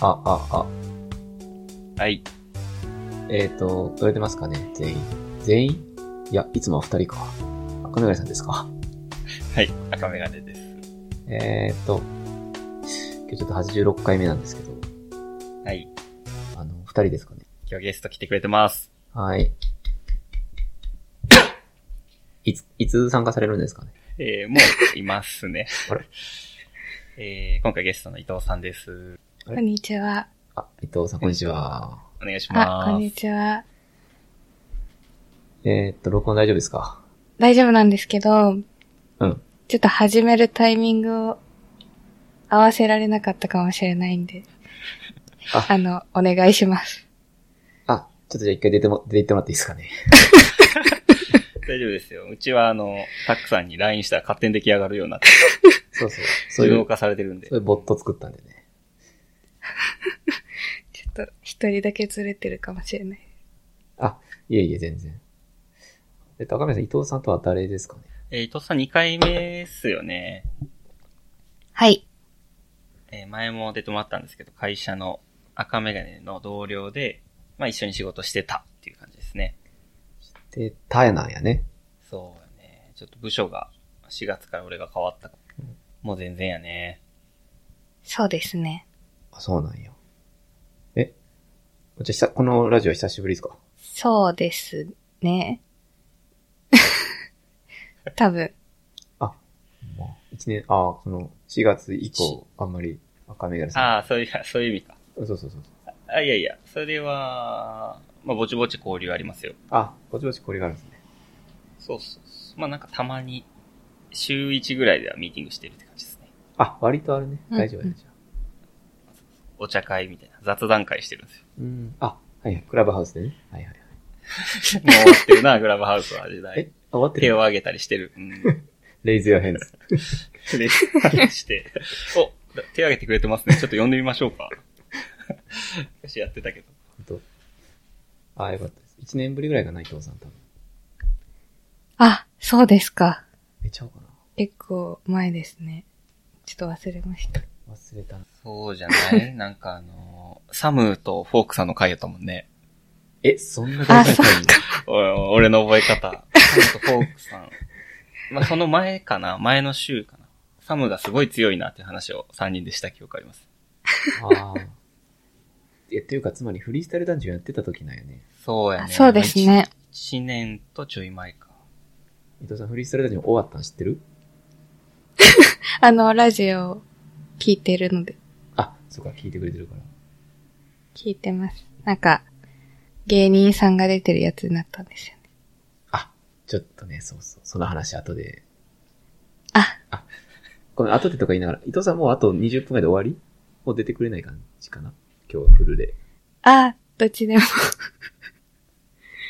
あ、あ、あ。はい。えっ、ー、と、取れてますかね全員。全員いや、いつもは二人か。赤目がさんですか。はい。赤メガネです。えっ、ー、と、今日ちょっと86回目なんですけど、はい。あの、二人ですかね。今日ゲスト来てくれてます。はい。いつ、いつ参加されるんですかね。えー、もういます ねあれえー、今回ゲストの伊藤さんです。えこんにちは。あ、伊藤さん、こんにちは。お願いしあ、こまんにす。ちは。えっ、ー、と、録音大丈夫ですか大丈夫なんですけど、うん。ちょっと始めるタイミングを合わせられなかったかもしれないんで、ああの、お願いします。あ、ちょっとじゃあ一回出ても、出て行ってもらっていいですかね。大丈夫ですよ。うちはあの、タックさんに LINE したら勝手に出来上がるよう になって、そう そう。そう自いう動、化されてるんでそうい。うボット作ったんでね。ちょっと一人だけずれてるかもしれない。いえいえ、全然。えっと、赤嶺さん、伊藤さんとは誰ですかねえー、伊藤さん2回目っすよね。はい。えー、前も出てもらったんですけど、会社の赤メガネの同僚で、まあ一緒に仕事してたっていう感じですね。で、タエなんやね。そうよね。ちょっと部署が4月から俺が変わった。もう全然やね。そうですね。あ、そうなんや。えじゃあ久、このラジオ久しぶりですかそうです ね。多分。まあ、一年、ああ、その、4月以降、あんまり赤目がさん。ああ、そういう、 そういう意味か。そうそうそうそう。あ、いやいや、それは、まあ、ぼちぼち交流ありますよ。あ、ぼちぼちこれがあるんですね。そうそうそうまあ、なんかたまに、週1ぐらいではミーティングしてるって感じですね。あ、割とあるね。うん大丈夫だね、じゃあ。お茶会みたいな、雑談会してるん ですよ。うん。あ、はいはい。クラブハウスでね。はいはいはい。もう終わってるな、グラブハウスは時代え。、あ終わって手をる挙げたりしてる。うん。レイズやヘンズ。で、 して。お、手挙げてくれてますね。ちょっと呼んでみましょう か。昔やってたけど。ほんとああ、よかったです。1年ぶりぐらいかな、伊藤さん多分。あ、そうですか。え、ちゃうか結構前ですね。ちょっと忘れました。な。忘れたな。そうじゃ ないなんかあのーサムとフォークさんの会やったもんね。え、そんな大会会にお俺の覚え方。サムとフォークさん。まあ、その前かな前の週かなサムがすごい強いなっていう話を3人でした記憶あります。ああ。え、というか、つまりフリースタイルダンジョンやってた時なんやね。そうやあね。そうですね。 1。年とちょい前か。伊藤さん、フリースタイルダンジョン終わったん知ってるあの、ラジオを聞いてるので。あ、そうか、聞いてくれてるから。聞いてます。なんか、芸人さんが出てるやつになったんですよね。あ、ちょっとね、そうそう。その話、後で。あ、この後でとか言いながら、伊藤さんもうあと20分ぐらいで終わりもう出てくれない感じかな今日はフルで。あ、どっちでも、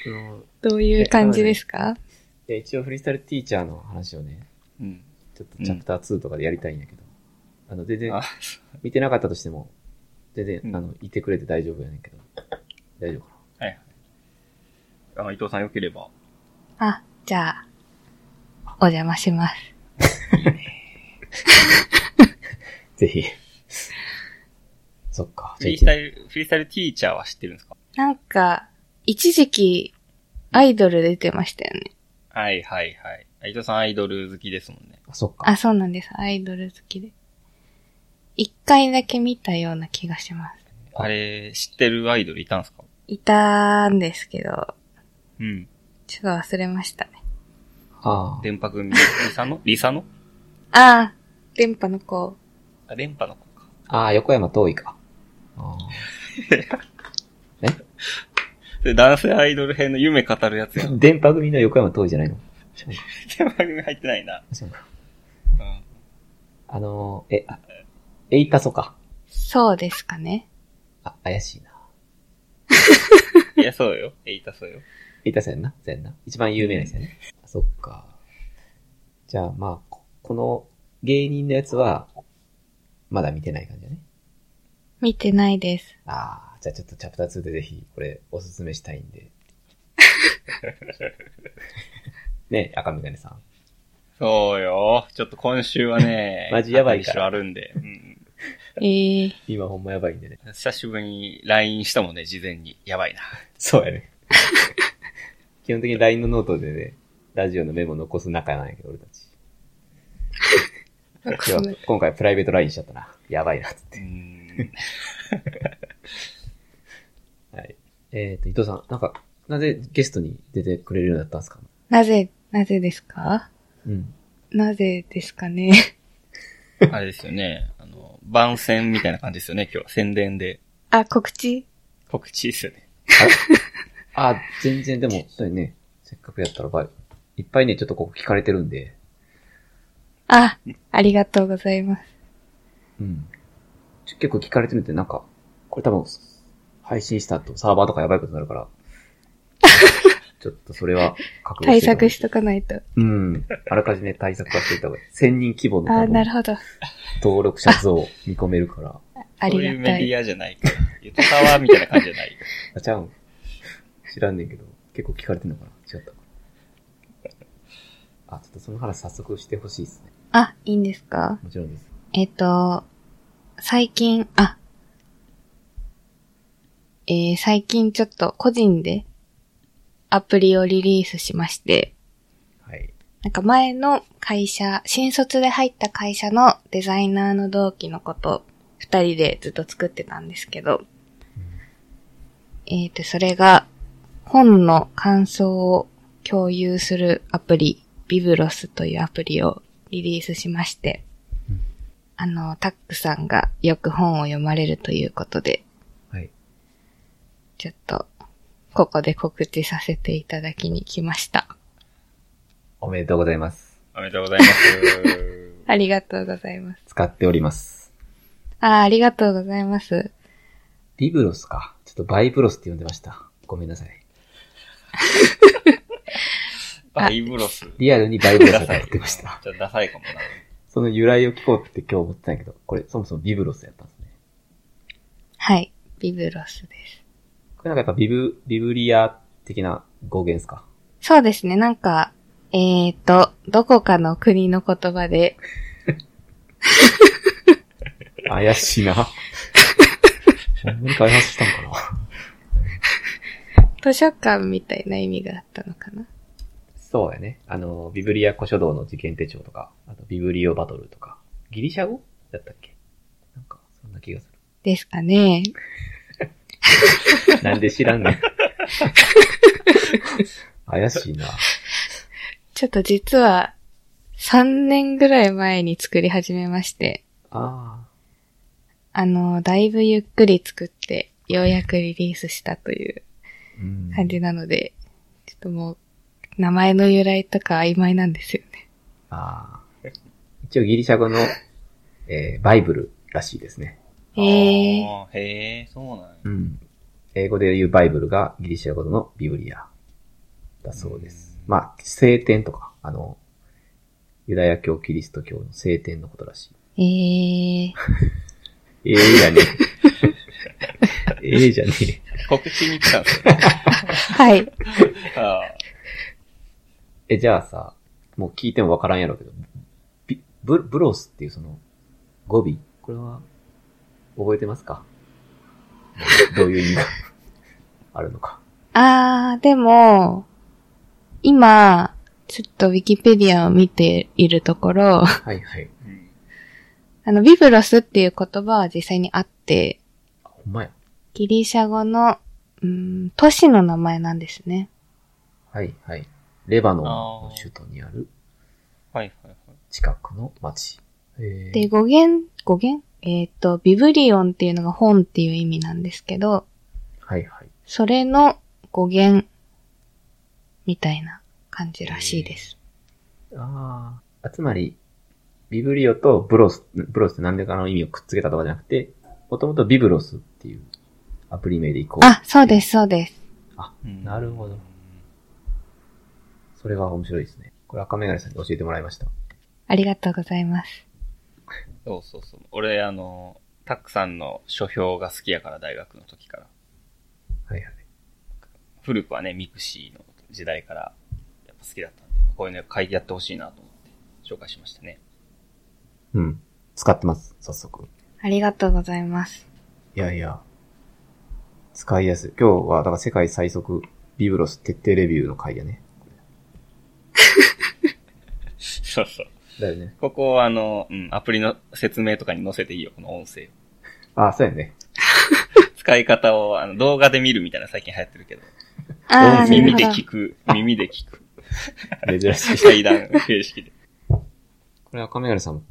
その、どういう感じですかいや一応フリースタイルティーチャーの話をね、うん。ちょっとチャプター2とかでやりたいんやけど。あの、全然あ、見てなかったとしても、全然、うんあの、いてくれて大丈夫やねんけど。大丈夫かあの伊藤さん良ければ。あ、じゃあ、お邪魔します。 なぜひ。そっか。フじゃあリ一ースタ年イル、フリースタイルティーチャーは知ってるんですかなんか、一時期、アイドル出てましたよね。はいはいはいあ。伊藤さんアイドル好きですもんね。あ、そっか。あ、そうなんです。アイドル好きで。一回だけ見たような気がします。あれ、知ってるアイドルいたんですかいたんですけど、うん。ちょっと忘れましたね。ああ。電波組、リサのリサのあー、電波の子。あ、電波の子か。ああ、横山遠いか。あで、男性アイドル編の夢語るやつやあ。ん。電波組の横山遠いじゃないの電波組入ってないな。そうかうん。あのー、え、あ、エイタソか。そうですかね。あ、怪しいな。いや、そうよ。えいたそうよ。エイタソやんなそうやんな。一番有名なやつやね。あそっか。じゃあ、まあ、ここの芸人のやつは、まだ見てない感じだね。見てないです。ああ、じゃあちょっとチャプター2でぜひ、これ、おすすめしたいんで。ね赤メガネさん。そうよ。ちょっと今週はね 、マジやばいからあと一週あるんで。うん。ええ今ほんまやばいんでね。久しぶりに LINE したもんね、事前に。やばいな。そうやね。基本的に LINE のノートでね、ラジオのメモ残す仲なんやけど、俺たち。なんか今その日今回プライベート LINE しちゃったな。やばいな、つっうて。ー ん。はい。えっ、と、伊藤さん、なんか、なぜゲストに出てくれるようになったんですかなぜ、なぜですかうん。なぜですかね。あれですよね。あの、番宣みたいな感じですよね、今日。宣伝で。 あ、告知告知ですよね。あ、全然でも、そうやね。せっかくやったらば、いっぱいね、ちょっとここ聞かれてるんで。あ、ありがとうございます。うん。ちょ結構聞かれてるんで、なんか、これ多分、配信した後、サーバーとかやばいことになる から。ちょっとそれは覚悟対ておいて策しとかないと。うん。あらかじめ対策はしていた方がいい。1000人規模の多あ、な分るほど。登録者増見込めるから。あそういうりがたメデい。ィアじゃないから。ゆとたわみたいな感じじゃない。あ、ちゃうん。知らんねんけど、結構聞かれてんのかな違ったかな。あ、ちょっとその話早速してほしいですね。あ、いいんですかもちろんです。えっ、と、最近、あ、えー、最近ちょっと個人でアプリをリリースしまして、はい。なんか前の会社、新卒で入った会社のデザイナーの同期のこと、二人でずっと作ってたんですけど、えっ、と、それが、本の感想を共有するアプリ、ビブロスというアプリをリリースしましてうん、あの、タックさんがよく本を読まれるということで、はい。ちょっと、ここで告知させていただきに来ました。おめでとうございます。おめでとうございます。ありがとうございます。使っております。あーありがとうございます。リブロスか。ちょっとバイブロスって呼んでました。ごめんなさい。バイブロス。リアルにバイブロスだと思ってまし た。ちょっとダサいかもな。その由来を聞こうって今日思ってたんやけど、これそもそもビブロスやったんですね。はい。ビブロスです。これなんかやっぱビブ、ビブリア的な語源ですかそうですね。なんか、えっ、と、どこかの国の言葉で、怪しいな。ほんまに開発したんかな。図書館みたいな意味があったのかな。そうやね。あの、ビブリア古書道の事件手帳とか、あとビブリオバトルとか、ギリシャ語だったっけなんか、そんな気がすですかね。る。なんで知らんねん。怪しいな。ちょっと実は、3年ぐらい前に作り始めまして、ああの、だいぶゆっくり作って、ようやくリリースしたといあ。ううん感じなので、ちょっともう、名前の由来とか曖昧なんですよね。ああ。一応ギリシャ語の、えーバイブルらしいですね。へーあーへえ、そうなんやうん。英語で言うバイブルがギリシャ語のビブリアだそうです。うんまあ、聖典とか、あの、ユダヤ教、キリスト教の聖典のことらしえー、い。ええやね。 ええじゃねえ。告知に来たん ですよ。はい。あえ、じゃあさ、もう聞いてもわからんやろうけど、ビブブロスっていうその語尾、これは覚えてますかどういう意味があるのか。あー、でも、今、ちょっとウィキペディアを見ているところ、 はいはい。ーうんあの、ビブロスっていう言葉は実際にあって、あほんまや。ギリシャ語の、うーん、都市の名前なんですね。はいはい。レバノンの首都にあるはいはいはい。近くの町。えで、語源、語源えっ、と、ビブリオンっていうのが本っていう意味なんですけど、はいはい。それの語源、みたいな感じらしいです。ああ。つまり、ビブリオとブロス、ブロスって何でかの意味をくっつけたとかじゃなくて、もともとビブロスっていうアプリ名で行こう。あ、そうです、そうです。うんなるほど。それは面白いですね。これ赤メガネさんに教えてもらいました。ありがとうございます。そうそうそう。俺、あの、たくさんの書評が好きやから、大学の時から。はいはい。古くはね、ミクシーの時代から、やっぱ好きだったんで、こういうの書いてやってほしいなと思って、紹介しましたね。うん。使ってます、早速。ありがとうございます。いやいや。使いやすい。今日は、だから世界最速、ビブロス徹底レビューの回やね。そうそう。だよね。ここはあの、うん、アプリの説明とかに載せていいよ、この音声。あ、そうやね。使い方をあの動画で見るみたいな最近流行ってるけど。ああ、なる耳ほでど。聞く、耳で聞 く。珍しい。 対談形式で。これ赤メガネさん、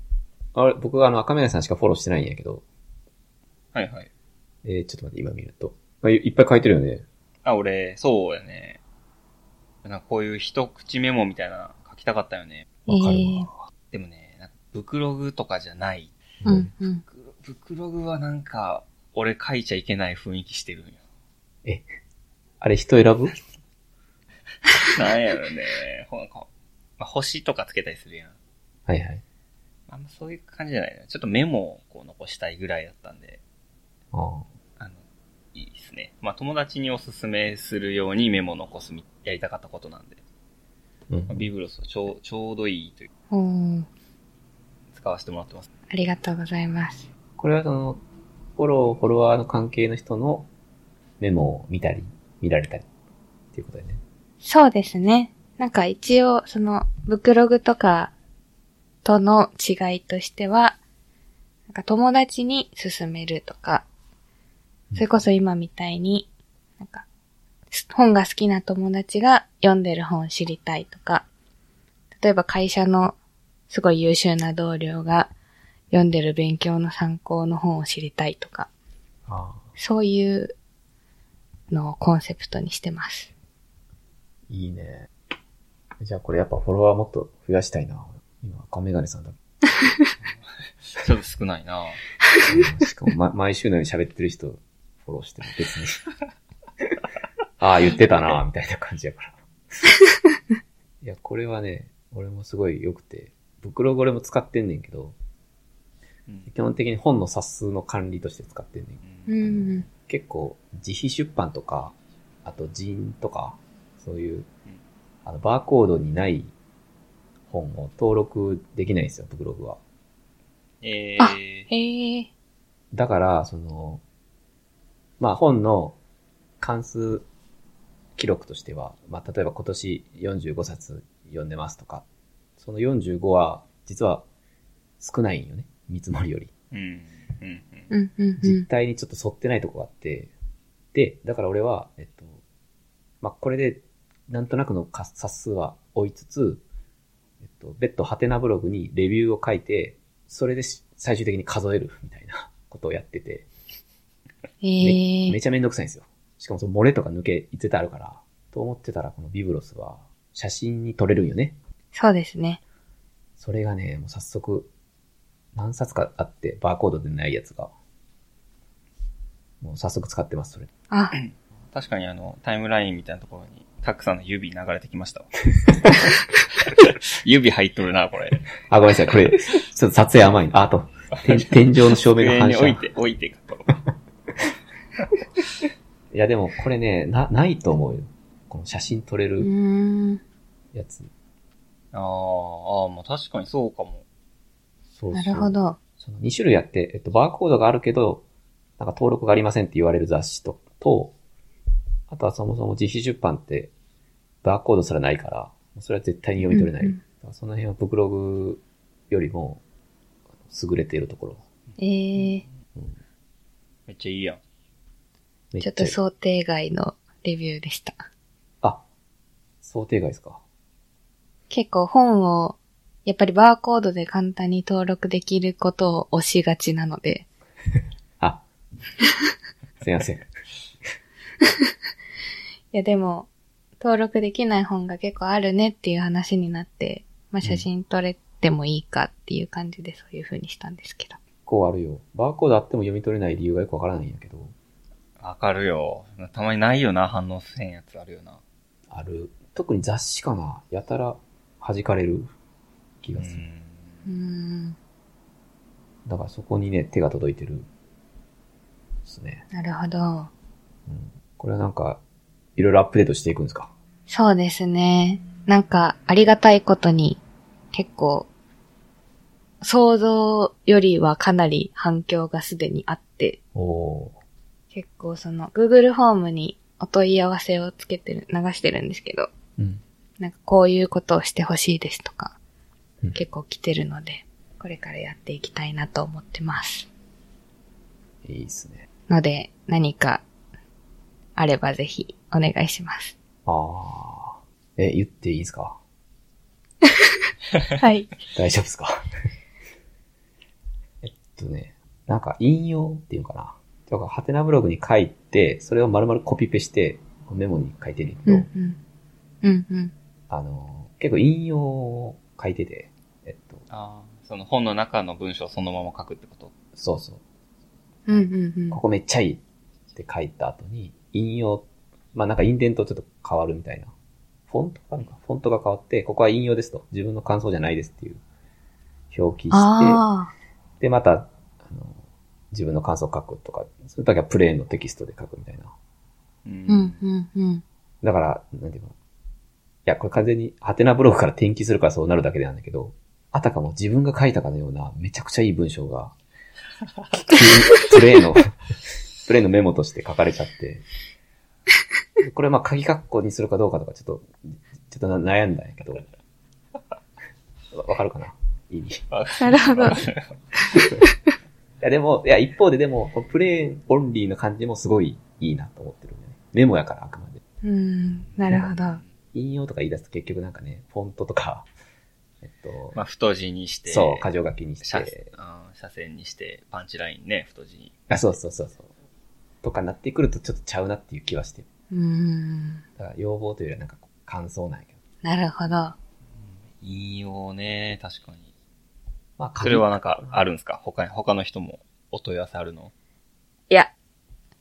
あれ、僕はあの赤メガネさんしかフォローしてないんやけど、はいはい。えー、ちょっと待って、今見ると。あいいっぱい書いてるよね。あ、俺、そうやね。なんかこういう一口メモみたいなの書きたかったよね。わかるえわ。でもね、なんかブクログとかじゃない。ーうん、うブん。クロブクログはなんか、俺書いちゃいけない雰囲気してるんよ。あれ人選ぶ なんやろね。ほんか、まあ、星とかつけたりするやん。はいはい。あんまそういう感じじゃないな。ちょっとメモをこう残したいぐらいだったんで、あーあの、いいですね。まあ友達におすすめするようにメモを残すみ、やりたかったことなんで。うんまあ、ビブロスはちょう、ちょうどいいという、おー使わせてもらってます。ありがとうございます。これはその、フォロー、フォロワーの関係の人のメモを見たり、見られたりっていうことだよね。そうですね。なんか一応、その、ブクログとかとの違いとしては、なんか友達に勧めるとか、それこそ今みたいに、なんか、す本が好きな友達が読んでる本を知りたいとか、例えば会社のすごい優秀な同僚が読んでる勉強の参考の本を知りたいとか、ああ、そういうのをコンセプトにしてます。いいね。じゃあこれやっぱフォロワーもっと増やしたいな。今赤メガネさんだ。ちょっと少ないな ぁしかも、ま、毎週のように喋ってる人、フォローしてる。別に。 ああ、言ってたな、みたいな感じやから。いや、これはね、俺もすごい良くて、ブクログ俺も使ってんねんけど、うん基本的に本の冊数の管理として使ってんねん。ううんん。結構、自費出版とか、あと人員とか、そういう、あの、バーコードにない本を登録できないんですよ、ブクログは。えあー、へえ。だから、その、まあ本の関数記録としては、まあ例えば今年45冊読んでますとか、その45は実は少ないんよね、見積もりより。うん、うん、うん。うんうんう実ん。態にちょっと沿ってないとこがあって、で、だから俺は、えっと、まあこれでなんとなくのか冊数は追いつつ、えっと、別途ハテナブログにレビューを書いて、それでし最終的に数えるみたいなことをやってて、えめえ。ちゃめんどくさいんですよ。しかもその漏れとか抜け絶対あるから。と思ってたら、このビブロスは写真に撮れるんよね。そうですね。それがね、もう早速、何冊かあって、バーコードでないやつが。もう早速使ってます、それ。あ、確かにあの、タイムラインみたいなところに、たくさんの指流れてきましたわ。指入っとるな、これ。あ、ごめんなさい、これ、ちょっと撮影甘いな。あ、あと、天天井の照明の机反に 射。置いいて、置いてかと。や、でもこれね、な、ないと思うよ。この写真撮れうーるん。やつ。あーあー、まあ確かにそうかも。そうそうなるほ。ど。その2種類あって、えっと、バーコードがあるけど、なんか登録がありませんって言われる雑誌と、と、あとはそもそも自費出版って、バーコードすらないから、それは絶対に読み取れない。うんうんだからその辺はブクログよりも、優れているところ。ええ。めっちゃいいやん。めちょっゃと想定外のレビューでした。あ、想定外ですか。結構本を、やっぱりバーコードで簡単に登録できることを推しがちなので、あ、 すいません。いやでも、登録できない本が結構あるねっていう話になって、まあ写真撮れてもいいかっていう感じでそういう風にしたんですけど。こうあるよ。バーコードあっても読み取れない理由がよくわからないんやけど、わかるよ。たまにないよな、反応せんやつあるよな。ある。特に雑誌かな。やたら弾かれる気うがする。ん。うーん、だからそこにね、手が届いてる。ですね。なるほど。うん。これはなんか、いろいろアップデートしていくんですかそうですね。なんか、ありがたいことに、結構、想像よりはかなり反響がすでにあって、おー。結構その Google フォームにお問い合わせをつけてる、流してるんですけど、うん。なんかこういうことをしてほしいですとかうん、結構来てるので、これからやっていきたいなと思ってます。いいっすね。ので、何かあればぜひお願いします。あー。え、言っていいですかはい。大丈夫ですか えっとね、なんか引用っていうのかな。とか、ハテナブログに書いて、それを丸々コピペして、メモに書いてるけうど、んうん。うんうん。あの、結構引用を書いてて、えっと、ああ、その本の中の文章をそのまま書くってことそうそう、うんうんうんこ。こめっちゃいいって書いた後に、引用、まあなんかインデントちょっと変わるみたいな。フォントかなんかフォントが変わって、ここは引用ですと。自分の感想じゃないですっていう表記して、あで、また、あの、自分の感想を書くとか、その時はプレーンのテキストで書くみたいな。うあ。 うん。うんうん。だから、なんていうのいや、これ完全にハテナブログから転記するからそうなるだけなんだけど、あたかも自分が書いたかのようなめちゃくちゃいい文章が、 急にプレイの、プレイのメモとして書かれちゃって、これまあ鍵括弧にするかどうかとかちょっと、ちょっと悩んだんやけど、わわかるかないいいなるほど。やでも、いや一方ででも、このプレイオンリーの感じもすごいいいなと思ってるんだよね。メモやからあくまで。うん。なるほど。引用とか言い出すと結局なんかね、フォントとか、 えっと、 まあ、太字にして、そう、箇条書きにし斜て、うん斜線にして、パンチラインね、太字に。あ、そうそうそうそう。とかなってくるとちょっとちゃうなっていう気はしてる。うん。だから要望というよりはなんかこう感想なんやけど。なるほど。引用ね、確かに。まあ、それはなんか、あるんですか他に、他の人もお問い合わせあるの いや、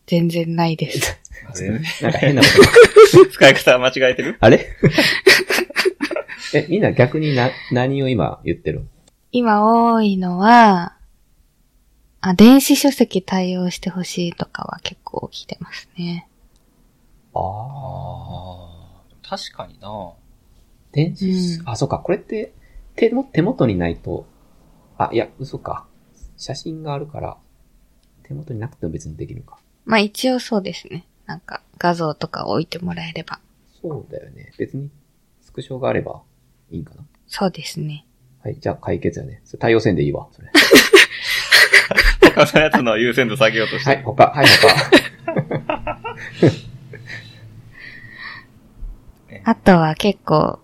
全然ないです。紙なんか変な こと。使い方間違えてるあれ え、みんな逆にな、何を今言ってる 今多いのは、あ、電子書籍対応してほしいとかは結構来てますね。ああ。ああ。確かにな電子書、うんあ、そうか、これって、手も、手元にないと、あ、いや、嘘か。写真があるから、手元になくても別にできるか。まあ一応そうですね。なんか画像とか置いてもらえれば。そうだよね。別に、スクショがあればいいんかな。そうですね。はい、じゃあ解決やね。それ対応せんでいいわ、そ れ。他のやつの優先度下げようとしてはる。い、他、はい、他。ねあとは結構、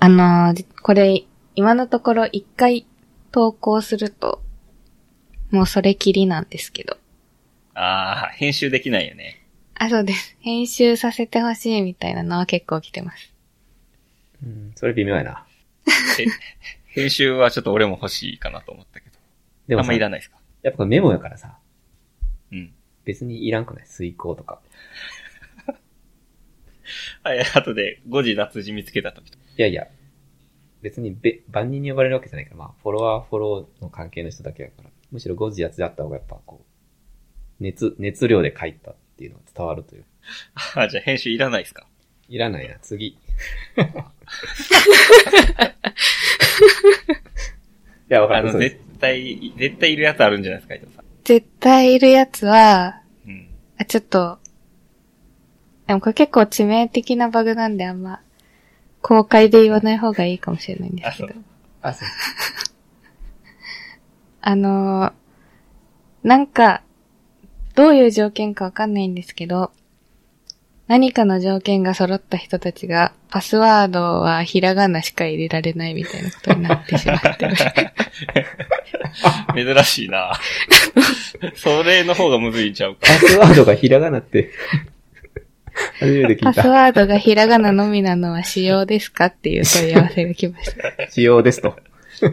あのーこれ、今のところ一回投稿すると、もうそれきりなんですけど。ああ、編集できないよね。あ、そうです。編集させてほしいみたいなのは結構来てます。うん、 それ微妙やな。え編集はちょっと俺も欲しいかなと思ったけど。でもあんさ、まいらやっないですかぱこれメモやからさ、うん。別にいらんくない遂行とか。はい、あとで5時脱字見つけた時といやいや、別にべ万人に呼ばれるわけじゃないから、まあ、フォロワー、フォローの関係の人だけやから、むしろ5時やつであった方がやっぱこう、熱、熱量で書いたっていうのが伝わるという。か。あーじゃあ編集いらないですかいらないな、 次。い や、わかある。の、嘘です絶対、絶対いるやつあるんじゃないですか、伊藤さん。絶対いるやつは、うん。あ、ちょっと、でもこれ結構致命的なバグなんであんま、公開で言わない方がいいかもしれないんですけどあ。あ、そう。あのーなんか、どういう条件かわかんないんですけど、何かの条件が揃った人たちが、パスワードはひらがなしか入れられないみたいなことになってしまって る。珍しいなそれの方がむずいんちゃうか。パスワードがひらがなって、 初めて聞パいスた。ワードがひらがなのみなのは仕様ですかっていう問い合わせが 来ました。仕様です と。ょっ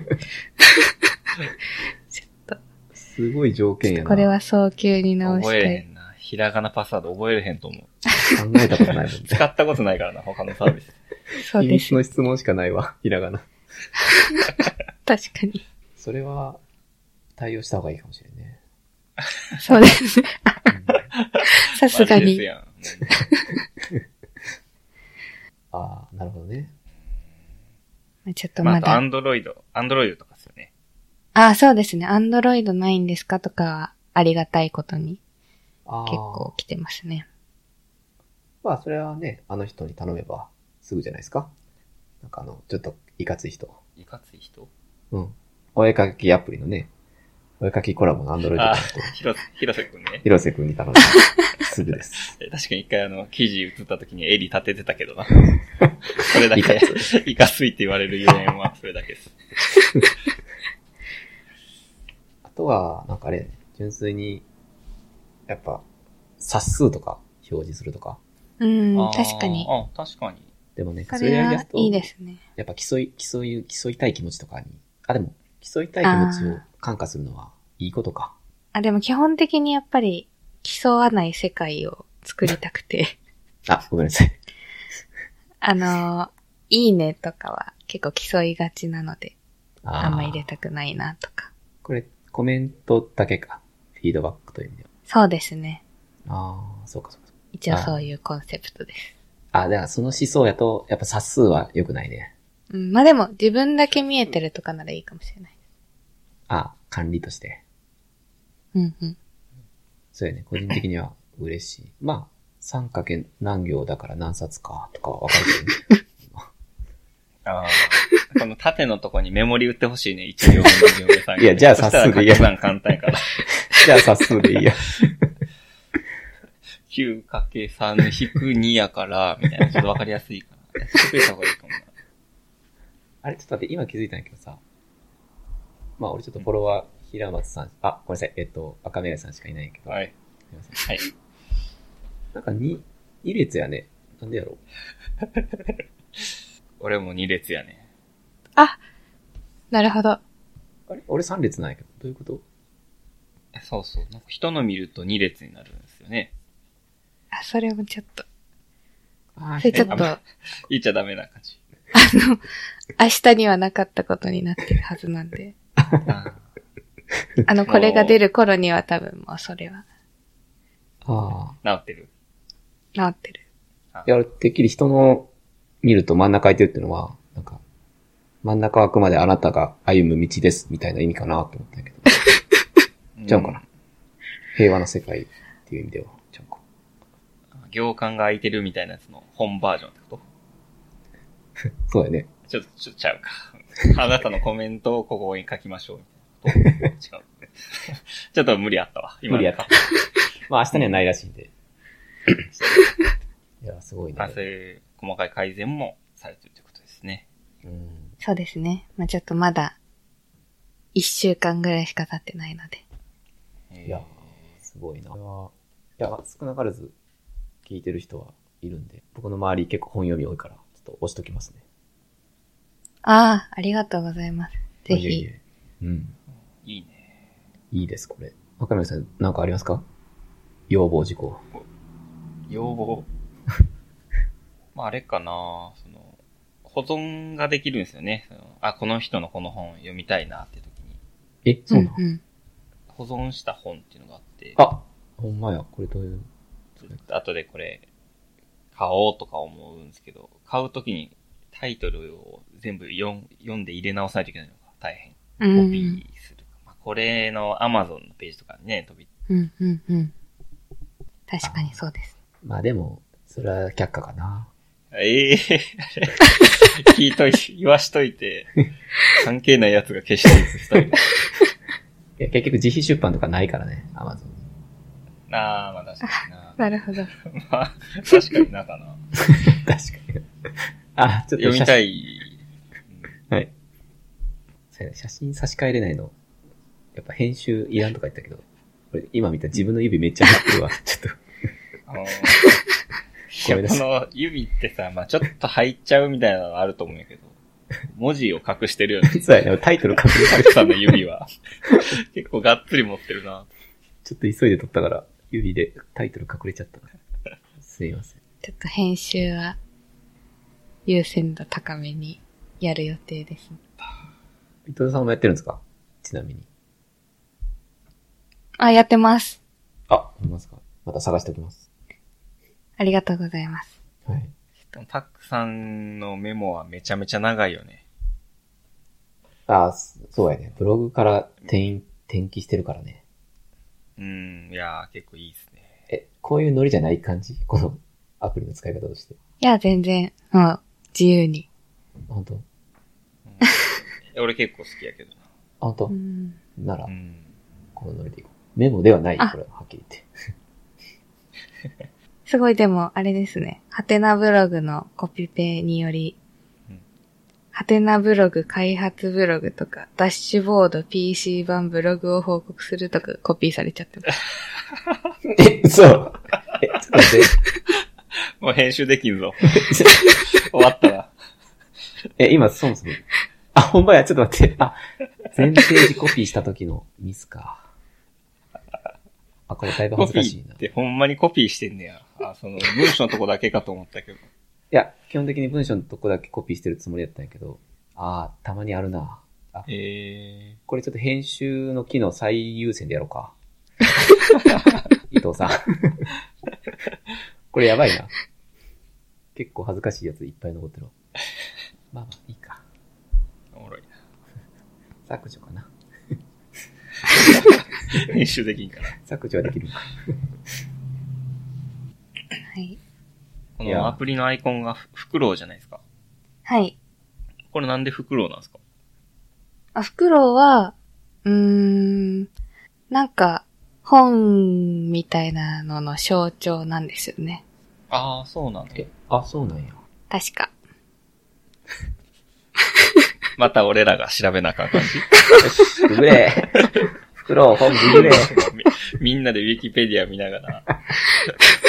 とすごい条件やな。これは早急に直し覚えれたへい。んな。ひらがなパスワード覚えれへんと思う。考えたこと ないもんね。使ったことないからな、他のサービス。そう秘です密。の質問しかないわ、ひらがな。確か に。それは、対応した方がいいかもしれん ね。そうですね。さすがマジですに。やん。ああ、なるほどね。ちょっとまあ、まあと、アだ。ンドロイド。アンドロイドとかですよね。あ、そうですね。アンドロイドないんですかとかは、ありがたいことにあー結構。来てますね。まあ、それはね、あの人に頼めばすぐじゃないですか。なんかあの、ちょっといかつい人。いかつい人うん。お絵かきアプリのね、お絵かきコラボのアンドロイドのあ人、ひろ、ひろせくんね。広瀬くんに頼んで、 すぐです。え確かに一回あの、記事映った時に襟立ててたけど な。それだいかけ、いかついって言われるゆえんはそれだけです。あとは、なんかあれ、純粋に、やっぱ、冊数とか表示するとか。うんあ、ー確かに。あ、確かに。でもね、こそれれやりだはすと、いいですね。やっぱ競い、競い、競いたい気持ちとかに、あ、でも、競いたい気持ちをあ感化するのはいいことか。あ、でも基本的にやっぱり競わない世界を作りた くて、あ、ごめんなさい。あの、いいねとかは結構競いがちなので、あー あんま入れたくないなとか。これ、コメントだけか。フィードバックという意味では。そうですね。ああ、そうかそうかそう一応そういうコンセプトです。か。あ、だからその思想やと、やっぱ冊数は良くないね。うん、まあでも自分だけ見えてるとかならいいかもしれない。あ、管理として。うんうん。そうやね。個人的には嬉しい。まあ、三かけ何行だから何冊かとかはわかるけどね。あ あ。この縦のとこにメモリ打ってほしいね。1行目、2行目、3行目。いやじゃあそしたら冊数でいいや掛け算簡単やから。じゃあ冊数でいいや。 9×3 引く2やから、みたいな。ちょっとわかりやすいから。やってくれた方がいいかもな。あれ、ちょっと待って、今気づいたんだけどさ。まあ、俺ちょっとフォロワー、平松さん、あ、ごめんなさい、えっと、赤目さんしかいないんやけ ど。はい。すいません。はい。なんか2、2列やね。なんでやろう。俺も2列やね。なるほど。あれ俺3列なんやけど。どういうことそうそう。なんか人の見ると2列になるんですよね。あ、それもちょっと。あそれちょっと、ああ言っちゃダメな感 じ。の、明日にはなかったことになってるはずな んで。あーあの、これが出る頃には多分もうそれはああ。治ってる治ってる。いや、俺てっきり人の見ると真ん中空いてるっていうのは、なんか、真ん中はあくまであなたが歩む道です、みたいな意味かなと思ったんやけど。ちゃうかな。平和な世界っていう意味では。ちゃうか。うん行間が空いてるみたいなやつの本バージョンってことそうやね。ちょっと、ちょっとちゃうか。あなたのコメントをここに書きましょうみたいなこと。違う。ちょっと無理あったわ。今の無理やった。 まあ明日にはないらしいんで。いや、すごいね。あそういう細かい改善もされてるということですね。うん。そうですね。まあちょっとまだ、一週間ぐらいしか経ってないので。えーいや、すごいな。これはいや、少なからず聞いてる人はいるんで、僕の周り結構本読み多いから、ちょっと押しときますね。ああ、ありがとうございます。ぜいえいひ。え。うん。いいね。いいです、これ。若宮さん、なんかありますか要望事項。要望。まあ、あれかなその、保存ができるんですよね。そのあ、この人のこの本読みたいなって時に。え、そうなの、んうん。保存した本っていうのがあって。あ、ほんまや、これどういう。ちょっと後でこれ、買おうとか思うんですけど、買うときにタイトルを全部読ん読んで入れ直さないといけないのが大変。うコんピーする。まあ、これの Amazon のページとかにね、飛び、うんうんうん。確かにそうです。まあでも、それは却下かな。ええ 聞いといて、言わしとい て、関係ないやつが消していくスタイル。いや、結局自費出版とかないからね、Amazon に。なあ、まあ確かにな。なるほど。 まあ、確かになかな。確かに。あ、ちょっと読みたい。い。はい。そうやね写真差し替えれないの。やっぱ編集いらんとか言ったけど、俺今見たら自分の指めっちゃ入ってるわ。 ちょっあの ごめんいなやさこいの指ってさ、まあちょっと入っちゃうみたいなのはあると思うんやけど、文字を隠してるよ ね。と、そうやね、タイトル確認さたれくてさんの指は。 結構がっつり持ってるな。ちょっと急いで撮ったから、指でタイトル隠れちゃった。すいません。ちょっと編集は、優先度高めにやる予定です。伊藤さんもやってるんですかちなみに。あ、やってます。あ、ほんまですかまた探しておきます。ありがとうございます。はい。でもタックさんのメモはめちゃめちゃ長いよね。あ、そそうやね。ブログから転、転記してるからね。うん、いやー、結構いいですね。え、こういうノリじゃない感じこのアプリの使い方として。いや、全然、もう、自由に。本当うんえ俺結構好きやけど本当、うんならな。う、ん。このノリでいこう。メモではない、あこれは、はっきり言って。すごいでも、あれですね。ハテナブログのコピペによりうん、ハテナブログ、開発ブログとか、ダッシュボード、PC 版ブログを報告するとかコピーされちゃってます。え、そう。え、ちょっと待って。もう編集できんぞ。終わっ たな。え、今、そもそも。あ、ほんまや、ちょっと待って。あ、全ページコピーした時のミスか。あ、これだいぶコ恥ずかピしいーなっ。てほんまにコピーしてんねや。あ、その、文章のとこだけかと思ったけど。いや、基本的に文章のとこだけコピーしてるつもりだったんやけど、あーたまにあるな。えこれちょっと編集の機能最優先でやろうか。伊藤さん。これやばいな。結構恥ずかしいやついっぱい残ってるわ。まあまあ、いいか。ー、おもろい削除かな。な。編集できんから。削除はできるのか。 はい。こいやのアプリのアイコンがフフクロウじゃないですか。はい。これなんでフクロウなんですかあ、フクロウは、うーん、なんか、本みたいなのの象徴なんですよね。ああ、そうなんだ。え、あ、そうなんや。確か。また俺らが調べなあかん感じ。よし、グレー。袋を本グレー。み みんなでウィキペディア見ながら、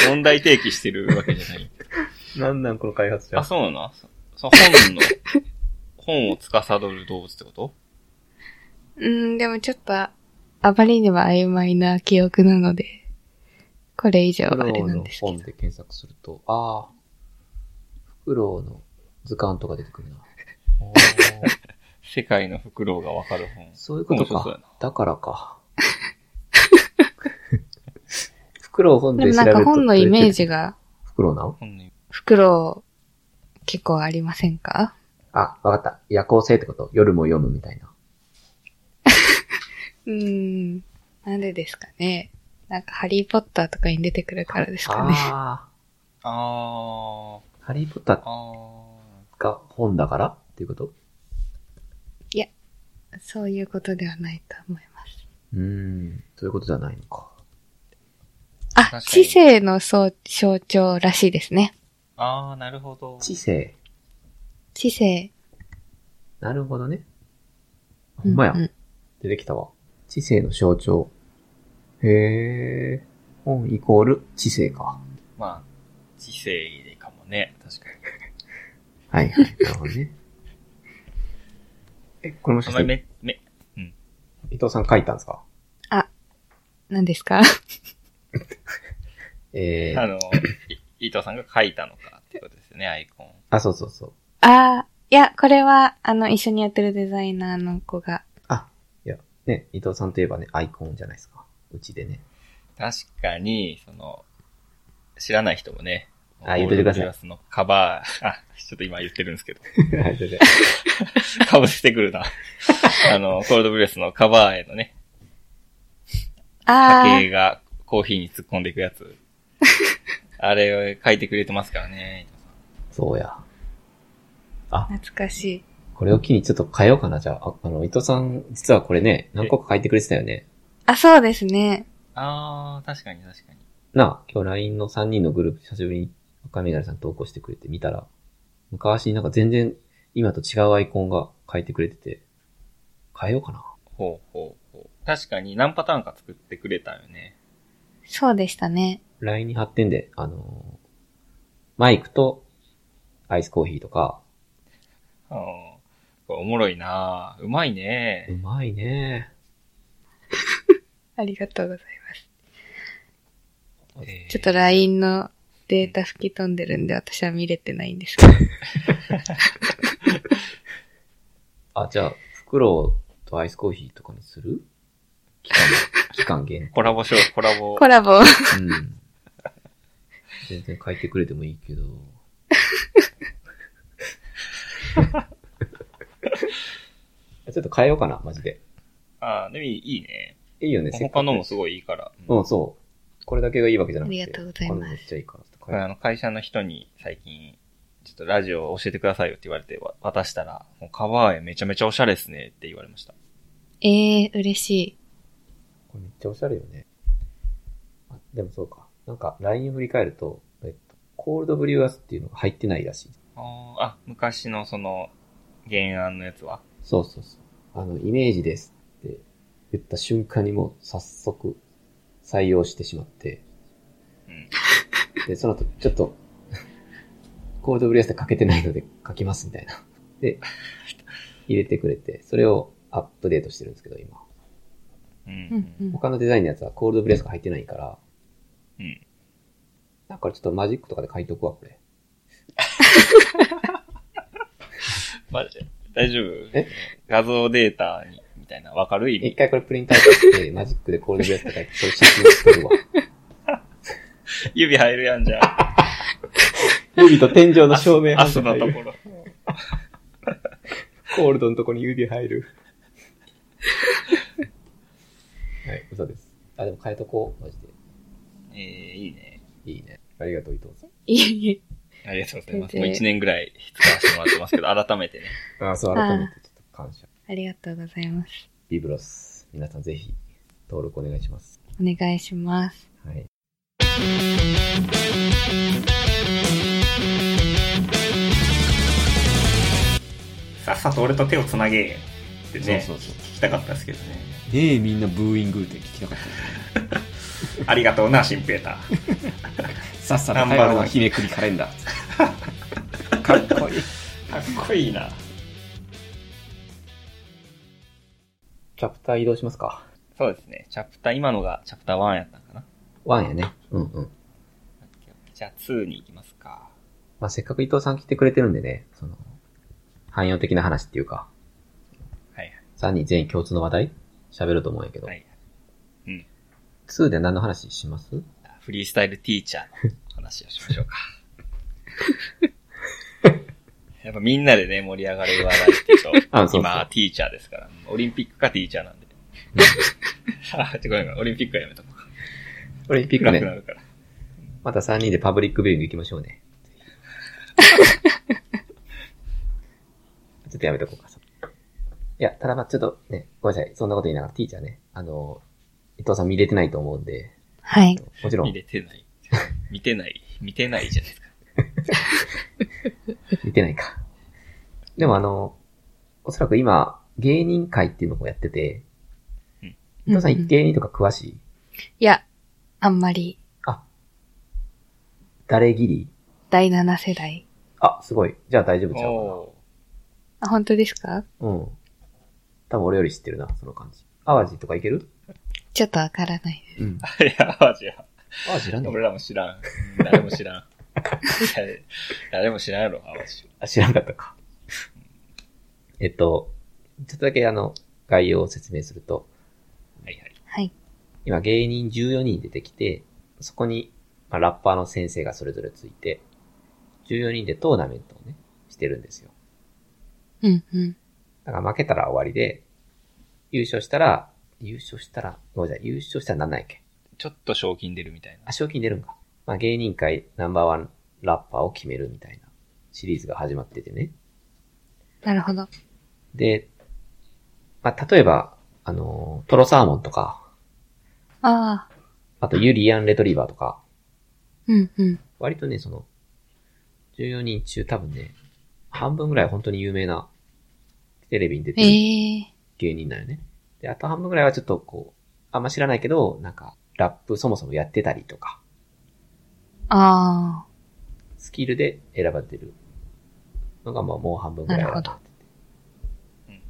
問題提起してるわけじゃない。なんなんこの開発 あ、そうなのそそ本の、本を司る動物ってことうーん、でもちょっと、あまりには曖昧な記憶なので、これ以上フクはあロれウなんのですけ本ど。で検索すると、ああ、フクロウの図鑑とか出てくるな。おー 世界のフクロウがわかる本。そういうこと面白そうやかな。だからか。 フクロウ本ででも調なんべるかと本のイメージが。が、フクロウなの本のフクロウ、結構ありませんかあ、わかった。夜行性ってこと夜も読むみたいな。うーん、なんでですかね。なんかハリーポッターとかに出てくるからですかね。ああ、あハリーポッター、ーあが本だからっていうことそういうことではないと思います。うーん、そういうことじゃないのか。かあ、に知性の象象徴らしいですね。ー、あー、なるほど。知性。知性。なるほどね。ほんまや。うんうん出てきたわ。知性の象徴。へえ。本イコール知性か。まあ、知性でかもね。確かはに。いはい。なるほどね。 え、これもしあかんしまりて、め、め、伊藤さん書いたんですか何ですか えあー、の、い伊藤さんが書いたのかってことですよね、アイコン。あ、そうそうそう。あーいや、これは、あの、一緒にやってるデザイナーの子が。あ、いや、ね、伊藤さんといえばね、アイコンじゃないですか。うちでね。確かに、その、知らない人もね、あ言っててくださいゴールドグラスのカバー、あ、ちょっと今言ってるんですけど、はい全然かぶせてく るな。あの、コールドブレスのカバーへのね、あ波形ーがコーヒーに突っ込んでいくやつ。あれを書いてくれてますからね。そうや。懐かしい。これを機にちょっと変えようかな、じゃあ。ああの、伊藤さん、実はこれね、何個か書いてくれてたよね。あ、そうですね。あー、確かに確かに。なあ、今日 LINE の3人のグループ、久しぶりに赤メガネさん投稿してくれて見たら、昔なんか全然今と違うアイコンが書いてくれてて、変えようかな。ほうほうほう。確かに何パターンか作ってくれたよね。そうでしたね。 LINE に貼ってんで、あのーマイクとアイスコーヒーとか、うん。これおもろいなぁ。うまいねうまいねありがとうございます。えーちょっと LINE のデータ吹き飛んでるんで、私は見れてないんですけど。あ、じゃあ、フクロウとアイスコーヒーとかにする期間、 期間限コラボしよ う、コラボ。コラボ。 定。うん。全然書いてくれてもいいけど。 ちょっと変えようかな、マジで。ああ、でもいいいいね。いいよね、他のもすい。ごいいいから。うん、そう。これだけがいいわけじゃなくて。ありがとうございます他のめっちゃいいから。ちょっとこれ変えあの、会社の人に最近、ちょっとラジオ教えてくださいよって言われてわ渡したら、もうカバー絵めちゃめちゃおしゃれですねって言われました。ええ嬉しい。これめっちゃおしゃれよね。あでもそうか。なんか、LINE を振り返ると、えっと、コールドブリュアスっていうのが入ってないらしい。あーあ、昔のその、原案のやつはそうそうそう。あの、イメージですって言った瞬間にもう早速採用してしまって、うん。で、その後ちょっと、コールドブリュアスで書けてないので書きますみたいな。で、入れてくれて、それをアップデートしてるんですけど、今。ううんん。うん。他のデザインのやつはコールドブレスが入ってないから。うん。だからちょっとマジックとかで書いとくわ、これ。マジで大丈夫え画像データに、みたいな、わかる意一味。回これプリントアウトして、マジックでコールドブレスとか書いて、それ写真撮 るわ。指入るやんじゃん。指と天井の照明明日のとこ ろ。コールドのとこに指入る。はい、嘘です。あ、でも変えとこう、マジで。えー、いいね。いいね。ありがとう、伊藤さいえいえ。ありがとうございます。全もう然一年ぐらい使わせてもらってますけど、 改めてね。ん。あ、そう、改めてちょっと感謝。ありがとうございます。ビブロス、皆さんぜひ、登録お願いします。お願いします。はい。さっさと俺と手をつなげってそうそうそう。聞きたかったですけどね。ねえ、みんなブーイングって聞きたかった。 ありがとうな、シンペータ ー。さっさと帰ろうのひねくりカレンダー。かっこいい。かっこいいな。チャプター移動しますか。そうですね。チャプター、今のがチャプター1やったんかな。ワンやね。うんうん。じゃあ2に行きますか。まあ、せっかく伊藤さん来てくれてるんでね、その、汎用的な話っていうか、はい3人全員共通の話題喋ると思うんやけど、はい。はい。 2で何の話しますフリースタイルティーチャーの話をしましょう か。やっぱみんなでね、盛り上がる話題っていうと、 あそうそう今、ティーチャーですから。オリンピックかティーチャ ーなんで。あ、ちょごめんごめん。オリンピックはやめとこう。オリンピック暗くなね。るから。また3人でパブリックビューイング行きましょうね。 ちょっとやめとこうか。いや、ただまあちょっとね、ごめんなさい。そんなこと言いながら、ティーチャーね、あの、伊藤さん見れてないと思うんで、はい。もちろん見れてない。見てない。見てないじゃないですか。見てないか。でもあの、おそらく今、芸人会っていうのをやってて、伊藤さうんうんん芸人とか詳しいいや、あんまり、あ、誰ギリ第7世代。あ、すごい。じゃあ大丈夫ちゃうおあ、本当ですかかな。うん。多分俺より知ってるな、その感じ。淡路とかいけるちょっとわからないです。うん。ー。いや、マジや。淡路知らんの俺らも知らん。誰も知らん。 誰誰も知らんやろ、淡路。あ、知らんかったか。えっと、ちょっとだけあの、概要を説明すると、はいはい。はい。今芸人14人出てきて、そこに、まあ、ラッパーの先生がそれぞれついて、14人でトーナメントをね、してるんですよ。うんうん。だから負けたら終わりで、優勝したら、優勝したら、ごめんなさい、優勝したらなんないっけちょっと賞金出るみたいあ、賞金出るんか。まあ芸人界ナンバーワンラッパーを決めるみたいなシリーズが始まっててね。なるほど。で、まあ例えば、あの、トロサーモンとか、ああ、あとユリアンレトリーバーとか、うんうん。割とね、その、14人中多分ね、半分ぐらいは本当に有名な、テレビに出てるええ芸人なんよね。で、あと半分ぐらいはちょっとこう、あんま知らないけど、なんか、ラップそもそもやってたりとか、ああ、スキルで選ばれてるのが、まあもう半分ぐらいはなるほどうん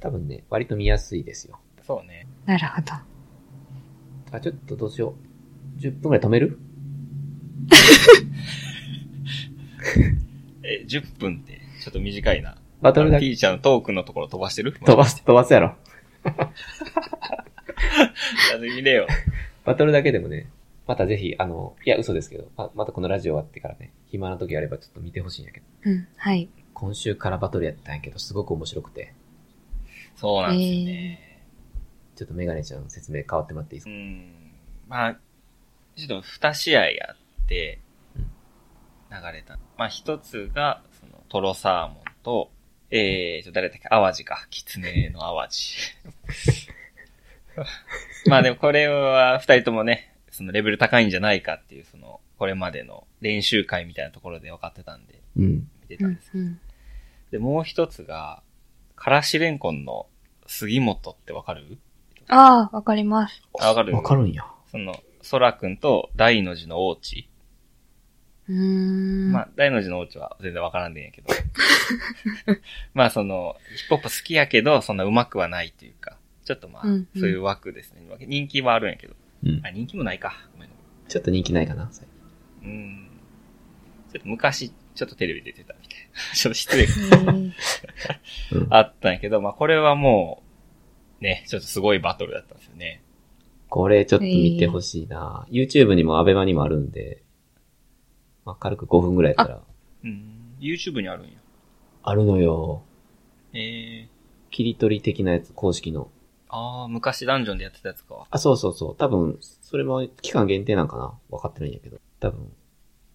多分ね、割と見やすいですよ。な。そうね。なるほど。あ、ちょっとどうしよう。10分ぐらい止めるえ、10分って、ちょっと短いな。バテトルだけィーチャーのトークのところ飛ばしてる飛ばす、飛ばすやろ。やりれよ。バトルだけでもね、またぜひ、あの、いや、嘘ですけど、ままたこのラジオ終わってからね、暇な時あればちょっと見てほしいんやけど、うん、はい。今週からバトルやったんやけど、すごく面白くて、そうなんですよね。ちょっとメガネちゃん説明変わってもらっていいですうかん。まあ、ちょっと二試合やって、うん流れた。まあ一つが、その、トロサーモンと、えーと、誰だっけ、淡路か。狐の淡路。 まあでもこれは二人ともね、そのレベル高いんじゃないかっていう、その、これまでの練習会みたいなところで分かってたんで、うん。見てたうんんですけど。うん。で、もう一つが、からしれんこんの杉本ってわかるああ、わかります。あわかるわかるんや。その、そらくんと大の字の王子。うーん。まあ、大の字の王子は全然わからんでんや けど。 まあ、その、ヒップホップ好きやけど、そんな上手くはないというか、ちょっとまあ、うんうんそういう枠ですね。人気はあるんやけど。うんあ、。人気もないか。ごめんちょっと人気ないかな、最近うん。ちょっと昔、ちょっとテレビで出てたみたいな。 ちょっと失礼。えーうんあったんやけど、まあ、これはもう、ね、ちょっとすごいバトルだったんですよね。これちょっと見てほしいな、YouTube にも ABEMA にもあるんで、まあ、軽く5分ぐらいやったら、うん。YouTube にあるんや。あるのよ。ええ切り取り的なやつ、公式の。ああ、昔ダンジョンでやってたやつか。あ、そうそうそう。多分、それも期間限定なんかな分かってないんやけど。多分、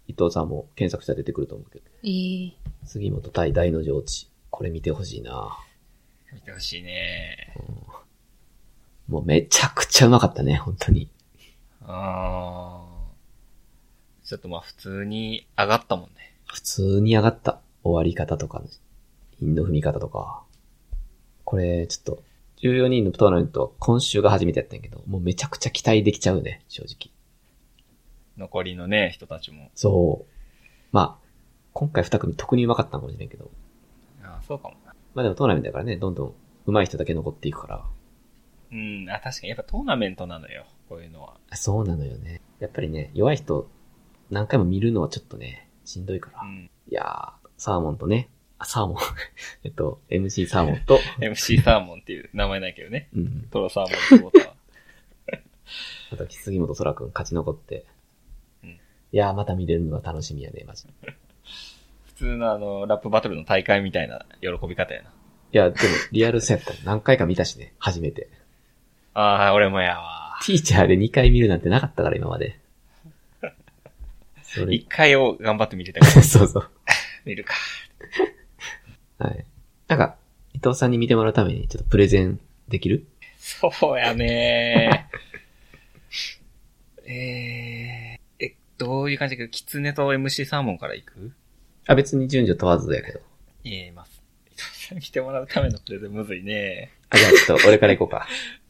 伊藤さんも検索したら出てくると思うけど。えー杉本対大の上智。これ見てほしいな見てほしいね。もうめちゃくちゃうまかったね、本当に。ああ。ちょっとまあ普通に上がったもんね。普通に上がった。終わり方とか、韻の踏み方とか。これ、ちょっと、14人のトーナメントは今週が初めてやったんやけど、もうめちゃくちゃ期待できちゃうね、正直。残りのね、人たちも。そう。まあ、今回2組特にうまかったのかもしれんけど。ああ、そうかもな。まあでもトーナメントだからね、どんどん上手い人だけ残っていくから。うん、あ、確かにやっぱトーナメントなのよ。こういうのは。あそうなのよね。やっぱりね、弱い人何回も見るのはちょっとね、しんどいから。うん。いやー、サーモンとね、あ、サーモン、 えっと、MC サーモンと、 MC サーモンっていう名前ないけどね。うん、トロサーモンって ことは。あと、杉本空くん勝ち残って。うんいやー、また見れるのは楽しみやね、マジで。い普通のあの、ラップバトルの大会みたいな喜び方やな。や、でも、リアルセット何回か見たしね、初めて。ああ、俺もやわ。ティーチャーで2回見るなんてなかったから、今まで。それ、一、回を頑張って見れたから そうそう。見るか。はい。なんか、伊藤さんに見てもらうために、ちょっとプレゼンできるそうやね ーえー、え、どういう感じだけど、キツネと MC サーモンから行くあ、別に順序問わずやけど。言えます。 伊藤さんに来てもらうためのプレゼンむずいね。あ、じゃあちょっと俺から行こうか。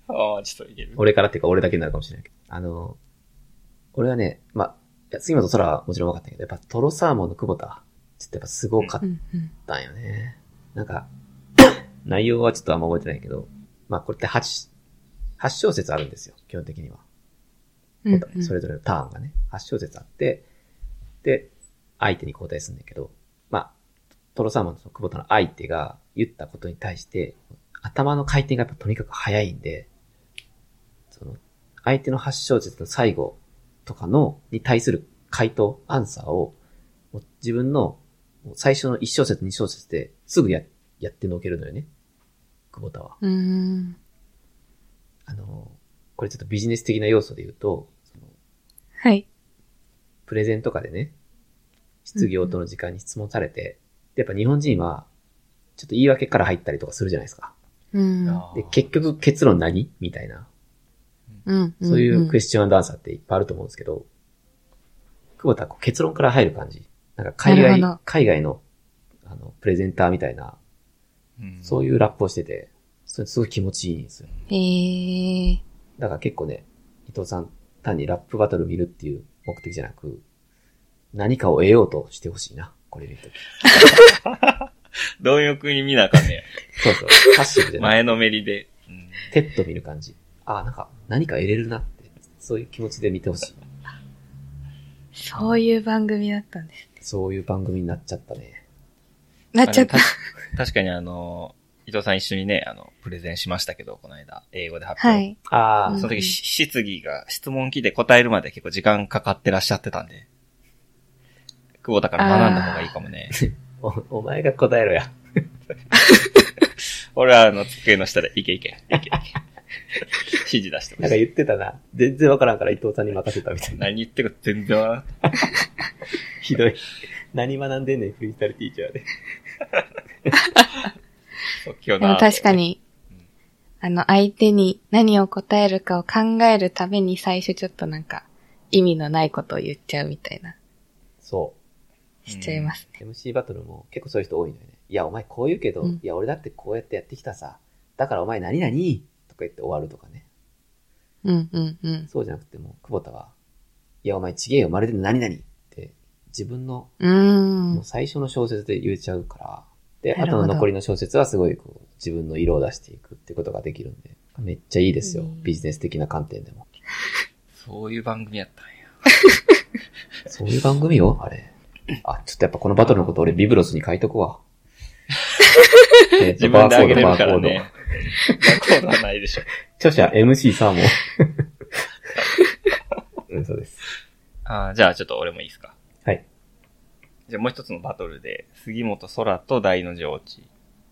ああ、ちょっといける。俺からっていうか俺だけになるかもしれないけど。あの、俺はね、まあ、いや杉本空はもちろん分かったけど、やっぱトロサーモンの久保田、ちょっとやっぱすごかっうんうんったんよね。なんか、 内容はちょっとあんま覚えてないけど、まあこれって8、8小節あるんですよ、基本的には。うんうんそれぞれのターンがね、8小節あって、で、相手に交代するんだけど、まあ、トロサーモンと久保田の相手が言ったことに対して、頭の回転がやっぱとにかく早いんで、その、相手の8小節の最後とかの、に対する回答、アンサーを、もう自分のもう最初の1小節、2小節ですぐや、やってのけるのよね。久保田は。うーん。あの、これちょっとビジネス的な要素で言うと、そのはい。プレゼンとかでね、質疑応答の時間に質問されて、でやっぱ日本人は、ちょっと言い訳から入ったりとかするじゃないですか。うん。あーで、結局結論何みたいな。うん。そういうクエススチョンダンサーっていっぱいあると思うんですけど、久保田はこう結論から入る感じ。なんか海なるほ外ど、海外の、あの、プレゼンターみたいな、うんそういうラップをしてて、それすごい気持ちいいんですよ。えー。だから結構ね、伊藤さん、単にラップバトル見るっていう目的じゃなく、何かを得ようとしてほしいな、これ見るとき。貪欲に見なあかんねそうそう、パッシブじや。ゃない。前のめりで。うんテッド見る感じ。ああ、なんか、何か得れるなって、そういう気持ちで見てほしい。そういう番組だったんです。そういう番組になっちゃったね。なっちゃっあ。たでもた確かにあの、伊藤さん一緒にね、あの、プレゼンしましたけど、この間、英語で発表。は。い。ああ、うんその時、し質疑が、質問来て答えるまで結構時間かかってらっしゃってたんで。久保田から学んだ方がいいかもね。おお前が答えろや。俺はあの、机の下で、いけいけ、いけいけ。指示出してまなんかし言ってたな。全然わからんから伊藤さんに任せたみたた。いな。何言ってるか全然わからなかっひどい。何学んでんねん、フリースタイルティーチャーで。たそう今日でもな。確か。に、あの、相手に何を答えるかを考えるために最初ちょっとなんか、意味のないことを言っちゃうみたいな、そしちゃいますね。う。MC バトルも結構そういう人多いのよね。いや、お前こう言うけど、うんいや、俺だってこうやってやってきたさ。だからお前何々とか言って終わるとかね。うんうんうん。そうじゃなくてもう、久保田は、いや、お前ちげえよ、まるで何々って、自分のうー。もうん最初の小説で言えちゃうから、で、なあるとほどの残りの小説はすごいこう自分の色を出していくってことができるんで、めっちゃいいですよう。んビジネス的な観点でも。そういう番組やったんや。そういう番組よ、あれ。あ、ちょっとやっぱこのバトルのこと俺ビブロスに書いとく わ。えっ自と、分バでーコ開ーけド、てバるかーコらード。ね。バーコードはないでしょ。著者 MC サーモン。 うん、そうです。あーじゃあちょっと俺もいいですか。はい。じゃあもう一つのバトルで、杉本空と大の上智。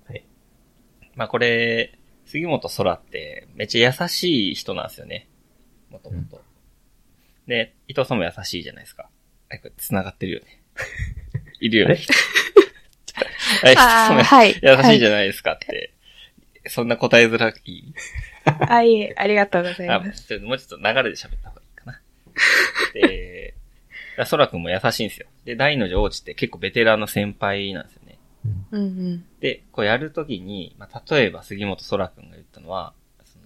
はい。まあこれ、杉本空ってめっちゃ優しい人なんですよね。もともと。で、伊藤さんも優しいじゃないですか。あれこれ繋がってるよ ね。いるよね。 あれ伊藤さんあもあ、はい。優しいじゃゃないですかって。そんな答えづらい。ん。はいえ、ありがとうございあ、ます。ちょっともうちょっと流れで喋った方がいいかな。で、そらくんも優しいんですよ。で、大の上智って結構ベテランの先輩なんですよね。うんうん。で、こうやるときに、まあ、例えば杉本そらくんが言ったのは、その、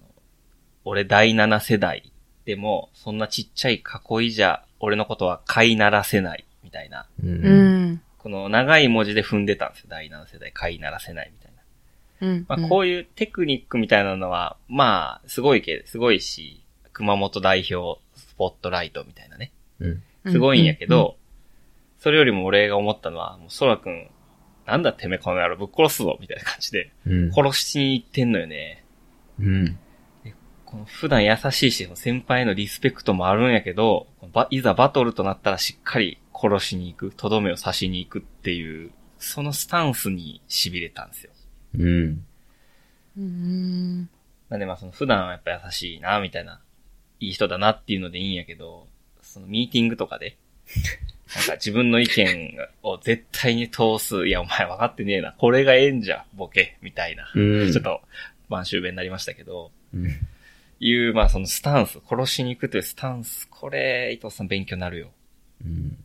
俺第7世代でも、そんなちっちゃい囲いじゃ、俺のことは飼いならせない、みたいな。うう。ん。この長い文字で踏んでたんですよ。第7世代飼いならせない、みたいな。うん。まあ、こういうテクニックみたいなのは、まあ、すごいけ、すごいし、熊本代表スポットライトみたいなね。うん。すごいんやけど、、それよりも俺が思ったのは、もう空くん、なんだてめえこの野郎ぶっ殺すぞみたいな感じで、うん殺しに行ってんのよね。うん。この普段優しいし、先輩へのリスペクトもあるんやけど、ばいざバトルとなったらしっかり殺しに行く、とどめを刺しに行くっていう、そのスタンスに痺れたんですよ。うん。うんうんなんでまあその普段はやっぱ優しいな、みたいな、いい人だなっていうのでいいんやけど、そのミーティングと かで、なんか自分の意見を絶対に通す、いやお前分かってねえな、これがええんじゃ、ボケ、みたいな、うんちょっと、晩秋弁になりましたけど、うん。いう、まあそのスタンス、殺しに行くというスタンス、これ、伊藤さん勉強になるよ。うん。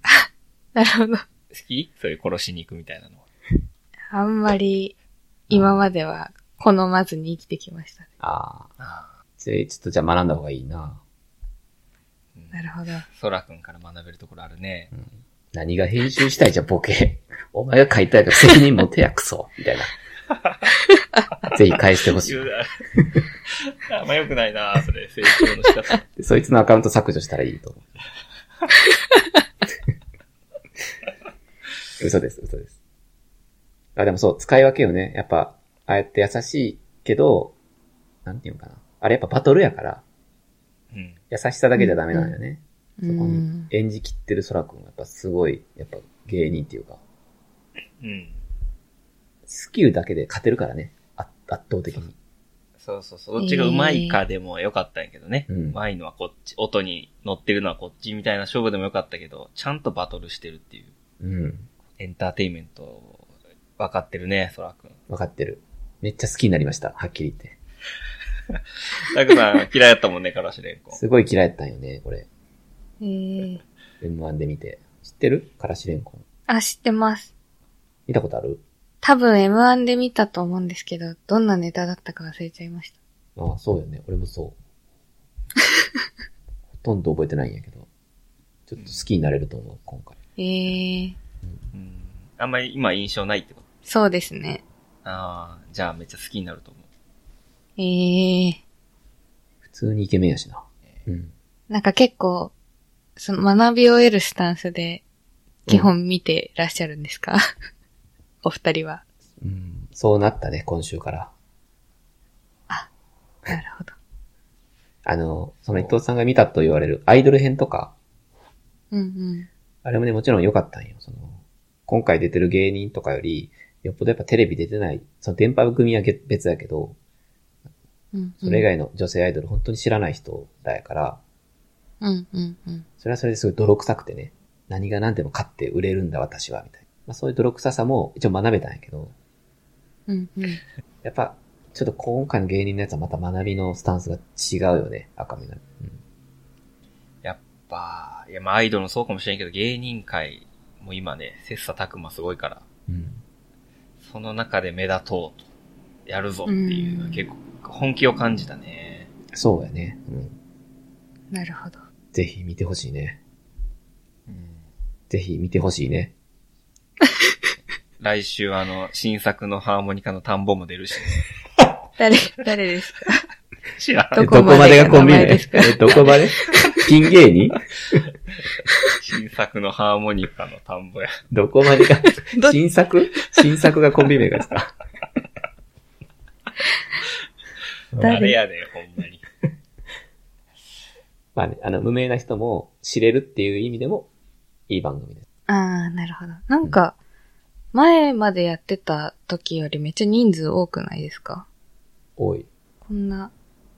なるほど。好きそういう殺しに行くみたいなのは。あんまり、今までは好まずに生きてきましたね。ああ。ああちょちょっとじゃあ学んだ方がいいな。うんなるほど。空くんから学べるところあるね。何が編集したいじゃん、ボケ。 お前が書いたやから責任持てや、クソ。 みたいな。ぜひ返してほしい言うなあんま 良くないなそれ、成長の仕方。でそいつのアカウント削除したらいいと思う。 嘘です、嘘です。あ、でもそう、使い分けよね。やっぱ、ああやって優しいけど、なんていうのかな。あれやっぱバトルやから、うん。優しさだけじゃダメなんだよね。うそこにん。演じきってる空くんがやっぱすごい、やっぱ芸人っていうか、うん。スキルだけで勝てるからね。あ圧倒的に。そうそうそう。どっちが上手いかでもよかったんやけどね。うん上手いのはこっち、音に乗ってるのはこっちみたいな勝負でもよかったけど、ちゃんとバトルしてるっていう。うん。エンターテインメント、分かってるね、そらくん。わかってる。めっちゃ好きになりました。はっきり言って。たくさん嫌いやったもんね、からしれんこ。すごい嫌いだったんよね、これ。えー M1 で見て。知ってるからしれんこん。あ、知ってます。見たことある多分 M1 で見たと思うんですけど、どんなネタだったか忘れちゃいました。ああ、そうよね。俺も そう。ほとんど覚えてないんやけど。ちょっと好きになれると思う、今回。えー、うん。あんまり今印象ないってこと。そうですね。ああ、じゃあめっちゃ好きになると思う。えー、普通にイケメンやしな。うん。なんか結構、その学びを得るスタンスで、基本見てらっしゃるんですか、お二人は。うん。そうなったね、今週から。なるほど。あの、その伊藤さんが見たと言われるアイドル編とか、うんうん。あれもね、もちろん良かったんよ。その、今回出てる芸人とかより、よっぽどやっぱテレビ出てない、その電波組はげ別やけど、うん。それ以外の女性アイドル本当に知らない人らやから、うん、うん、うん。それはそれですごい泥臭くてね、何が何でも買って売れるんだ私は、みたいな。まあそういう泥臭さも一応学べたんやけど、うん、うん。やっぱ、ちょっと今回の芸人のやつはまた学びのスタンスが違うよね、赤身の。うん。やっぱ、いや、まあアイドルもそうかもしれんけど、芸人界も今ね、切磋琢磨すごいから、うん。その中で目立とうと、やるぞっていうのは結構、本気を感じたね。そうやね。うん。なるほど。ぜひ見てほしいね。うんぜひ見てほしいね。来週あの、新作のハーモニカの田んぼも出 るし、誰、誰ですか知らん。どこまでが名前ですかえどこま でピン芸人新作のハーモニカの田んぼや。どこまでがど、新作新作がコンビ名がですか誰あれやで、ほんまに。まあね、あの、無名な人も知れるっていう意味でも、いい番組です。ああ、なるほど。なんか、前までやってた時よりめっちゃ人数多くないですか多い。こんな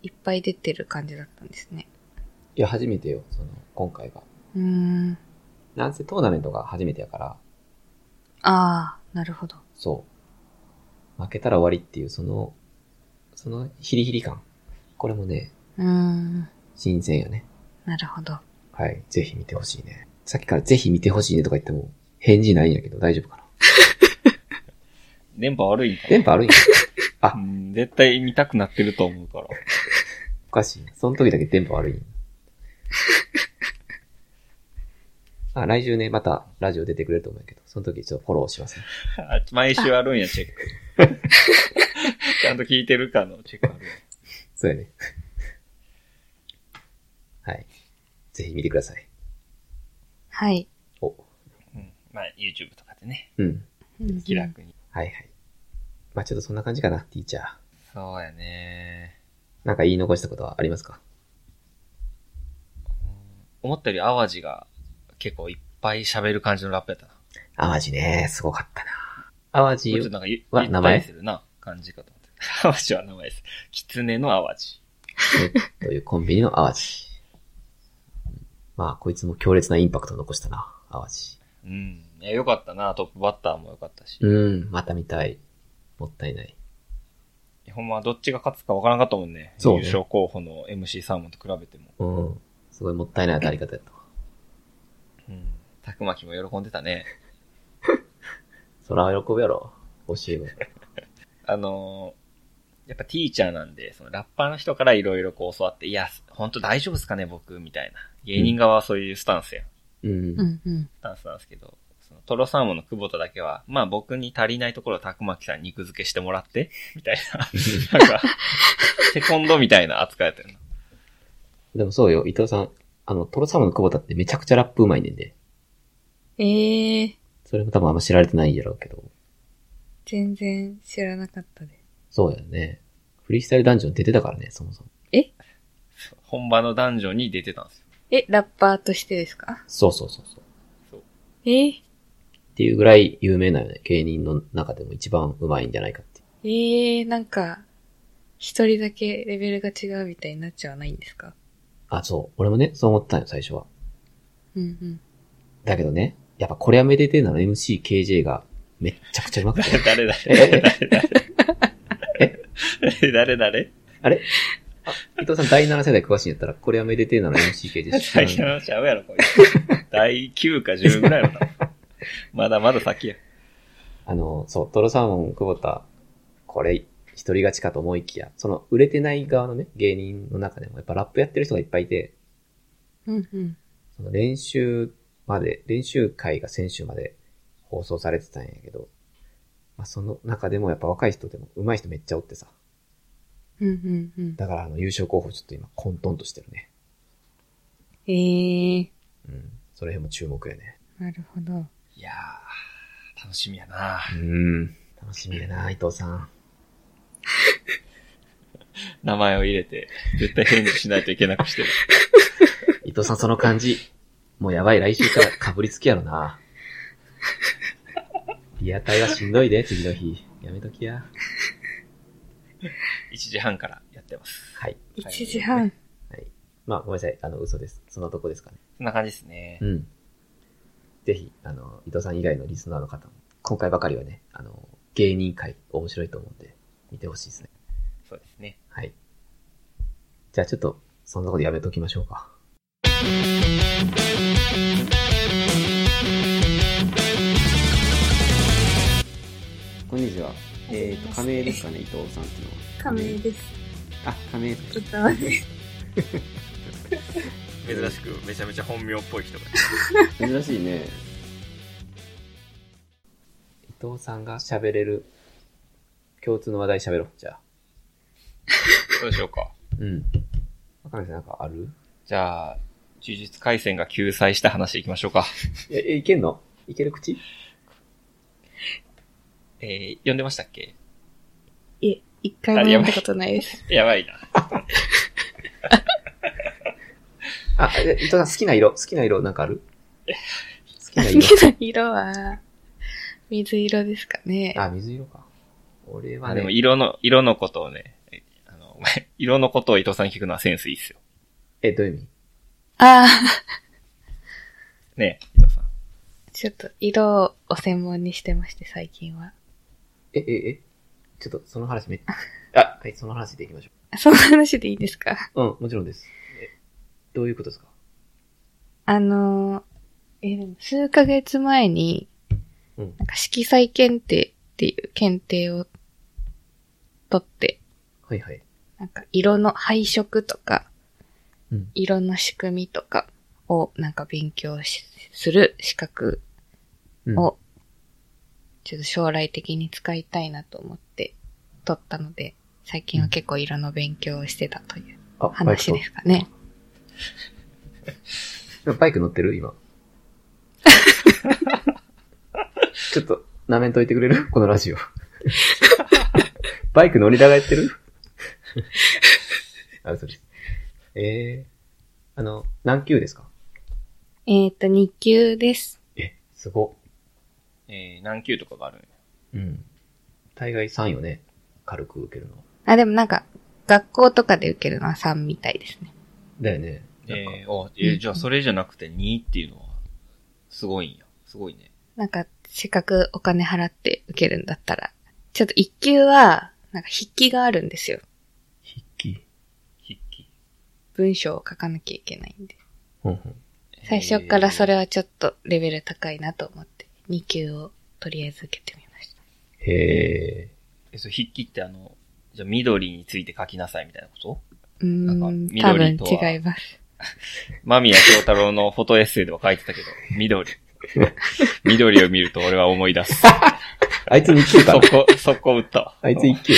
いっぱい出てる感じだったんですね。いや、初めてよ、その、今回が。うーん。なんせトーナメントが初めてやから、ああ、なるほど。そう。負けたら終わりっていう、その、そのヒリヒリ感。これもね、うーん。新鮮やね。なるほど。はい。ぜひ見てほしいね。さっきからぜひ見てほしいねとか言っても、返事ないんやけど大丈夫かな。電波悪いんかな電波悪いんやあうん、絶対見たくなってると思うから。 おかしいな。その時だけ電波悪いんや。あ、来週ね、またラジオ出てくれると思うんやけど、その時ちょっとフォローしますね。あ毎週あるんや、チェック。 ちゃんと聞いてるかのチェックあるんやそうやね。 はい。ぜひ見てください。はい。お。うん。まあ、YouTube とかでね、うん。うん気楽に。はいはい。まあちょっとそんな感じかな、ティーチャー。そうやね。なんか言い残したことはありますか思ったより淡路が結構いっぱい喋る感じのラップやったな。淡路ね、すごかったな。淡もうちょっ路と、なんかゆ、わゆっ名た前りするな、感じかと思って。淡路は名前です。狐の淡路。というコンビニの淡路。まあ、こいつも強烈なインパクトを残したな、淡路。うん。いや、よかったな、トップバッターもよかったし。うん、また見たい。もったいない。いやほんま、どっちが勝つかわからんかったもんね。そうね優勝候補の MC サーモンと比べてうも。ん。すごいもったいない当たり方やったわ。うん。たくまきも喜んでたね。そら喜ぶやろ。教え子。あのーやっぱティーチャーなんで、そのラッパーの人からいろいろこう教わって、いや、ほんと大丈夫ですかね、僕、みたいな。芸人側はそういうスタンスや。うんう。んうん。スタンスなんですけど、そのトロサーモンの久保田だけは、まあ僕に足りないところをたくまきさんに肉付けしてもらって、みたい な。なんか、セコンドみたいな扱いやったよな。でもそうよ、伊藤さん。あの、トロサムの久保田ってめちゃくちゃラップうまいねんで。ええー、それも多分あんま知られてないんやろうけど。全然知らなかったです。そうやね。フリースタイルダンジョン出てたからね、そもそも。本場の男女に出てたんですよ。え、ラッパーとしてですかそうそうそうそう。えー、っていうぐらい有名なよね。芸人の中でも一番上手いんじゃないかって。ええー、なんか、一人だけレベルが違うみたいになっちゃわないんですかあ、そう。俺もね、そう思ってたんよ、最初は。うんうん。だけどね、やっぱこれはめでてえなの MCKJ がめっちゃくちゃ 上手くて。誰 だええ誰 誰誰あれあ、伊藤さん第7世代詳しいんやったら、これはめでてえなの MCKJ 知 最ら初ない。のちゃうやろ、こいつ。 第9か10ぐらいのな。まだまだ先や。あの、そう、トロサーモン、久保田、これ、一人勝ちかと思いきや、その売れてない側のね、芸人の中でも、やっぱラップやってる人がいっぱいいて、うんうん。その練習まで、練習会が先週まで放送されてたんやけど、まあ、その中でもやっぱ若い人でも上手い人めっちゃおってさ。うんうんうん。だからあの優勝候補ちょっと今混沌としてるね。ええー、うん。その辺も注目やね。なるほど。いやー、楽しみやなうん。楽しみやな、伊藤さん。名前を入れて、絶対返事しないといけなくして る。伊藤さんその 感じ。もうやばい、来週から被りつきやろな。リアタイはしんどいで、次の日。やめときや。 1時半からやってます。はい。 1時半。まあ、ごめんなさい。あの、嘘です。そんなとこですかね。そんな感じですねう。ん。ぜひ、あの、伊藤さん以外のリスナーの方も、今回ばかりはね、あの、芸人会面白いと思うんで、見てほしいですね。そうですね。はい。じゃあちょっと、そんなことやめときましょうか。こんにちは。えっ、と、仮名ですかね、伊藤さんっていうのは。仮名です。あ、仮名。伊藤です。珍しくめちゃめちゃ本名っぽい人が。珍しいね。 伊藤さんが喋れる、共通の話題喋ろう。じゃあ。どうしようか。うん。若菜さんなんかあるじゃあ、呪術回戦が救済した話いきましょうか。え、えいけんのいける口えー、読んでましたっけいえ、一回も読んだことない です。やばいな。あ、え伊藤さん好きな色、好きな色なんかある好き好な色。 きな色は、水色ですかね。あ、水色か。俺はあでもね、色の、色のことをね、えあの、お 前、色のことを伊藤さんに聞くのはセンスいいっすよ。え、どういう意味あね伊藤さん。あ、ちょっと色を専門にしてまして、最近は。え、え、えちょっとその話 めあ、はい、その話でいきましょあその話でいいですかう。うん、もちろんです。えどういうことですかあのー、えーでも数ヶ月前に、うんなんか色彩検定っていう検定を取って、はいはい。なんか色の配色とか、うん色の仕組みとかをなんか勉強しする資格うんおちょっと将来的に使いたいなと思って取ったので、最近は結構色の勉強をしてたというあ、バイク話ですかね。乗っバイク乗ってる 今。ちょっと、なめんといてくれるこ のラジオ。バイク乗りながらやって るあ、嘘です。えー、あの、何級ですかえっ、と、2級です。え、すご。えー、何級とかがあるんやうん。大概3よね。軽く受けるのは。あ、でもなんか、学校とかで受けるのは3みたいですね。だよね。なんかえー、おえーじゃあそれじゃなくて2っていうのは、すごいんや。すごいね。なんか、せっかくお金払って受けるんだったら、ちょっと1級は、なんか筆記があるんですよ。筆記。筆記。文章を書かなきゃいけないんで。うんうん。最初からそれは。はちょっとレベル高いなと思って、2級をとりあえず受けてみました。へえー、そう筆記ってあの、じゃあ緑について書きなさいみたいなことうーなんかん、多分緑とは違います。間宮祥太郎のフォトエッセイでは書いてたけ ど、緑。緑を見ると俺は思い出す。ー。あいつ2級かそなこ、そこ打ったわ。あいつ1級。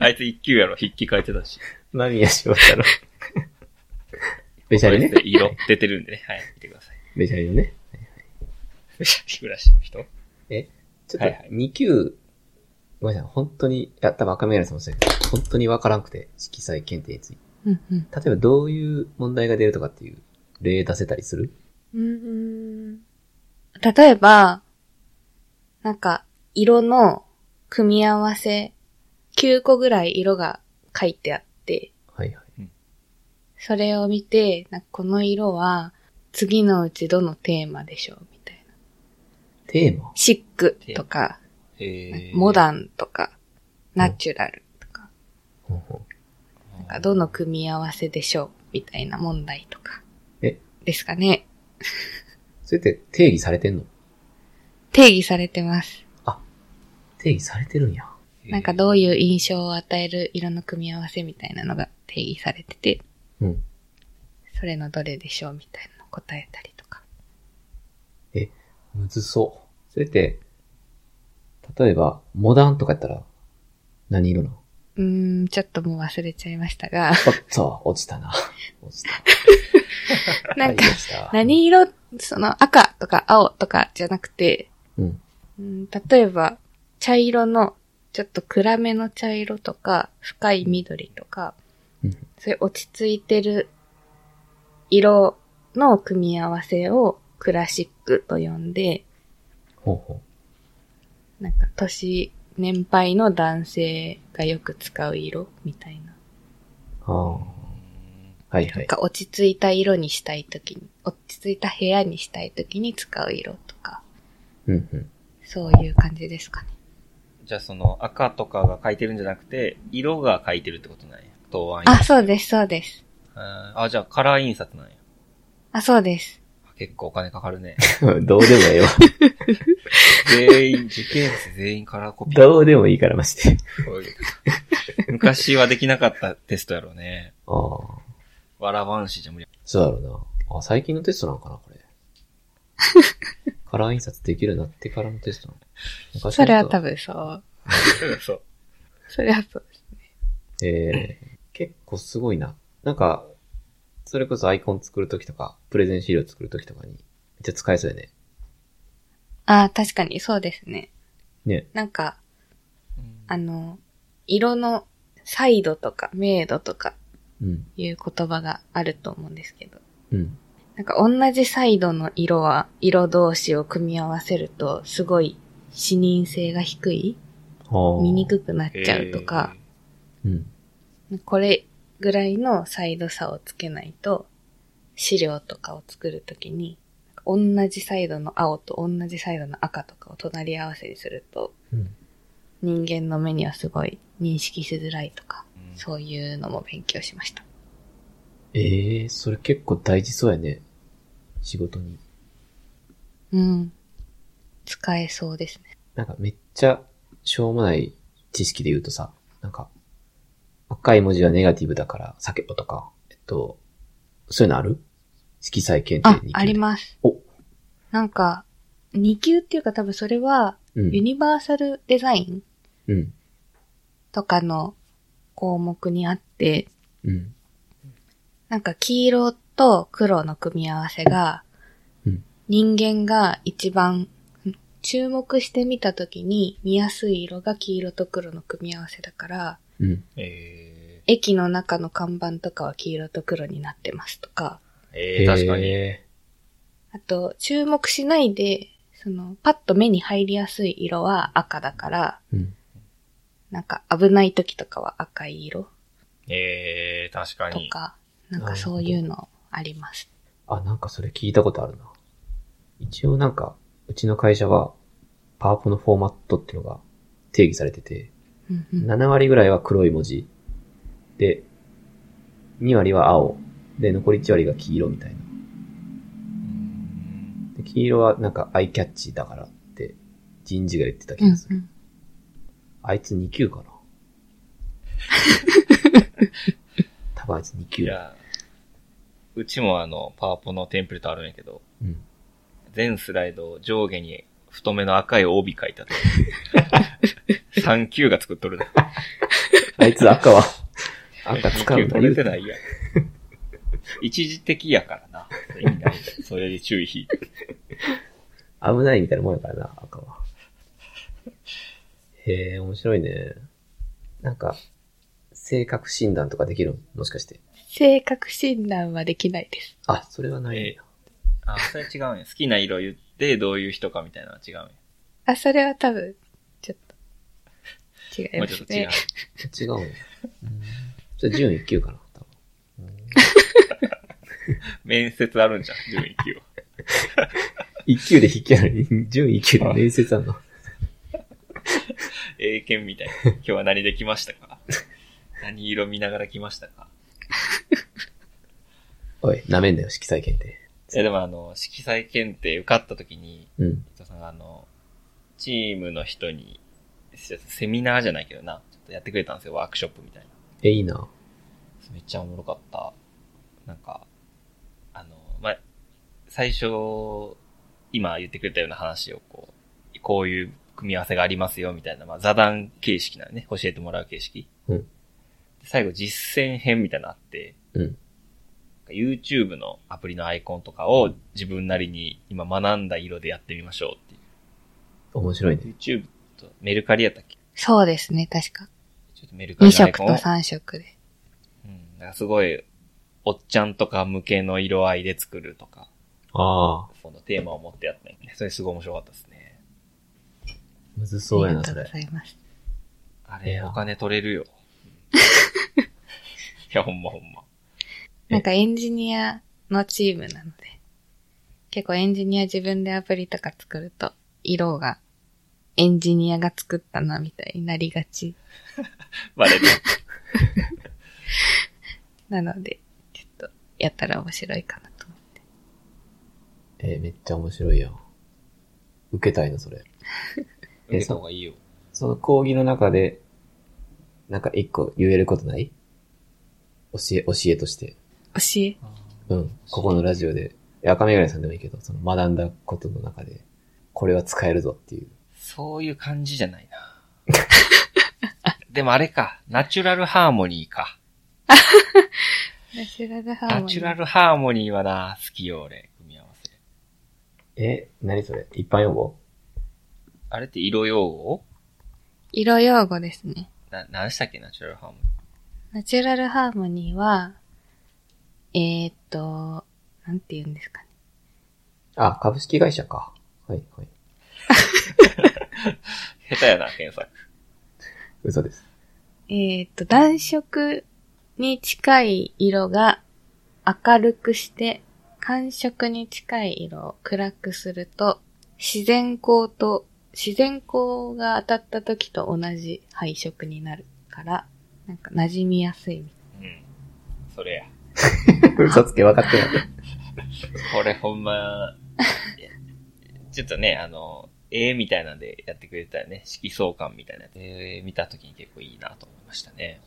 あいつ一級やろ、筆記書いてたし。間宮祥太 郎。べしゃりねフォトエ。ッセイ色出てるんでね。はい、見てください。べしゃりのね。武者日暮らしのち人ょはっいはいと、2級、ごめんなさい、本当に、いや、多分赤目さんもそうやけど、本当にわからんくて、色彩検定について。うんうん。例えばどういう問題が出るとかっていう例出せたりするうん。例えば、なんか、色の組み合わせ、9個ぐらい色が書いてあって、はいはい。それを見て、なんかこの色は、次のうちどのテーマでしょうみたいな。テーマシックとか、へモン。ダンとか、ナチュラルとか、ほうほうなんなんかどの組み合わせでしょうみたいな問題とか。えですかね。それって定義されてんの定義されてます。定義されてるんや。なんかどういう印象を与える色の組み合わせみたいなのが定義されてて、うん。それのどれでしょうみたいなのを答えたりとか。むずそう。それって、例えば、モダンとかやったら、何色なのうーん、ちょっともう忘れちゃいましたが、おっと、落ちたな。 落ちた。なんかはい、落ちた何色、その赤とか青とかじゃなくて、うん。うん例えば、茶色の、ちょっと暗めの茶色とか、深い緑とか、うんそういう落ち着いてる色の組み合わせをクラシックと呼んで、ほうほなんか、年、年配の男性がよく使う色みたいな。ああ。はいはなんい。か、落ち着いた色にしたいときに、落ち着いた部屋にしたいときに使う色とか、うんうん。そういう感じですかね。じゃあその赤とかが書いてるんじゃなくて、色が書いてるってことなんや。答案あ、そうす。です、そうです。あーあ、じゃあカラー印刷なんや。あ、そうです。結構お金かかるね。 どうでもええわ。全員、受験生全員カラーコピー。どうでもいいからまして。こういう 昔はできなかったテストやろうね。ああ。わらばんしじゃ無理。そうだろうな。あ、最近のテストなのかな、こ れ。カラー印刷できるようになってからのテストなの昔それは多分。分そう。 そう。それはそう。えー、結構すごいな。なんか、それこそアイコン作るときとか、プレゼン資料作るときとかに、めっちゃ使えそうやね。あ、確かにそうですね。ね。なんか、うんあの、色のサイドとか、明度とかうん。いう言葉があると思うんですけど。うん。なんか同じサイドの色は、色同士を組み合わせると、すごい視認性が低いはあ見にくくなっちゃうとか、うん。これぐらいのサイド差をつけないと、資料とかを作るときに、同じサイドの青と同じサイドの赤とかを隣り合わせにすると、うん人間の目にはすごい認識しづらいとか、へー。うんそういうのも勉強しました。ええー、それ結構大事そうやね。仕事に。うん。使えそうですね。なんかめっちゃ、しょうもない知識で言うとさ、なんか、赤い文字はネガティブだから避けろとか、えっと、そういうのある色彩検あ定、に。あります。おなんか、2級っていうか多分それは、す。うんユ。ニバーサルデザインうん。とかの項目にあって、うん。なんか黄色と黒の組み合わせがうん、人間が一番ん注目してみたときに見やすい色が黄色と黒の組み合わせだから、うん。え駅の中の看板とかは黄色と黒になってますとか、ーえー、確かに。へあと注目しないで、そのパッと目に入りやすい色は赤だから、ー。うん。なんか危ない時とかは赤い色えー、確かとに。か、なんかそういうのあります。あ、なんかそれ聞いたことあるな。一応なんか、うちの会社は、パワポのフォーマットっていうのが定義されてて、うんうん7割ぐらいは黒い文字。で、2割は青。で、残り1割が黄色みたいな。うんで黄色はなんかアイキャッチだからって、人事が言ってた気がする。うんうんあいつ2級かな多分あいつ2い級。や、うちもあの、パワポのテンプレートあるんやけど、うん。全スライドを上下に太めの赤い帯書いてあ って。3級が作っとるな。あいつ赤は、赤使う3級んだ取れてないやん。一時的やからな。意味ないそれで注意引いて。危ないみたいなもんやからな、赤は。へえ、面白いね。なんか、性格診断とかできるのもしかして。性格診断はできないです。あ、それはないんだ。えあ、それ違うんや。好きな色言ってどういう人かみたいなのは違うんや。あ、それは多分、ちょっと、違いもうまちょすっと違ねう。。違うんや。それ順位級かな、多分。面接あるんじゃん、順位級は。 1級で引きある。 順位1級で面接あんの。英検みたいな。今日は何で来まし たか何色見ながら来ましたかおい、舐めんなよ、色彩検定。いやでもあの、色彩検定受かった時に、うん。伊藤さんがあの、チームの人に、セミナーじゃないけどな、ちょっとやってくれたんですよ、ワークショップみたいな。え、いいな。めっちゃおもろかった。なんか、あの、まあ、最初、今言ってくれたような話をこう、こういう組み合わせがありますよみたいな、まあ、座談形式なのね、教えてもらう形式。うん最後実践編みたいなのあって、うん。 YouTube のアプリのアイコンとかを自分なりに今学んだ色でやってみましょうっていう。面白いね。 YouTube とメルカリやったっけそうですね、確か。ちょっとメルカ2リのアイ色コとンを。 3色で。うん。なんかすごい、おっちゃんとか向けの色合いで作るとか、ああ。そのテーマを持ってやったんやね。それすごい面白かったですね。うむずそうやあな、りがそとうれご。ざいます。あいれ、やお金取れる よ。いや、ほんまほんま。えなんかエンジニアのチームなので、結構エンジニア自分でアプリとか作ると、色がエンジニアが作ったなみたいになりがちバレる。なので、ちょっとやったら面白いかなと。えーめっちゃ面白いやん。受けたいな、それ。 受けた方がいいよ。その講義の中で、なんか一個言えることない教え、教えとして。教え、うん。ここのラジオで。いや赤目ぐらいさんでもいいけど、その学んだことの中で、これは使えるぞっていう。そういう感じじゃない な。でもあれか、ナチュラルハーモニーか。ナチュラルハーモニー。ナチュラルハーモニーはな、好きよ、俺。組み合わせ。え、何それ一般用語あれって色用語色用語ですね。な、何したっけ、ナチュラルハーモニナチュラルハーモニーは、えー、っと、なんて言うんですかね。あ、株式会社か。はい、はい。ー。下手やな、検索。嘘です。えー、っと、暖色に近い色が明るくして、寒色に近い色を暗くすると、自然光と、自然光が当たった時と同じ配色になるから、なんか馴染みやすいみたいうん。それや。 嘘つけ分かってない。これほんま、ちょっとね、あの、ええみたいなんでやってくれたらね、色相関みたいなやつ、ええ見たときに結構いいなと思いましたね。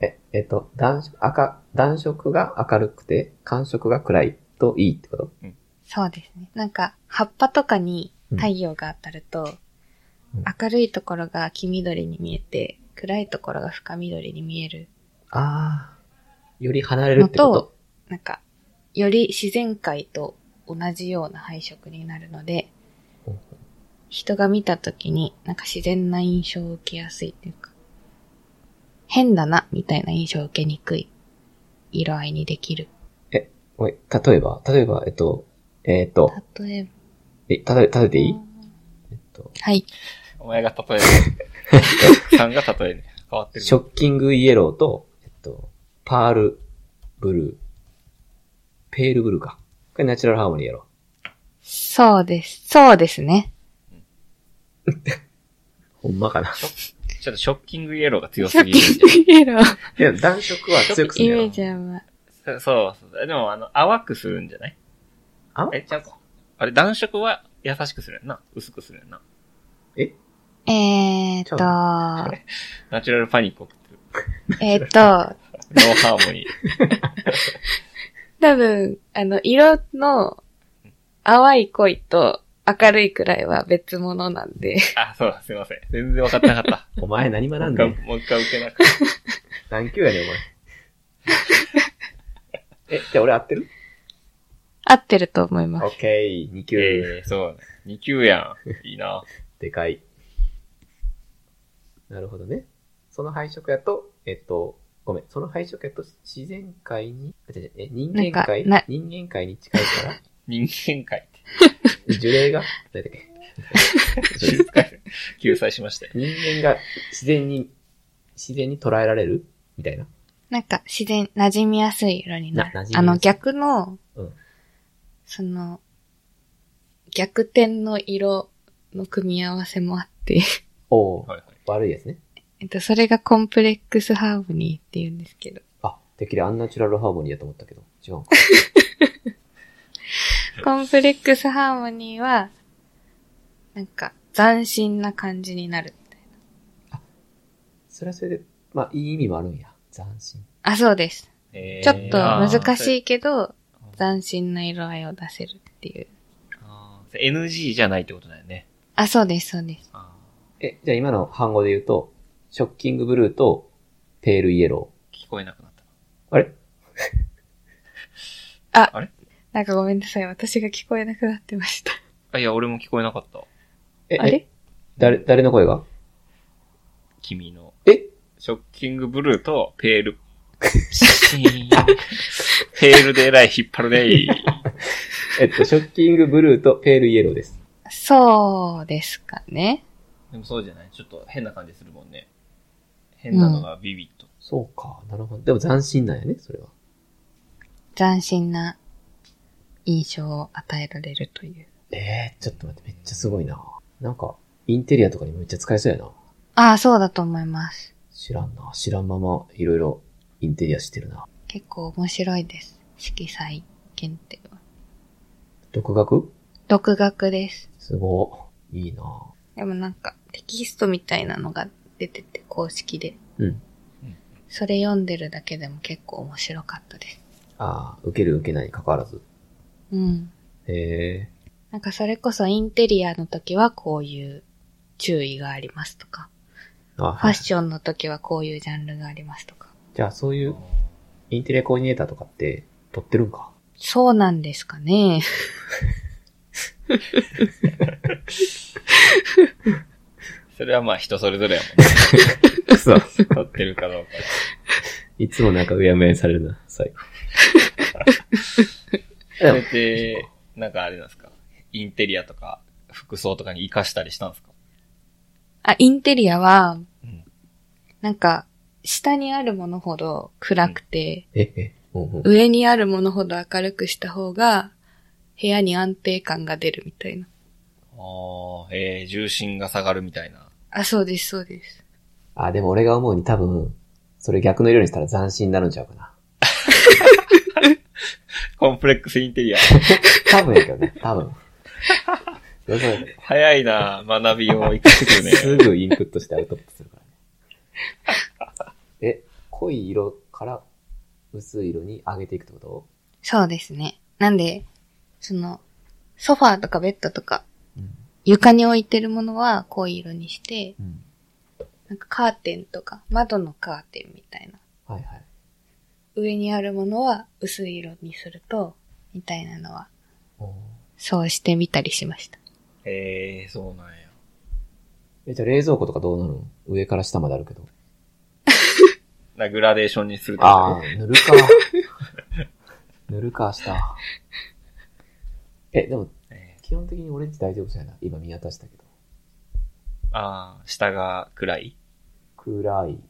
え、えっと、暖色、赤、暖色が明るくて、寒色が暗いといいってことそうですね。なんか、葉っぱとかに太陽が当たると、うん明るいところが黄緑に見えて、暗いところが深緑に見えるああ。より離れるってこのとと。なんか、より自然界と同じような配色になるのでほうほ、人が見た時になんか自然な印象を受けやすいというか、変だなみたいな印象を受けにくい色合いにできる。おい、例えば、例えば、えっと、えっと、例えば。え、たとえ、例えていいえっと、はい。お前が例える。さんが例える。変わってる。ショッキングイエローと、えっと、パールブルー、ペールブルーか。これナチュラルハーモニーやろ。そうです。そうですね。ほんまかな。ちょっとショッキングイエローが強ショすぎッる。キングイエロー。 いや、暖色は強くすイるんメやーろ。ジは、そうそう。でも、あの、淡くするんじゃないあえ、ちゃうか。あれ、暖色は優しくするやんな。薄くするやんな。ええーっとち、ナチュラルパニックを送ってる。えーっと、ノーハーモニー。多分、あの、色の淡い恋と明るいくらいは別物なんで、 あ、そうだ、すいません。全然分かってなかった。お前何学んでもう一ん回、もう一回受けなかった。何級や ねん、お前。え、じゃあ俺合ってる合ってると思いオます。ッケー、2級。ええそうだね。2級やん。いいな。でかい。なるほどね。その配色やと、えっと、ごめん、その配色やと自然界に、あ違う違うえ、人間界なんかな人間界に近いから、 人間界って。樹齢が、誰だっけ人間界救済しましたよ。人間が自然に、自然に捉えられるみたいな。なんか自然、馴染みやすい色になな馴る染み。やすあいの逆の、うんその、逆転の色の組み合わせもあって、 おーはいはい。悪いですね。えっと、それがコンプレックスハーモニーって言うんですけど、あ、てっきりアンナチュラルハーモニーやと思ったけど、違うんか。コンプレックスハーモニーは、なんか斬新な感じになる。それはそれで、まあ、いい意味もあるんや。斬新。あ、そうです。えーちょっと難しい。いけど、あ斬新な色合いを出せるっていう。ーそれ NG じゃないってことだよね。あ、そうです、そうです。あえ、じゃあ今の反語で言うと、ショッキングブルーと、ペールイエロー聞こえなくなった。ー。あれなんかごめんなさい、私が聞こえなくなってました。あ、いや、俺も聞こえなかった。え、 あれ誰、誰の声が君の。えショッキングブルーとペール。シーン。ペールでえらい引っ張る ねい。えっと、ショッキングブルーとペールイエローです。そうですかね。でもそうじゃないちょっと変な感じするもんね。変なのがビビッと。そうか。なるほど。でも斬新なんやね、それは。斬新な印象を与えられるという。ええー、ちょっと待って、めっちゃすごいな。なんか、インテリアとかにめっちゃ使えそうやな。ああ、そうだと思います。知らんな。知らんまま、いろいろインテリアしてるな。結構面白いです。色彩検定は。独学独学です。すごい。いいなでもなんかテキストみたいなのが出てて公式で。うん。それ読んでるだけでも結構面白かったです。ああ、受ける受けないに関わらず。うん。ええなんかそれこそインテリアの時はこういう注意がありますとか、あ、ファはッい。ションの時はこういうジャンルがありますとか。じゃあ、そういうインテリアコーディネーターとかって、撮ってるんか。そうなんですかね。それはまあ人それぞれやもんね。そう。撮ってるかどうか。 いつもなんかうやむやにされるな、 最後。そでれっもて、なんかあれなんですかインテリアとか服装とかに活かしたりしたんですかあ、インテリアはうん、なんか下にあるものほど暗くて、え、え、うんうん。上にあるものほど明るくした方が部屋に安定感が出るみたいな。ああ、えー、重心が下がるみたいな。あ、そうです、そうです。あ、でも俺が思うに多分、それ逆の色にしたら斬新になるんちゃうかな。コンプレックスインテリア。多分やけどね、多分。 そうそう早いな学びを生かしてくるね。 すぐインプットしてアウトプットするから ね。え、濃い色から薄い色に上げていくってことそうですね。なんで、その、ソファーとかベッドとか、うん。床に置いてるものは濃い色にして、うん。なんかカーテンとか、窓のカーテンみたいな。はいはい。上にあるものは薄い色にすると、みたいなのは、おーそうしてみたりしました。ええー、そうなんや。え、じゃあ冷蔵庫とかどうなの上から下まであるけど。なグラデーションにするとあかあ、ね。塗る か。塗るか、明日。え、でも、え基本的にオレンジ大丈夫そうやな。今見渡したけど。ーあー、下が暗い。暗い。うん。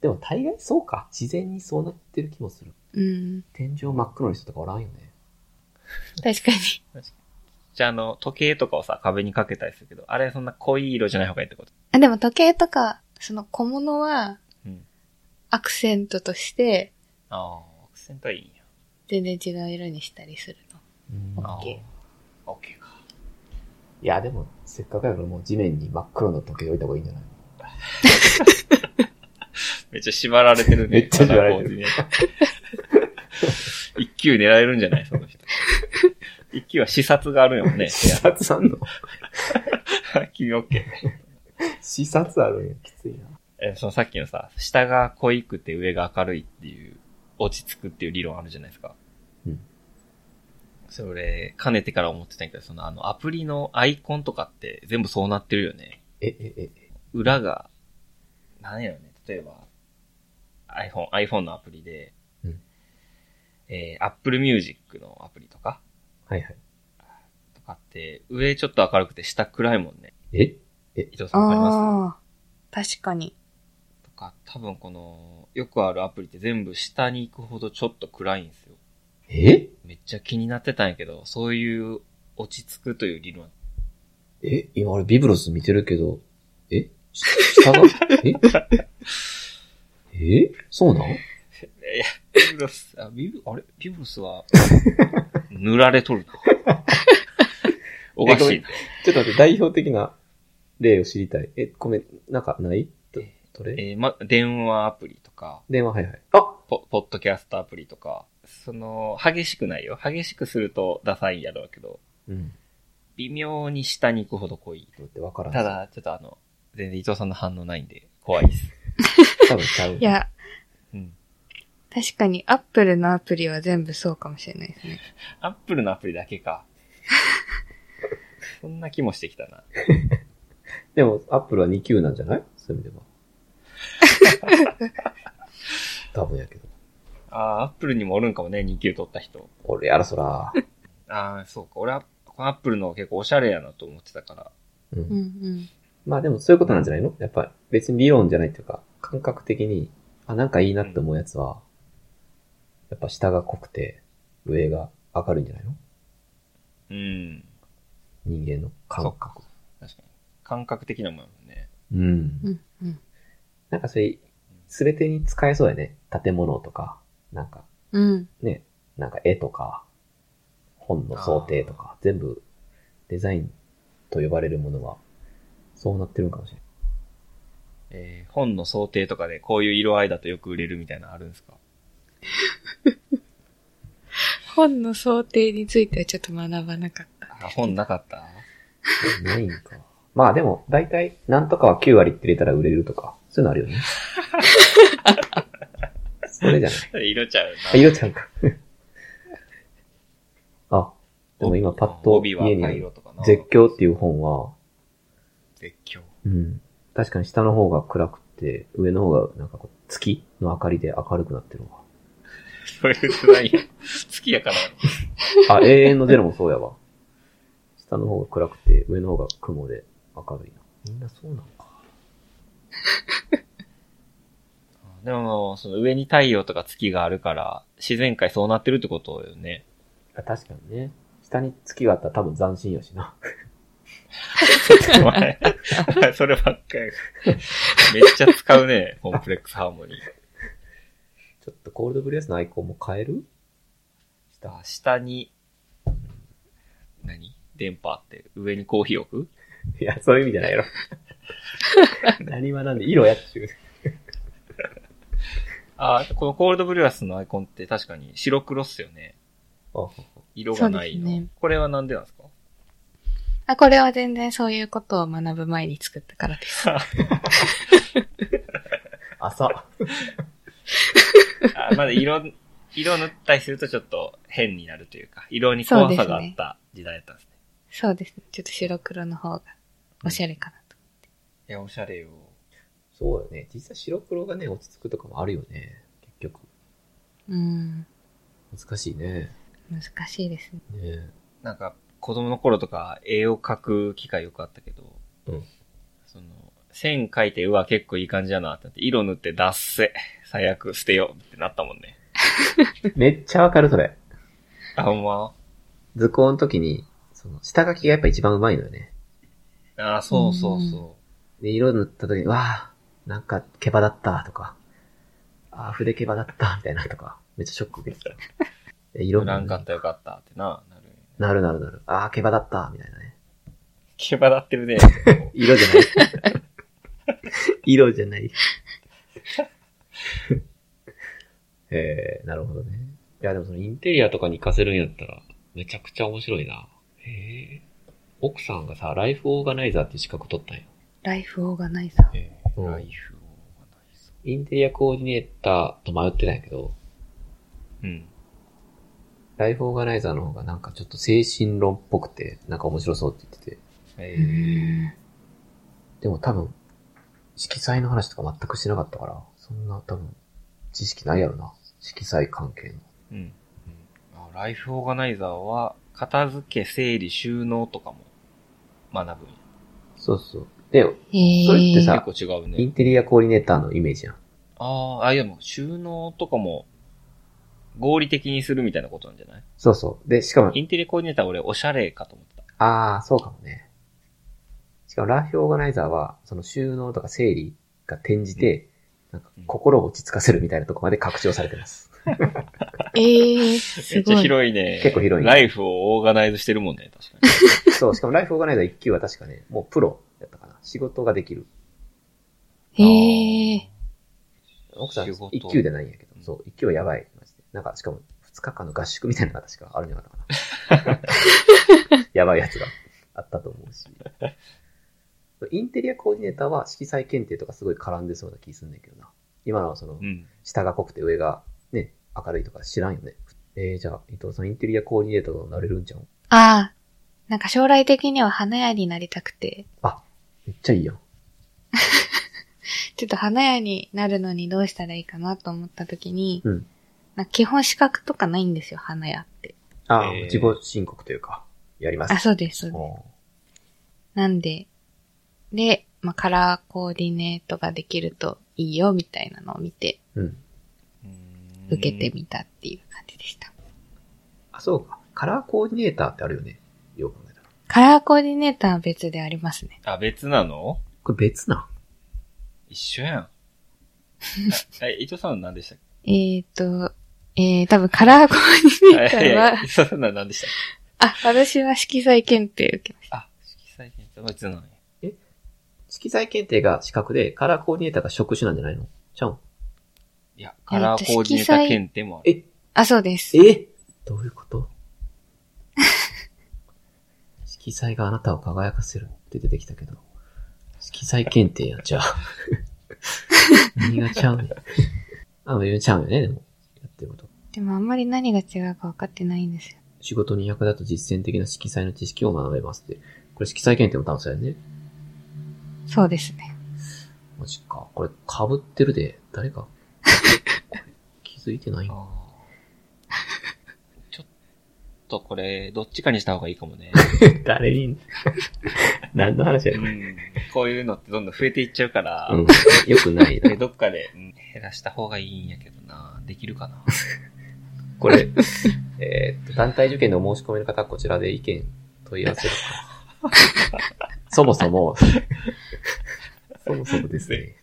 でも大概そうか。自然にそうなってる気もする。うん。天井真っ黒の人とかおらんよね。確かに。じゃあ、あの、時計とかをさ、壁にかけたりするけど、あれそんな濃い色じゃない方がいいってことあ、でも時計とか、その小物はうん、アクセントとして、ああ、アクセントはいいんや。全然違う色にしたりするの。うんあケーあー。オッケーか。いや、でも、せっかくやからもう地面に真っ黒の時計置いた方がいいんじゃ ないめっちゃ縛られてるね。めっちゃ縛られてるる。一級狙えるんじゃないその人。一級は視察があるよね。察あんの君オッケ視察あるんや。きついな。ー。え、そのさっきのさ、下が濃いくて上が明るいっていう、落ち着くっていう理論あるじゃないですか。うん。それ、かねてから思ってたんやけど、そのあの、アプリのアイコンとかって全部そうなってるよね。え、え、え、え裏が、なんやろね、例えば、iPhone、iPhone のアプリで、うんえー Apple Music のアプリとか、はいはい。とかって、上ちょっと明るくて下暗いもんね。え伊藤さんわかりまああー、確かに。すとか、多分この、よくあるアプリって全部下に行くほどちょっと暗いんですよ。えめっちゃ気になってたんやけど、そういう落ち着くという理論。え今俺ビブロス見てるけど、えし下がええそうなんいや、ビブロス、あ、ビブ、あれビブロ スは、塗られとるな。おかしいな。ちょっと待って、代表的な例を知りたい。え、ごめん、なんかないどどれえーま、電話アプリとか、電話はいはい。あポポッドキャストアプリとか、その、激しくないよ。激しくするとダサいんやろうけど、うん。微妙に下に行くほど濃い。待って、わからん。た、だ、ちょっとあの、全然伊藤さんの反応ないんで、怖いです。多分ちゃう。い、や、うん。確かにアップルのアプリは全部そうかもしれないですね。アップルのアプリだけか。 そんな気もしてきたな。でも、アップルは2級なんじゃないそういう意味では。 多分やけど。ああー、アップルにもおるんかもね、2級取った人。俺やらそら。ああ、そうか。俺は、このアップルの結構おしゃれやなと思ってたから、ううんん。うん。まあでもそういうことなんじゃないのやっぱ別に理論じゃないというか、感覚的に、あ、なんかいいなって思うやつは、やっぱ下が濃くて、上が上がるんじゃないのうん。人間の感覚。確かに。感覚的なもんやもんね。うん。うん、うん。なんかそれ、すべてに使えそうやね。建物とか、なんか、うん。ね、なんか絵とか、本の想定とか、全部デザインと呼ばれるものは、そうなってるんかもしれない。えー、本の想定とかでこういう色合いだとよく売れるみたいなのあるんですか本の想定についてはちょっと学ばなかった。あ、本なかったないんか。まあでも、だいたい、なんとかは9割って入れたら売れるとか、そういうのあるよ ね。それじゃない。色ちゃうあ、色ちゃんか。 あ、でも今パッと帯は家にあ赤る色とかな。絶叫っていう本は、絶叫。 うん。確かに下の方が暗くて、上の方がなんかこう、月の明かりで明るくなってるわ。そういうデザイン。好きやからやろ。あ、永遠のゼロもそうやわ。下の方が暗くて、上の方が雲で明るいな。みんなそうなのか。でも、その上に太陽とか月があるから、自然界そうなってるってことよね。あ確かにね。下に月があったら多分斬新やしな。お前 そればっかり。めっちゃ使うね、コンプレックスハーモニー。ちょっとコールドブレスのアイコンも変えるあ下に、何電波あって、上にコーヒー置くいや、そういう意味じゃ ないやろ。何はなんで、色やっちゅう。あ、このコールドブリュアスのアイコンって確かに白黒っすよね。あ色がないの。そうですねこれはなんでなんですかあ、これは全然そういうことを学ぶ前に作ったからです。朝。 あまだ色、色塗ったりするとちょっと変になるというか、色に怖さがあった時代だったんですね。そうですね。ちょっと白黒の方がおしゃれかなと。いや、おしゃれよ。そうよね。実際白黒がね、落ち着くとかもあるよね。結局。うん。難しいね。難しいですね。ねえなんか、子供の頃とか絵を描く機会よくあったけど、うんその、線描いて、うわ、結構いい感じだなってなって、色塗って、脱せ。最悪、捨てようってなったもんね。 めっちゃわかる、それ。あ、ほんま図工の時に、その、下書きがやっぱ一番うまいのよね。あ、そうそうそで、色塗った時に、わあなんか、毛羽だった、とか、ああ、筆毛羽だった、みたいな、とか、めっちゃショック受けてた。でう。色塗もらんかったよかったってな、なる。なるなるなる。ああ、毛羽だった、みたいなね。毛羽立ってるね。色じゃない。 色じゃない。えー、なるほどね。いや、でもそのインテリアとかに活かせるんやったら、めちゃくちゃ面白いな。へえ。奥さんがさ、ライフオーガナイザーっていう資格取ったんよ。ライフオーガナイザー。えうー、んライフオーガナイザインテリアコーディネーターと迷ってたんやけど、ーうん。ライフオーガナイザーの方がなんかちょっと精神論っぽくて、なんか面白そうって言ってて。えうー、んでも多分、色彩の話とか全くしてなかったから、そんな多分、知識ないやろな。色彩関係の。うん。うんあライフオーガナイザーは、片付け、整理、収納とかも学ぶんや。そうそう。で、へえ。それってさ結構違うね。インテリアコーディネーターのイメージやん。ああ、あ、いやもう収納とかも合理的にするみたいなことなんじゃないそうそう。で、しかも、インテリアコーディネーター俺おしゃれかと思ってた。ああ、そうかもね。しかも、ラーフィオーガナイザーは、その収納とか整理が転じて、なんか、心を落ち着かせるみたいなとこまで拡張されてます。ええめすっちごゃい。広いね。結構広いねライフをオーガナイズしてるもんね、確かに。そう、しかも、ライフオーガナイザー1級は確かね、もうプロやったかな。仕事ができる。へえ。奥さん、仕事1級でないんやけどうん、そう、1級はやばい。マジでなんか、しかも、2日間の合宿みたいなのが確かあるんじゃなかったか な。やばいやつがあったと思うし。インテリアコーディネーターは色彩検定とかすごい絡んでそうな気すんねんけどな。今のはそのう、ん。下が濃くて上がね、明るいとか知らんよね。えー、じゃあ、伊藤さんインテリアコーディネーターになれるんじゃんああ。なんか将来的には花屋になりたくて、めっちゃいいやん。ちょっと花屋になるのにどうしたらいいかなと思った時に、うんなんか基本資格とかないんですよ、花屋って。ああ、えー自己申告というか、やります。あ、そうです、そうですおーなんで、で、まあ、カラーコーディネートができるといいよみたいなのを見て、うん。うん受けてみたっていう感じでした。あ、そうか。カラーコーディネーターってあるよね。よう考えたら。カラーコーディネーターは別でありますね。あ、別なのこれ別な一緒やん。あえ、伊藤さんは何でしたっえっ、と、えー、多分カラーコーディけネータあいやいや伊ーは、藤さんは何でしたっあ、私は色彩検定受けましけあ、色彩検定別なのね。色彩検定が資格で、カラーコーディネーターが職種なんじゃないのちゃうん。いや、カラーコーディネーター検定もある。え、た。あ、そうです。えどういうこと 色彩があなたを輝かせるって出てきたけど、色彩検定やん、じゃあ。何がちゃうねん。あ、まあちゃうよね、でも。やってること。でもあんまり何が違うか分かってないんですよ。仕事に役立つ実践的な色彩の知識を学べますって。これ色彩検定も多分そうやね。そうですね。マジか。これ被ってるで、誰か。これ気づいてないあのーちょっとこれ、どっちかにした方がいいかもね。誰に 何の話やうろんこういうのってどんどん増えていっちゃうから、うん。よくないなで、どっかで、うん減らした方がいいんやけどな。できる かな。これ、えーっと、団体受験のお申し込みの方はこちらで意見問い合わせる か。そもそも、そもそもですね。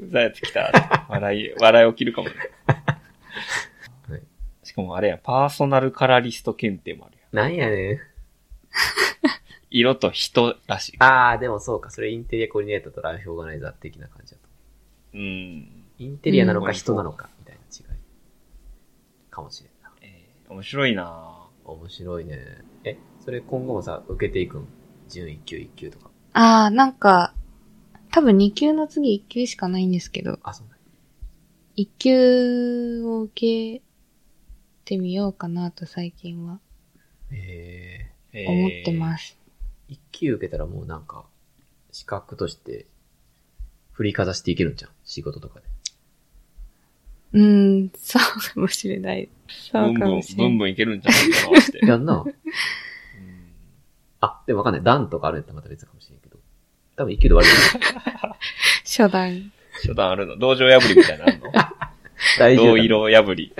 うざいやつ来た。笑い、笑い起きるかもね。はいしかもあれや、パーソナルカラーリスト検定もあるやん。なんやねん。色と人らしい。あー、でもそうか、それインテリアコーディネーターとライフオーガナイザー的な感じだと。うん。インテリアなのうかん人なのか、みたいな違い。かもしれんな。えー面白いな面白いね。え、それ今後もさ、受けていくん順位1級1級とか。あー、なんか、多分2級の次1級しかないんですけど、あ、そうなんや1級を受けてみようかなと最近はええー思ってます。ー、1級受けたらもうなんか、資格として、振りかざしていけるんじゃん仕事とかで。うーん、そうかもしれない。そブうンかブもン、しブれンない。ブンいけるんじゃないかな って。やん な。うんあ、でもわかんない。段とかあるんやったらまた別かもしれんけど。多分1級で終わりだよ初段。初段あるの道場破りみたいなのあんの大丈夫。道 色破り。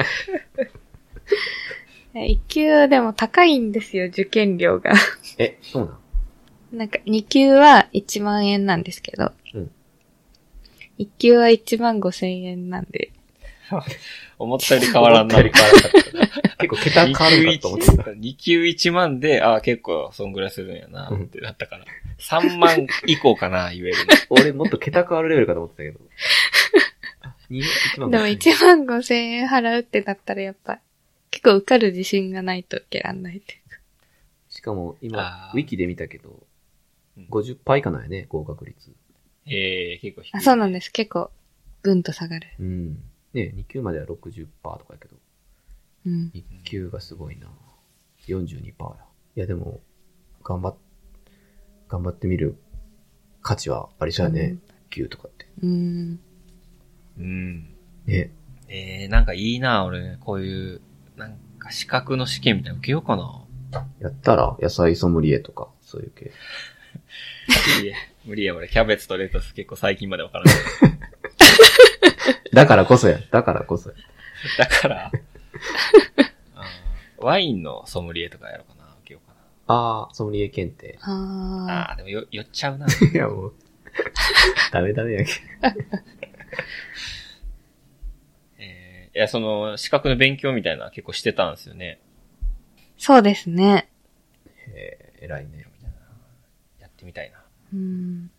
1級でも高いんですよ、受験料が。 え、そうなんなんか2級は1万円なんですけど、うん1級は1万5千円なんで、思ったより変わらんな思っ。たより変わらんかった結構桁変わるんかと思ってた。 2級1万で、ああ、結構、そんぐらいするんやな、ってなったから。3万以降かな、言えるの。俺もっと桁変わるレベルかと思ってたけ ど。あ、2、1万でも五千1万5千円払うってなったらやっぱ、結構受かる自信がないと受けらんないっていうか。しかも今あ、ーウィキで見たけどうん、 50%以下なんやね、合格率。ええ結構低い、あそうなんでです。結構、ぐんと下がる。うん。ね、2級までは60%とかやけど、うん。 1級がすごいな。42%や。いやでも、頑張っ、頑張ってみる価値はありそうやね、1級とかって。うん。す。うん。ね。ええなんかいいな、俺、こういう、なんか資格の試験みたいなの受けようかな。やったら、野菜ソムリエとか、そういう系。無理や、無理や、俺、キャベツとレタス結構最近までわからない。だからこそや。だからこそや。だから、あーワインのソムリエとかやろうかな、受けようかあー、ソムリエ検定。な。あああー、でもよ、酔っちゃうな。いや、 もう。ダメダメやけえーいや、その、資格の勉強みたいなのは結構してたんですよね。ーそうですね。ど。えー、偉いね。やってみたいな。うん。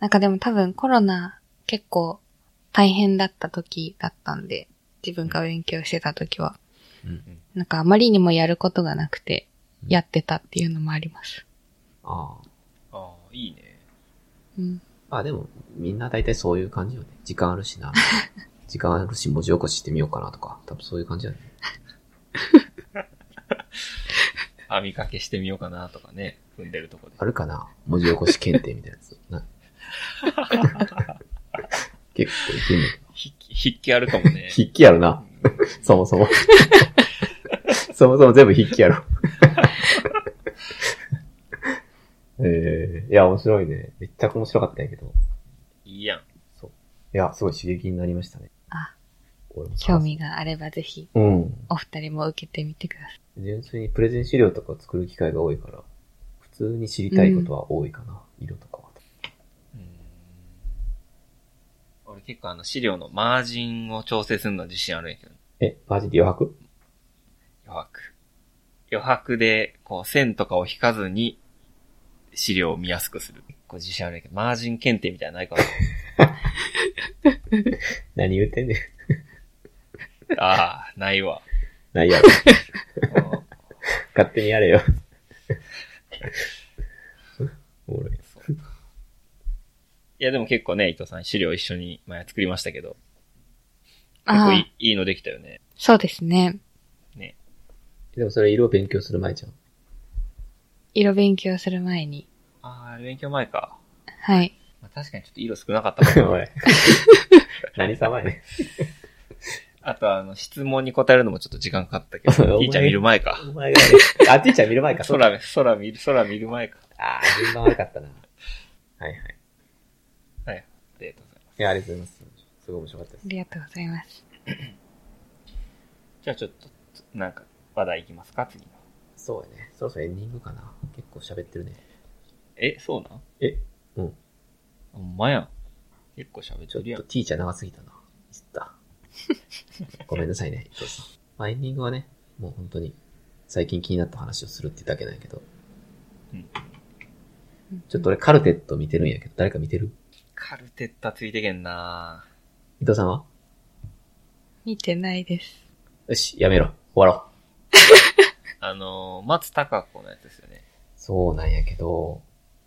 なんかでも多分コロナ結構大変だった時だったんで、自分が勉強してた時は。うん。なんかあまりにもやることがなくて、うんやってたっていうのもあります。あー。ああ、いいね。うん。まあでも、みんな大体そういう感じよね。時間あるし な。時間あるし文字起こししてみようかなとか。多分そういう感じだね。網掛けしてみようかなとかね、踏んでるとこで。あるかな文字起こし検定みたいなやつ。な 結構いけんのか筆記、筆記あるかもね。 筆記やろな。そもそ も。 そもそも全部筆記やろ。えね。いや、面白いね。めっちゃ面白かったんやけど。いいやん。いや、すごい刺激になりましたね。あ、俺も興。味があればぜひ、うん。お二人も受けてみてください。純粋にプレゼン資料とかを作る機会が多いから、普通に知りたいことは多いかな。色とかは。うーん俺結構あの資料のマージンを調整するのは自信あるんやけど、え、マジで余白余白。余白で、こう線とかを引かずに資料を見やすくする。結構自信あるんやけど、マージン検定みたいなのないか何言ってんねん。 なああ、ないわ。ないやろ。うん勝手にやれ よ。おもろい。そうかいやでも結構ね、伊藤さん資料一緒に前作りましたけど、結あ構あいいいいのできたよね。そうですね。でもそれ色を勉強する前じゃん。色勉強する前に。ああ、勉強前か。はい。まあ、確かにちょっと色少なかった かおもい。何様やねあとあの、質問に答えるのもちょっと時間かかったけお ど、前ティーちゃん見る前か。ん。お前がね。あ、ティーちゃん見る前か。そうだ。空、空見る、空見る前か。あー、順番悪かったな。はいはい。ありがとうございます。いや、ありがとうございます。すごい面白かったでありがとうございます。じゃあちょっと、なんか、話題いきますか、次の。す。そうやね。そろそろエンディングかな。結構喋ってるね。え、そうなんえ、うん。ほんまやん。結構喋っちょってるやんと。ティーちゃん長すぎたな。ミス った。ごめんなさいね。そうそう。まあ、エンディングはね、もう本当に、最近気になった話をするってだけなんやけど。ちょっと俺カルテット見てるんやけど、誰か見てるカルテッタついてけんな伊藤さんは見てないです。よし、やめろ。終わろう。あのー、松たか子のやつですよね。そうなんやけど、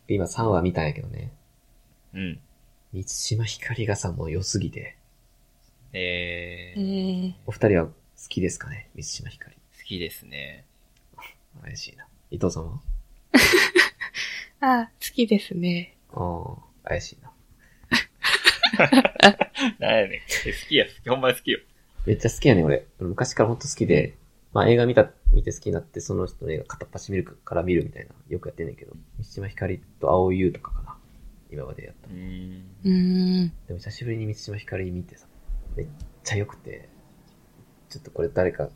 今3話見たんやけどね。うん。満島ひかりがさ、もう良すぎて。ええー、ー、お二人は好きですかね満島ひかり。好きですね。怪しいな。伊藤さんはあー好きですね。ああ、怪しいな。 なんやねん。え好きや、好き。ほんまに好きよ。めっちゃ好きやねん、俺。俺昔からほんと好きで、まあ映画見た、見て好きになって、その人の映画片っ端見るから見るみたいな、よくやってんねんけど、三島ひかりと青い優とかかな。今までやったう。ーん。うーん。でも久しぶりに三島ひかり見てさ、めっちゃ良くて、ちょっとこれ誰か、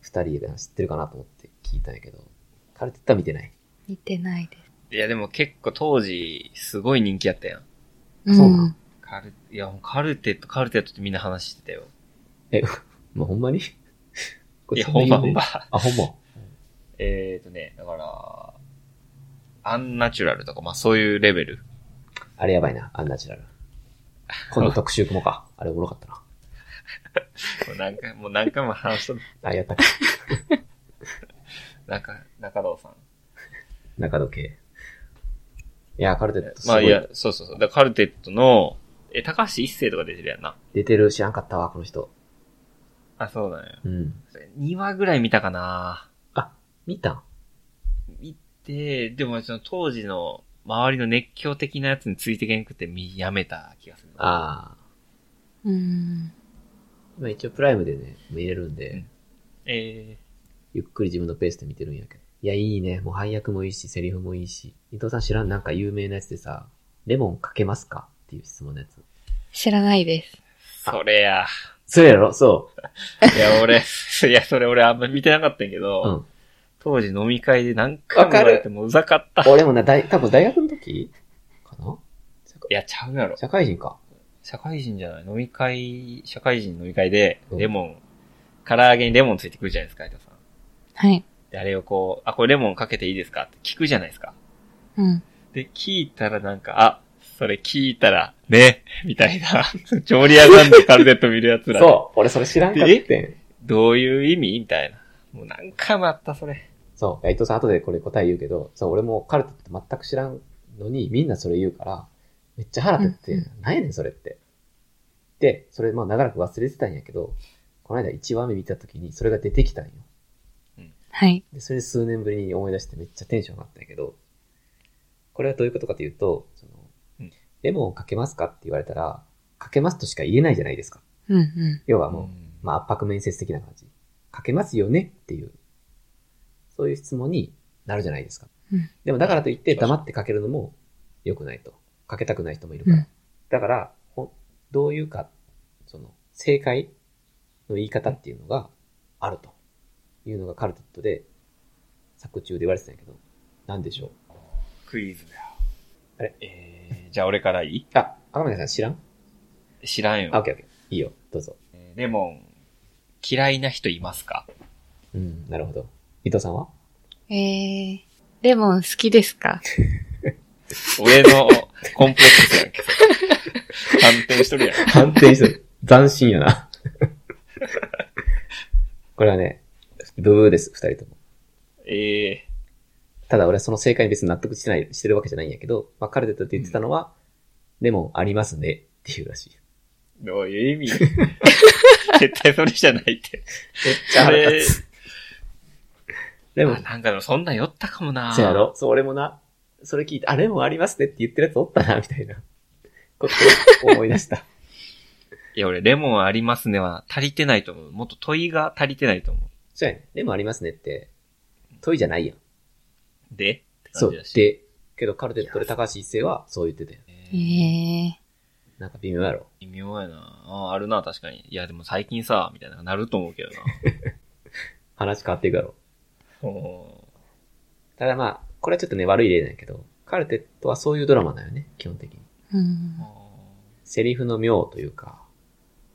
二人で知ってるかなと思って聞いたんやけど、カルテットは見てない。見てないです。いや、でも結構当時、すごい人気やったやん。そうなのカル、いや、カルテット、カルテットってみんな話してたよ。まあ、ほんまに こいれや、そなほんまほん言まう。あ、ほんま。 えーとね、だから、アンナチュラルとか、まあそういうレベル。あれやばいな、アンナチュラル。今度特集組もうか。あれおもろかったな。もう何回もう何回も話しとる。あ、やったっけ中、中道さん。中時計。いや、カルテットすまごあい、いや、そうそうそう。だからカルテットの、え、高橋一生とか出てるやんな。出てる知らんかったわ、この人。あ、そうなんや。うん。 2話ぐらい見たかなあ、見たん見て、でもその当時の周りの熱狂的なやつについてけんくて見やめた気がする。ああ。うーん。今一応プライムでね、見れるんで、うんえゆっくり自分のペースで見てるんやけど。いや、いいね。もう配役もいいし、セリフもいいし。伊藤さん知らんなんか有名なやつでさ、レモンかけますかっていう質問のやつ。知らないです。ー、それや。そうやろそいや、俺、 いや、それ俺あんま見てなかったんやけど、う。うん。当時飲み会で何回も言われてもうざかった。い俺もな、大、多分大学の時かなや、ちゃうやろ。社会人か。社会人じゃない飲み会、社会人の飲み会で、うんレモン、唐揚げにレモンついてくるじゃないですか、伊藤さん。はい。で、あれをこう、あ、これレモンかけていいですかって聞くじゃないですか。うん。で、聞いたらなんか、あ、それ聞いたら、ね、 みた いな、調理屋さんでカルテット見るやつら。そう。俺それ知らんかったん。どういう意味みたいな。もう何回もあった、それ。そう。いや伊藤さん後でこれ答え言うけど、そう、俺もカルテって全く知らんのに、みんなそれ言うから、めっちゃ腹立って、うんなんやねんそれって。で、それまあ長らく忘れてたんやけど、この間1話目見た時にそれが出てきたんよ。はい。で、それ数年ぶりに思い出してめっちゃテンション上がったんやけど、これはどういうことかというと、そのうん、レモンをかけますかって言われたら、かけますとしか言えないじゃないですか。うんう要はもう、ままあ、圧迫面接的な感じ。かけますよねっていう、そういう質問になるじゃないですか。ん。うんでもだからといって黙ってかけるのも良くないと。かけたくない人もいるから。うんだから、ほんどういうか、その、正解の言い方っていうのがあるというのがカルテットで作中で言われてたんやけど、なんでしょうクイズだ。あれえー、じゃあ俺からいいあ、赤嶺さん知らん知らんよあ、オッ。ケーオッケー。いいよ、どうぞ。えーレモン、嫌いな人いますかうん、なるほど。伊藤さんはえー、レモン好きですか俺のコンプレックスやんけ。 反転しとるやん。反転してる。斬新や な。これはね、ブブーです、二人とも。えただ俺はその正解に別に納得してない、してるわけじゃないんやけど、まあ、カルテットって言ってたのは、レモンありますねっていうらしい。ー、どういう意味 絶対それじゃないって。めっちゃ腹立つ。レモあン、なんかでもそんなん酔ったかもなそうやろそう、俺もな、それ聞いて、あ、レモンありますねって言ってるやつおったな、みたいなことを思い出した。いや、俺、レモンありますねは足りてないと思う。もっと問いが足りてないと思う。 そうやね。レモンありますねって、問いじゃないやん。でってそ感うじだ。し。で、けどカルテットで高橋一生はそう言ってたよ。ええーー、なんか微妙やろ。微妙やなあーあるな、確かに。いや、でも最近さ、みたいな、なると思うけどな。話変わっていくやろ。おただまあ、これはちょっとね、悪い例なんやけど、カルテットはそういうドラマだよね、基本的に。うんー。セリフの妙というか、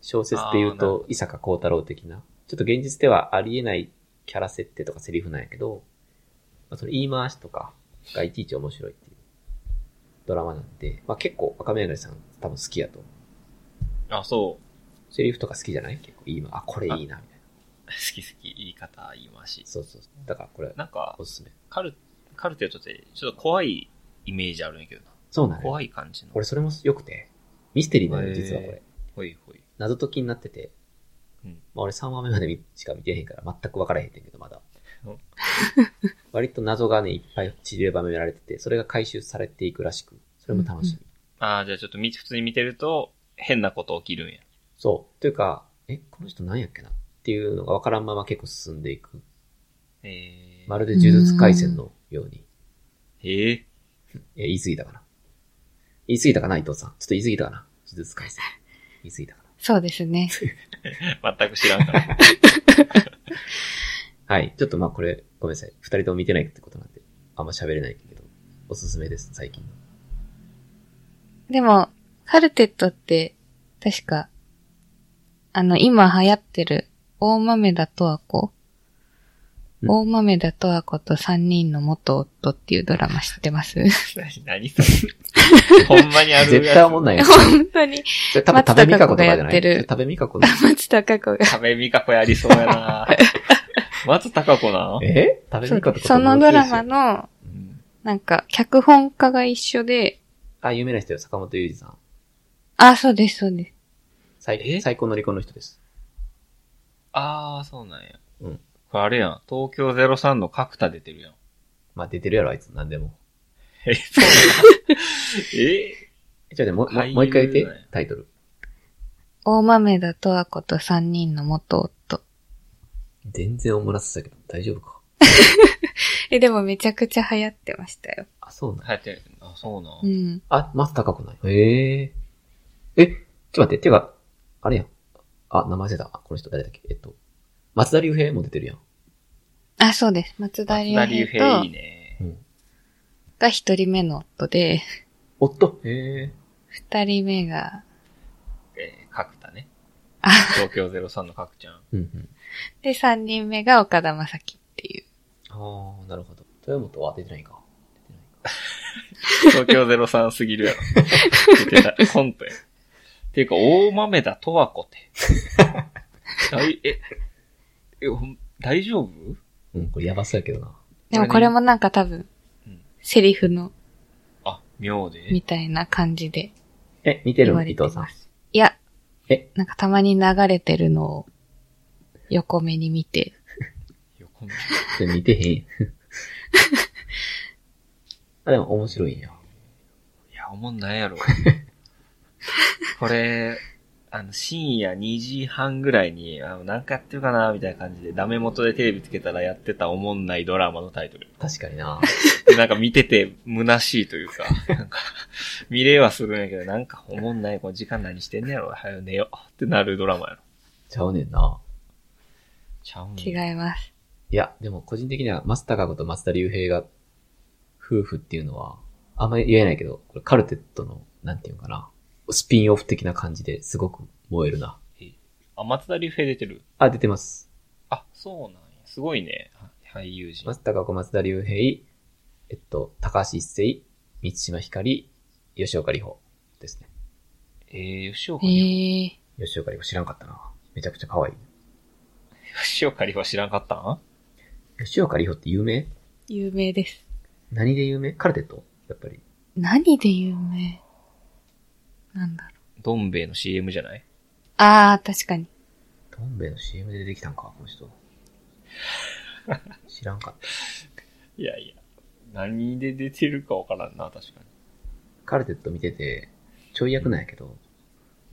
小説で言うあーなるほと、伊坂幸太郎的な、ちょっと現実ではありえないキャラ設定とかセリフなんやけど、まあ、その言い回しとかがいちいち面白いっていうドラマなんで、まあ結構赤目のさん多分好きやと思う。あ、そう。セリフとか好きじゃない結構言い回し、あ、これいいな、みたいな。好き好き、言い方、言い回し。そうそうそう。だからこれ、なんか、おすすめ。カル、カルテットって、ちょっと怖いイメージあるんやけどな。そうなのよ怖い感じの。俺それも良くて、ミステリーなのよ、実はこへーれ。ほいほい。謎解きになってて、うんまあ俺3話目までしか見てへんから全く分からへんねんけど、まだうん。 割と謎がね、いっぱい散りばめられてて、それが回収されていくらしく、それも楽しみ。うんああ、じゃあちょっとみ、普通に見てると、変なこと起きるんや。そう。というか、え、この人なんやっけなっていうのが分からんまま結構進んでいく。えー、まるで呪術回戦のように。えええ、言い過ぎたかな。言い過ぎたかな、伊藤さん。ちょっと言い過ぎたかな。呪術回戦。言い過ぎたかな。そうですね。全く知らんから。 はい。ちょっとまあこれ、ごめんなさい。二人とも見てないってことなんで、あんま喋れないけど、おすすめです、最近。でも、カルテットって、確か、あの、今流行ってる、大豆田とわ子うん大豆田とわ子と三人の元夫っていうドラマ知ってます何、何 それ。ほんまにあるやつ。絶対おもん ないよ。本当に、それ多分、食松たべかみ子かことかじゃがやないってる食べみかこ の。松たか子が。食べみかこやりそうや な松たか子なのえ食べみかことそのドラマ。の、うんなんか、脚本家が一緒で、あ、有名な人よ、坂本裕二さん。あ、そうです、そうです。最え最高の離婚の人です。ああ、そうなんや。うん。これあれやん。東京03の角田出て るやん。まあ、出てるやろ、あいつ、なんでも。え、そうなんやええちょ、でも、も俳う優もう一回言っなんてや、タイトル。大豆田とわ子と三人の元夫。全然おもらせたけど、大丈夫か。え、でもめちゃくちゃ流行ってましたよ。あ、そうなん流行ってる。あ、そうなん。うん。あ、松たか子なんやへえ。え、ちょっと待って、ていうか、あれやん。あ、名前出た。あこの人誰だっけえっと、松田龍平も出てるやん。あ、そうです。松田龍竜平いとい、ね。うん。が一人目の夫で、夫。へえ。二人目が、えー、角田ね。あ東京03の角ちゃん。うんうん。で、三人目が岡田将生っていう。ああ、なるほど。豊本は出てないか。出てないか。東京03すぎるやろ。言ってた。コントや。っていうか、大豆田とわ子って。大、え、え、ほん大丈夫うん、これやばそうやけどな。でもここれねれもなんか多分うん、セリフの、あ、妙で。みたいな感じでえ、見て言るわれ伊てま藤さす。ん。いや、えなんかたまに流れてるのを、横目に見て、横目それ見てへんやん。 あ、でも面白いんや。いや、おもんないやろ。これ、あの、深夜2時半ぐらいに、あの、なんかやってるかなみたいな感じで、ダメ元でテレビつけたらやってたおもんないドラマのタイトル。確かになでなんか見てて虚しいというか、なんか、見れはするんやけど、なんかおもんない、この時間何してんねやろ、早よ寝ようってなるドラマやろ。ちゃうねんな。ちゃうん違やいます。いや、でも個人的には、松高子と松田龍平が、夫婦っていうのは、あんまり言えないけど、これカルテットの、なんていうのかな、スピンオフ的な感じですごく燃えるな。あ、松田龍平出てる。あ、出てます。あ、そうなんや。すごいね。は俳優陣。松高子、松田龍平、えっと、高橋一生、満島ひかり、吉岡里帆ですね。えー、吉岡え里ー、吉岡里帆知らんかったな。めちゃくちゃ可愛い。帆。吉岡里帆知らんかったん吉岡里帆って有名有名です。何で有名カルテットやっぱり。何で有名なんだろう。どん兵衛の CM じゃないあー、確かに。どん兵衛の CM で出てきたんか、この 人。知らんかった。いやいや。何で出てるかわからんな、確かに。カルテット見てて、ちょい役なんやけど、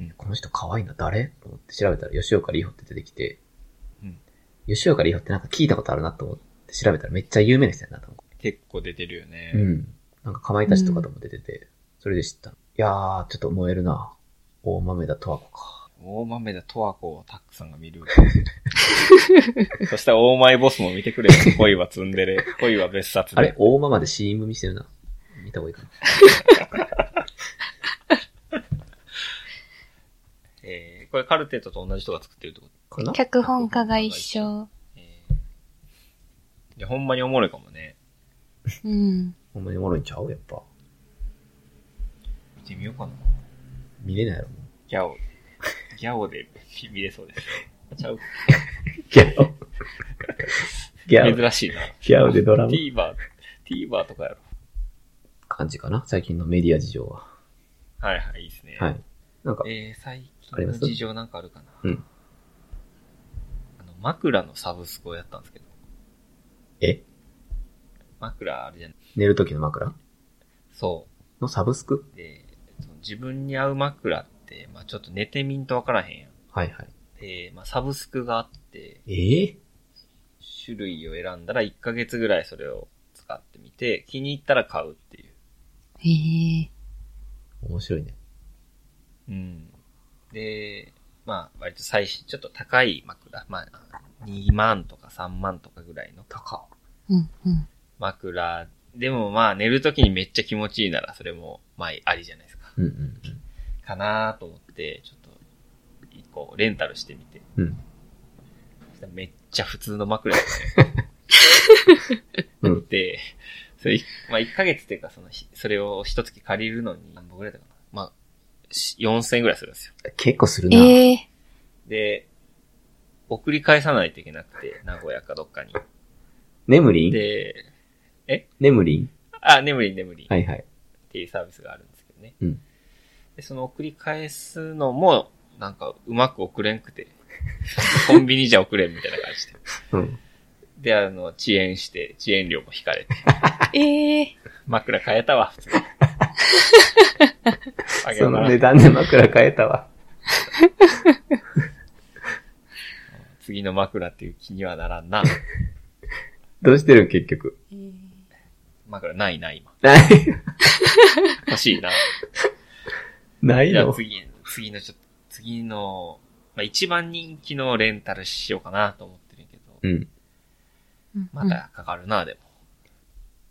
うんこの人可愛いな、誰と思って調べたら吉岡里帆って出てきて、うん吉岡里帆ってなんか聞いたことあるなと思って調べたらめっちゃ有名な人やなと思って。結構出てるよね。うん。なんかかまいたちとかとも出てて、それで知ったの。いやー、ちょっと燃えるな。大豆田十和子か。大豆だとわこをタックさんが見 る。そしたら大前ボスも見てくれ よ。恋はツンデレ、恋は別冊で。あれ、大マまで CM 見してるな。見た方がいいかな。えー、これカルテットと同じ人が作ってるってことかな脚本家が一緒。えーいや、ほんまにおもろいかもね。うん。ほんまにおもろいんちゃうやっぱ。見てみようかな。見れないやろ、もギャオ。ギャオで見見れそうです。ちゃう。う。ギャオ。ギャオ。珍しいな。ギャオでドラマ。 TVer、TVer とかやろ。感じかな最近のメディア事情は。はいはい、いいですね。はい。なんか、えー、あ最り近まのす事情なんかあるかな。うんあの、枕のサブスクをやったんですけど。え枕あれじゃない。寝る時の枕そのサブスクう。で、その自分に合う枕って、まあちょっと寝てみんとわからへんやん。はいはい。で、まあサブスクがあって、ええ種類を選んだら1ヶ月ぐらいそれを使ってみて、気に入ったら買うっていう。えー、面白いね。うん。で、まあ割と最新、ちょっと高い枕。まあ2万とか3万とかぐらいの。高うん、うん。枕。でもまあ寝るときにめっちゃ気持ちいいならそれもまあありじゃないですか。うんうんかなーと思って、ちょっと一個レンタルしてみて。うん。そしたらめっちゃ普通の枕やった うん。うっん。て、それ、まあ1ヶ月っていうかそのひ、それを一月借りるのに何本ぐらいだかな。まあ、し4000円ぐらいするんですよ。結構するな。えー、で、送り返さないといけなくて、名古屋かどっかに。眠りんで、眠りんあ、眠り眠り。はいはい。っていうサービスがあるんですけどね。うんで、その送り返すのも、なんか、うまく送れんくて、 コンビニじゃ送れんみたいな感じで。うん。で、あの、遅延して、遅延料も引かれて、えー、枕変え たわ、普通に。あげそようかのな値段で枕変えた わ。次の枕っていう気にはならんな。どうしてるん結 局。えー、枕ないな、今。ない、欲しいな。ないじゃあの次、次のちょっと、次の、まあ、一番人気のレンタルしようかなと思ってるけど、うん。うんまたかかるな、でも。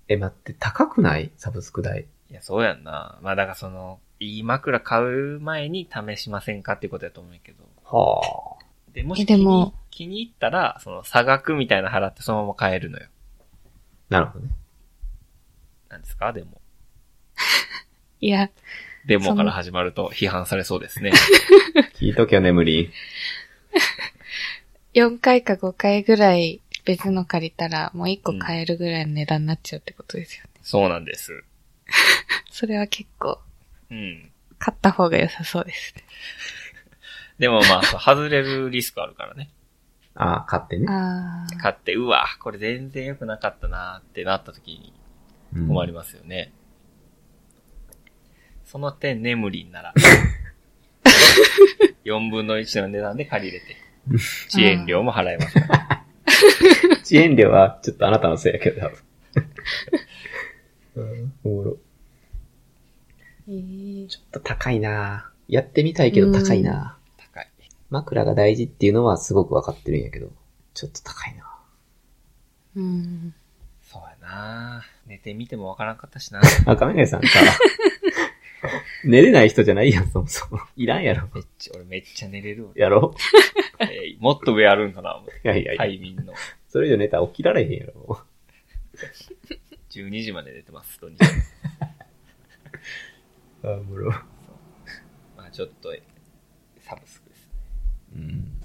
え、待って、高くないサブスク代。いや、そうやんな。まあ、だからその、いい枕買う前に試しませんかっていうことやと思うけど。はあ。で、もえし気でにも気に入ったら、その差額みたいな払ってそのまま買えるのよ。なるほどね。なんですかでも。いや、デモから始まると批判されそう ですね。聞いとけよ、眠りん。 4回か5回ぐらい別の借りたら、もう1個買えるぐらいの値段になっちゃうってことですよね。そうなんです。それは結構、うん。買った方が良さそうですね。でもまあ、そう外れるリスクあるからね。ああ、買ってね。あー。買って、うわ、これ全然良くなかったなーってなった時にうん困りますよね。その点、眠り んなら。4分の1の値段で借りれて、遅延料も払えますから。遅延料は、ちょっとあなたのせいやけど。うんおもろ。えちょっと高いなやってみたいけど高いな高い。枕が大事っていうのはすごくわかってるんやけど、ちょっと高いなうん。そうやな寝てみてもわからんかったしなあ、亀谷さんさ、寝れない人じゃないやん、そもそも。いらんやろ。めっちゃ、俺めっちゃ寝れるわ。やろえーもっと上あるんかな思っていやいやいや。快眠の。それ以上寝たら起きられへんやろ。 12時まで寝てます、土日。あ、もろ。まあちょっと、サブスクです。うん。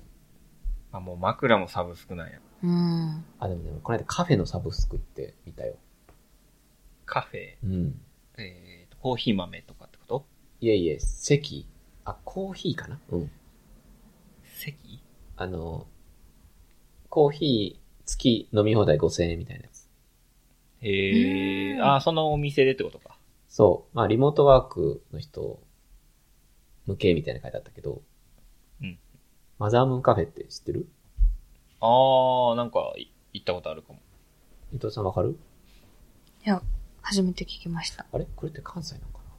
あ、もう枕もサブスクなんや。うん。あ、でもでも、この間カフェのサブスクって見たよ。カフェ、うん。えーと、コーヒー豆とかってこといえいえ、席。あ、コーヒーかなうん。席あの、コーヒー月飲み放題5000円みたいなやつ。えー、うんあ、そのお店でってことか。そう。まあ、リモートワークの人向けみたいな書いてあったけど。うん。マザームーンカフェって知ってるあー、なんか、い行ったことあるかも。伊藤さんわかる初めて聞きました。あれこれって関西なのかな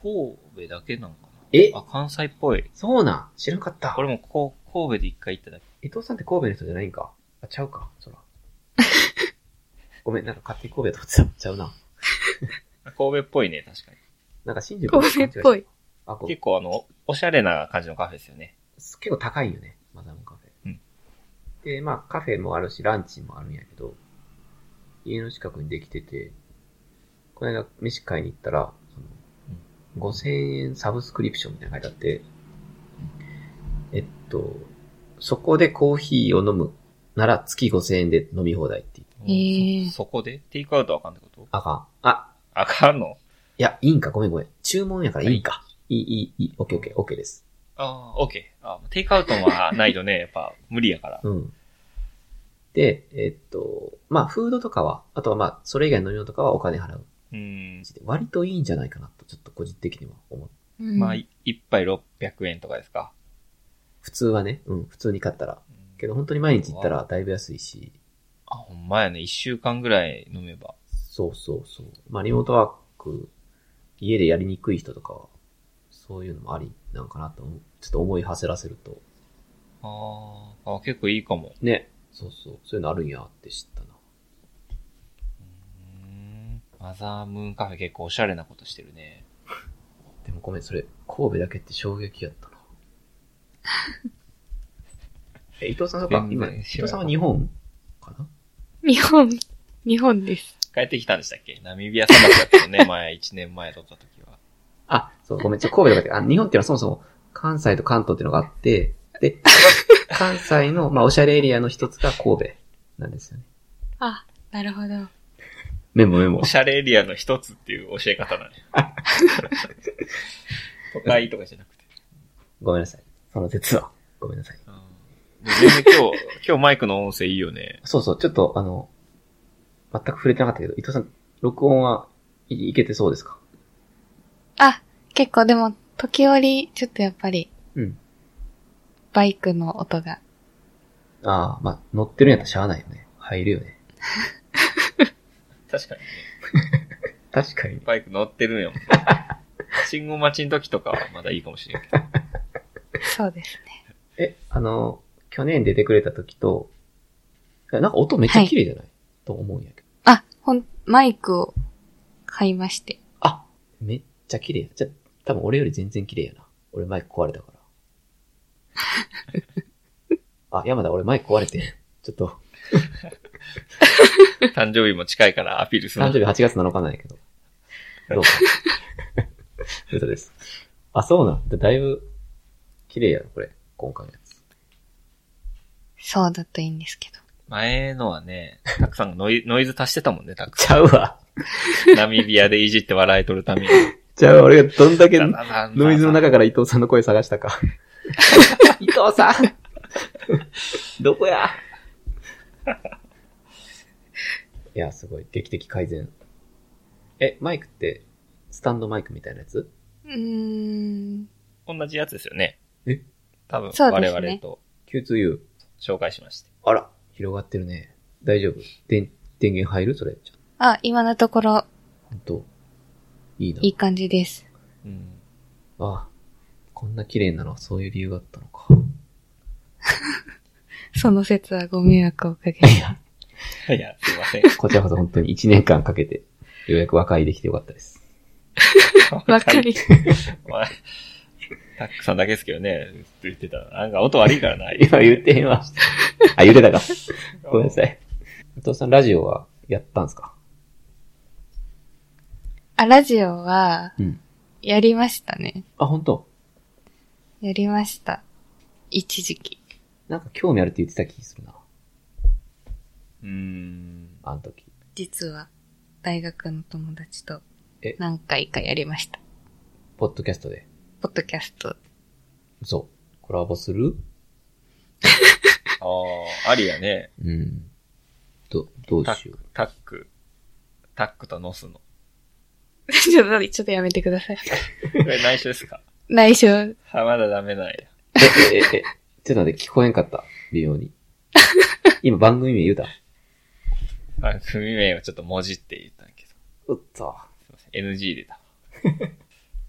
神戸だけなのかえなあ、関西っぽい。そうなん知らんかったこれもこう神戸で一回行っただけ。伊藤さんって神戸の人じゃないんかあ、ちゃうか、そら。 ごめん、なんか勝手に神戸と思ってた。ちゃうな。神戸っぽいね、確かに。なんか新宿神戸っぽい。い。あ、こう結構あの、おしゃれな感じのカフェですよね。結構高いよね、マダムカフェ。うんで、まあカフェもあるし、ランチもあるんやけど、家の近くにできてて、この間飯買いに行ったら、その5000円サブスクリプションみたいなの書いてあって、えっと、そこでコーヒーを飲むなら月5000円で飲み放題って言ってうんへーそそこでテイクアウトあかんってことあかん。あ、あかんのいや、いいんか、ごめんごめん。注文やからいいんか。いい、いい、いい、オッケーオッケー、オッケーです。ああ、オッケー。あテイクアウトはないとね、やっぱ無理やから。うん。で、えっと、まあ、フードとかは、あとはまあ、それ以外の飲み物とかはお金払う。うん。割といいんじゃないかなと、ちょっと個人的には思う。うんまあ、い一杯600円とかですか。普通はね、うん、普通に買ったら。うんけど、本当に毎日行ったらだいぶ安いし、あ、ほんまやね。一週間ぐらい飲めば。そうそうそう。まあ、リモートワーク、家でやりにくい人とかは、そういうのもありなんかなと思う、ちょっと思い馳せらせると。あーあ、結構いいかも。ね。そうそう。そういうのあるんやって知ったな。うんマザームーンカフェ結構おしゃれなことしてるね。でもごめん、それ、神戸だけって衝撃やった な。え、伊藤さんとか、全然今、知ら伊藤さなかったんは日本かな日本、日本です。帰ってきたんでしたっけナミビア砂漠だったよ ね、前、一年前撮った時は。あ、そう、ごめん、ちょ、神戸とかって、あ、日本っていうのはそもそも関西と関東っていうのがあって、で、 関西の、まあ、おしゃれエリアの一つが神戸なんですよね。あ、なるほど。メモメモお。しゃれエリアの一つっていう教え方だね。 都会とかじゃなくて。ごめんなさい。その説は。ごめんなさい。うん全然今日、 今日マイクの音声いいよね。そうそう、ちょっと、あの、全く触れてなかったけど、伊藤さん、録音はい、いけてそうですかあ、結構でも、時折、ちょっとやっぱり、うん。バイクの音が。ああ、まあ、乗ってるんやったらしゃあないよね。入るよね。確かにね。確かに。バイク乗ってる んやもん。信号待ちの時とかはまだいいかもしれんけど。そうですね。え、あの、去年出てくれた時と、えなんか音めっちゃ綺麗じゃない、と思うんやけど。あ、ほん、マイクを買いまして。あめっちゃ綺麗や。じゃ、多分俺より全然綺麗やな。俺マイク壊れたから。あ、山田俺マイク壊れてん。ちょっと、誕生日も近いからアピールする誕の生日8月7日なんやけど。どうか。嘘です。あ、そうなんだ。だいぶ、綺麗やろ、これ。今回のやつ。そうだといいんですけど。前のはね、たくさんがノイノイズ足してたもんね、たくちさゃうわ。ん。ナミビアでいじって笑い取るために。ちゃうわ。俺がどんだ けダダダンダンノイズの中から伊藤さんの声探したか。 伊藤さんどこや いや、すごい。劇的改善。え、マイクって、スタンドマイクみたいなやつうーん。同じやつですよね。え多分、そう我ですね々と ?Q2U。紹介しまして。あら、広がってるね。大丈夫。電、電源入るそれ。あ、今のところほんと、いいな。いい感じです。うん。あ、こんな綺麗なのはそういう理由があったのか。その説はご迷惑をおかけします。 いや、すいません。こちらこそ本当に1年間かけて、ようやく和解できてよかったです。 わかり。まあ たっくさんだけですけどね、ずっと言ってた。なんか音悪いから な。今言ってへんわ。 あ、言うてたか。 ごめんなさい。い。伊藤さん、ラジオはやったんですかあ、ラジオは、うん。やりましたね。あ、本当やりました。一時期。なんか興味あるって言ってた気するな。うーん。あの時。実は、大学の友達とえ、何回かやりました。ポッドキャストで。ポッドキャスト。そう。コラボするああ、ありやね。うん。ど、どうタしッようク。、タック、タックとノスの。 ちょっと、ちょっとやめてください。これ内緒ですか 内緒、あ、まだダメなんや。え、え、え、えちょっと待って、聞こえんかった。微妙に。今番組名言うた。あ、組名をちょっと文字って言ったんやけど。うっと。すいません。NG 出た。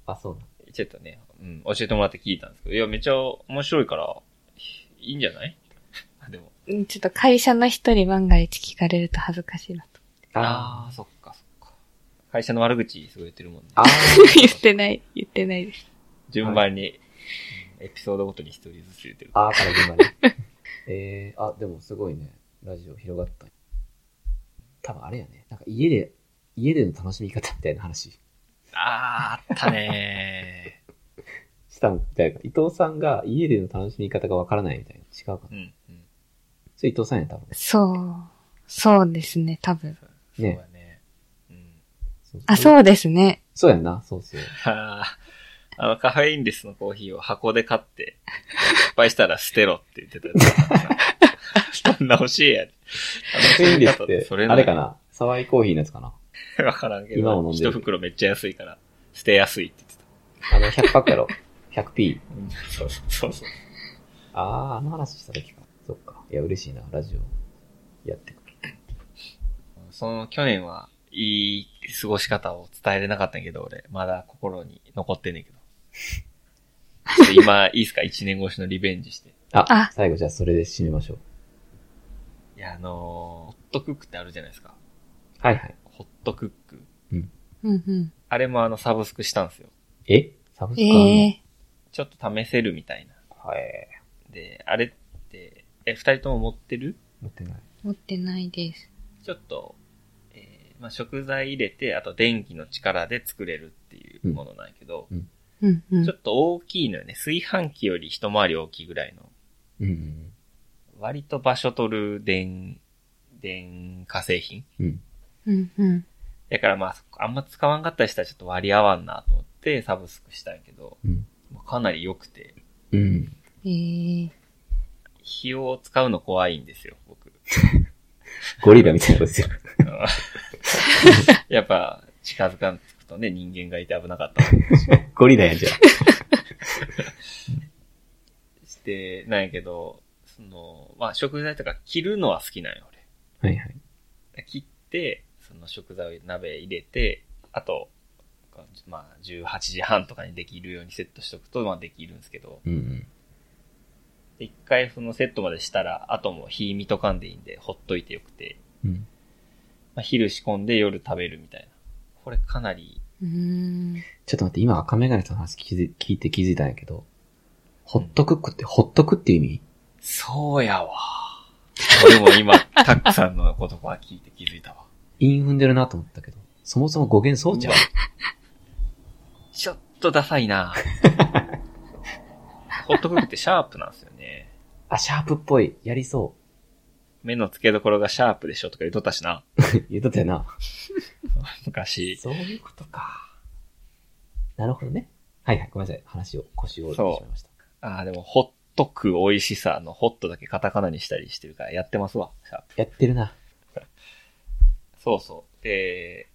あ、そうなんちょっとね、うん、教えてもらって聞いたんですけど、いや、めっちゃ面白いから、いいんじゃない あ、でも。うんちょっと会社の人に万が一聞かれると恥ずかしいなと。ああ、そっか、そっか。会社の悪口すごい言ってるもんね。あ 言ってない、言ってないです。順番に、うんエピソードごとに一人ずつ言ってる。あーから順番に。えー、あ、でもすごいね。ラジオ広がった。多分あれやね。なんか家で、家での楽しみ方みたいな話あー、あったねしたみたいな。伊藤さんが家での楽しみ方がわからないみたいな。違うか ー。うな。ん、うん。それ伊藤さんや、多分。そう。そうですね、多分。そうだね。うん。そうあ、そうですね。そうやんな。そうそう。あーあの、カフェインレスのコーヒーを箱で買って、失敗したら捨てろって言ってたやつ。そんな欲しいやん。フェインレスって、それあれかな。サワイコーヒーのやつかな。 わからんけど。今も飲んでる一袋めっちゃ安いから、捨てやすいって言ってた。あの、100パックやろ。100p。うんそうそうそうそう。あー、あの話した時か。そっか。いや、嬉しいな。ラジオ、やってくれその去年は、いい過ごし方を伝えれなかったんやけど、俺、まだ心に残ってんね んけど。ちょっと今、いいっすか一年越しのリベンジして。ああ、最後じゃあそれで締めましょう。いや、あのーホットクックってあるじゃないですか。はいはい。ホットクック。うんうん。あれもあの、サブスクしたんですよ。えサブスクあんのええちょっと試せるみたいな。はい。で、あれって、え、二人とも持ってる持ってない。持ってないです。ちょっと、えーまあ、食材入れて、あと電気の力で作れるっていうものなんやけど、うんうんちょ。っと大きいのよね。炊飯器より一回り大きいぐらいの。うん。割と場所取る電、電化製品。うん。うんうん。だからまあ、あんま使わんかったりしたらちょっと割り合わんなと思ってサブスクしたんやけど、うん。まあかなり良くて、うん。ええ費用を使うの怖いんですよ、僕。ゴリラみたいなことですよ。やっぱ、近づかんつくとね、人間がいて危なかったりゴリラやんじゃん。して、なんやけど、その、まあ食材とか切るのは好きなんよ、俺。はいはい。切って、その食材を鍋入れて、あと、まあ、18時半とかにできるようにセットしとくと、まあ、できるんですけど、うん。で一回そのセットまでしたら、あともう火見とかんでいいんで、ほっといてよくて、うん。まあ、昼仕込んで夜食べるみたいな。これかなり、うーん。ちょっと待って、今赤メガネさんの話聞いて聞いて気づいたんやけど、ホットクックってほっとくっていう意味そうやわ。俺も今、たくさんの言葉聞いて気づいたわ。韻踏んでるなと思ったけど、そもそも語源そうじゃんう。ちょっとダサ いなホットクックってシャープなんですよね。あ、シャープっぽい。やりそ目の付けどころがシャープでしょとか言っとったしな。う。 言うとったよな。昔。そういうことか。なるほどね。はいはい、ごめんなさい。話を、腰を折ってしまいました。ああ、でも、ホットく美味しさのホットだけカタカナにしたりしてるからやってますわ、シャープ。やってるな。そうそう。で、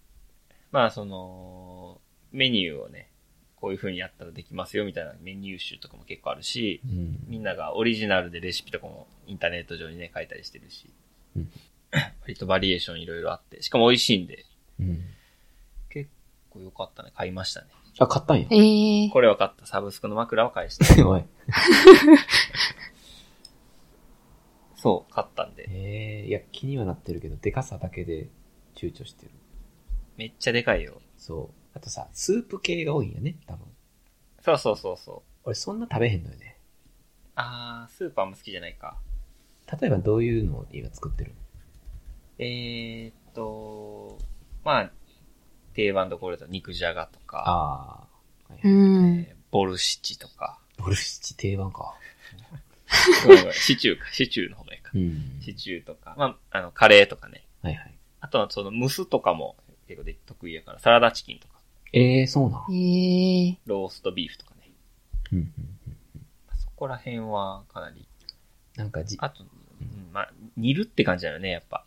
まあ、その、メニューをね、こういう風にやったらできますよみたいなメニュー集とかも結構あるし、うん。みんながオリジナルでレシピとかもインターネット上にね、書いたりしてるしうん、 割とバリエーションいろいろあって、しかも美味しいんで、うん。結これ良かったね。買いましたね。あ、買ったんや。えー、これは買った。サブスクの枕は返し た。おい。そう、買ったんで。ええいや、気にはなってるけど、でかさだけで躊躇してる。めっちゃでかいよ。そう。あとさ、スープ系が多いんやね、多分。そうそうそうそう。俺そんな食べへんのよね。あー、スーパーも好きじゃないか。例えばどういうのを今作ってるえー、っと、まあ、定番どころだと肉じゃがとか、ああ。はいはういん。えーボルシチとか、ボルシチ定番か。ごめんごめんシチューか、シチューの方がいいか。うんシチューとか、まあ、あの、カレーとかね。はいはい。あとはその蒸すとかも結構で得意やから、サラダチキンとか、ええそうなん。えー、ローストビーフとかね。うんうんうんそこら辺はかなり。なんかじ、あと、うんまあ、煮るって感じだよね、やっぱ。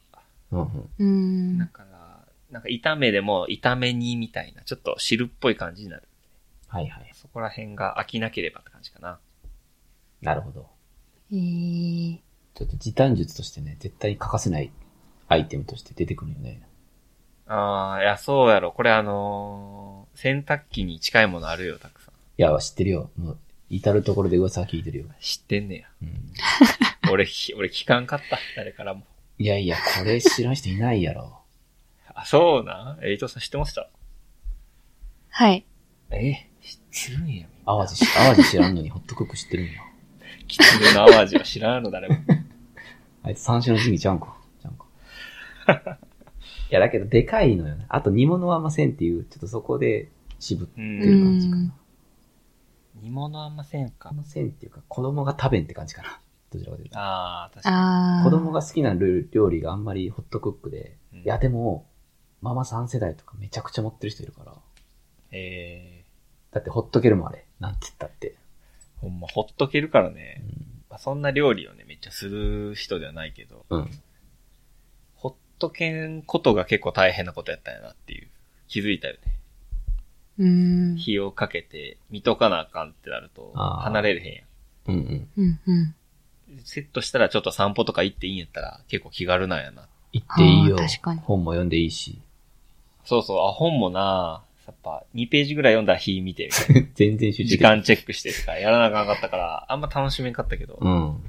うんうん。うだん。から、なんか炒めでも炒め煮みたいな、ちょっと汁っぽい感じになる。はいはい。そこら辺が飽きなければって感じかな。なるほど。えー、ちょっと時短術としてね、絶対に欠かせないアイテムとして出てくるよね。ああ、いや、そうやろ。これあのー洗濯機に近いものあるよ、たくさん。いや、知ってるよ。もう、至るところで噂は聞いてるよ。知ってんねや。うん。俺、ひ 俺聞かんかった。誰からも。いやいや、これ知らん人いないやろ。あ、そうなんえ伊藤さん知ってましたはい。え知るんや、みん淡路し、淡路知らんのにホ ットクック知ってるんよ。キツネの淡路は知らん の、誰も。あいつ三種の神器ちゃうんか。ちゃうんか。 いや、だけどでかいのよね。あと煮物はあんませんっていう、ちょっとそこで渋ってうるん。感じかな。煮物あんませんかあん。ませんっていうか、子供が食べんって感じかな。 どちらかというと。ああ、確かあー。子供が好きな料料理があんまりホットクックで。に。うんいや、でも、ママ3世代とかめちゃくちゃ持ってる人いるから。えだってほっとけるもんあれ。なんて言ったって。ー、ほんま、ほっとけるからね。うん。まあ、そんな料理をね、めっちゃする人ではないけど、うん。ほっとけんことが結構大変なことやったんやなっていう、気づいたよね。うん。火をかけて、見とかなあかんってなると、あー離れれへんやうんうん。うん、うん。ん。セットしたらちょっと散歩とか行っていいんやったら、結構気軽なんやな。行っていいよあー確かに。本も読んでいいし。 そうそう、あ、本もなやっぱ、2ページぐらい読んだら火見て、みたいな全然集中で時きない。間チェックしてとか、やらなあかんかったから、あんま楽しめんかったけど、うん。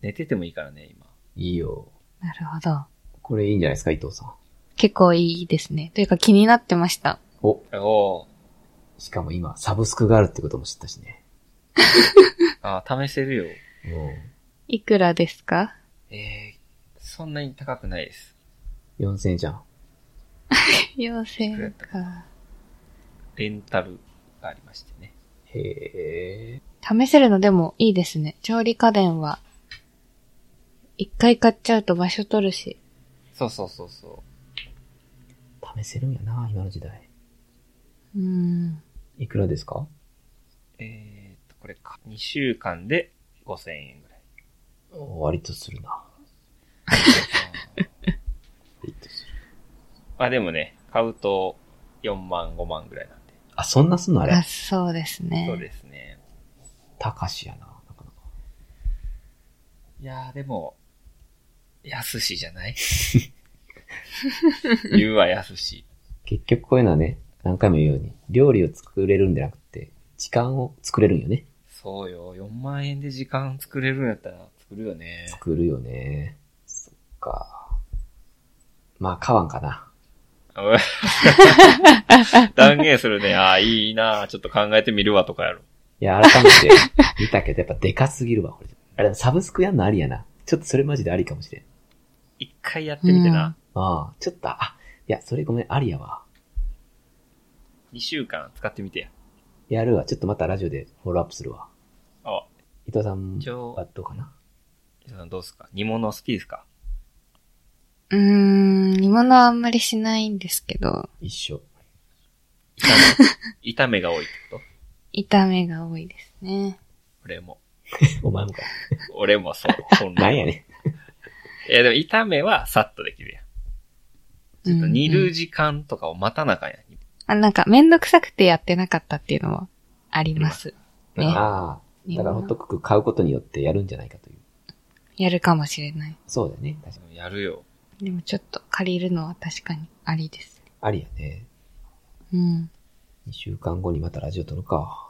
寝ててもいいからね、今。いいよ。なるほど。これいいんじゃないですか、伊藤さん。結構いいですね。というか気になってました。お、おーしかも今、サブスクがあるってことも知ったしね。あー、試せるよ。いくらですかえー、そんなに高くないです。うん。4000じゃん。要請か。レンタルがありましてね。へえ。試せるのでもいいですね。調理家電は。一回買っちゃうと場所取るし。そうそうそうそ試せるんやな、今の時代。うん。いくらですかう。えー、っと、これか。2週間で5000円ぐらい。 お割とするな。あー割とする。まあでもね、買うと4万5万ぐらいなんで。あ、そんなすんのああ、れ。そうですね。そうですね。高しやな、なかなか。いやーでも、安しじゃない言うは安し。結局こういうのはね、何回も言うように、料理を作れるんじゃなくて、時間を作れるんよね。そうよ。4万円で時間作れるんやったら作るよね。作るよね。そっか。まあ、買わんかな。おい断言するね。ああ、いいなあちょっと考えてみるわとかやろ。いや、改めて見たけど、やっぱでかすぎるわ、これ。あれ、サブスクやんのありやな。ちょっとそれマジでありかもしれん。一回やってみてな。ああ、ちょっと、あ、いや、それごめん、ありやわ。 2週間使ってみてや。やるわ。ちょっとまたラジオでフォローアップするわ。あ、伊藤さん一応はどうかな伊藤さんどうすか煮物好きですかうーん、煮物はあんまりしないんですけど、一緒。炒め炒めが多いってこと炒めが多いですね。俺も。お前もか。俺も そう。本なん来やねいやでも炒めはさっとできるやん。ちょっと煮うんうるん時間とかを待たなあかんやん。あ、なんかめんどくさくてやってなかったっていうのもあります。ん。ね。ああ、だからホットクック買うことによってやるんじゃないかという。やるかもしれない。そうだよね。確かに。やるよ。でもちょっと借りるのは確かにありです。ありやね。うん。 2週間後にまたラジオ撮るか。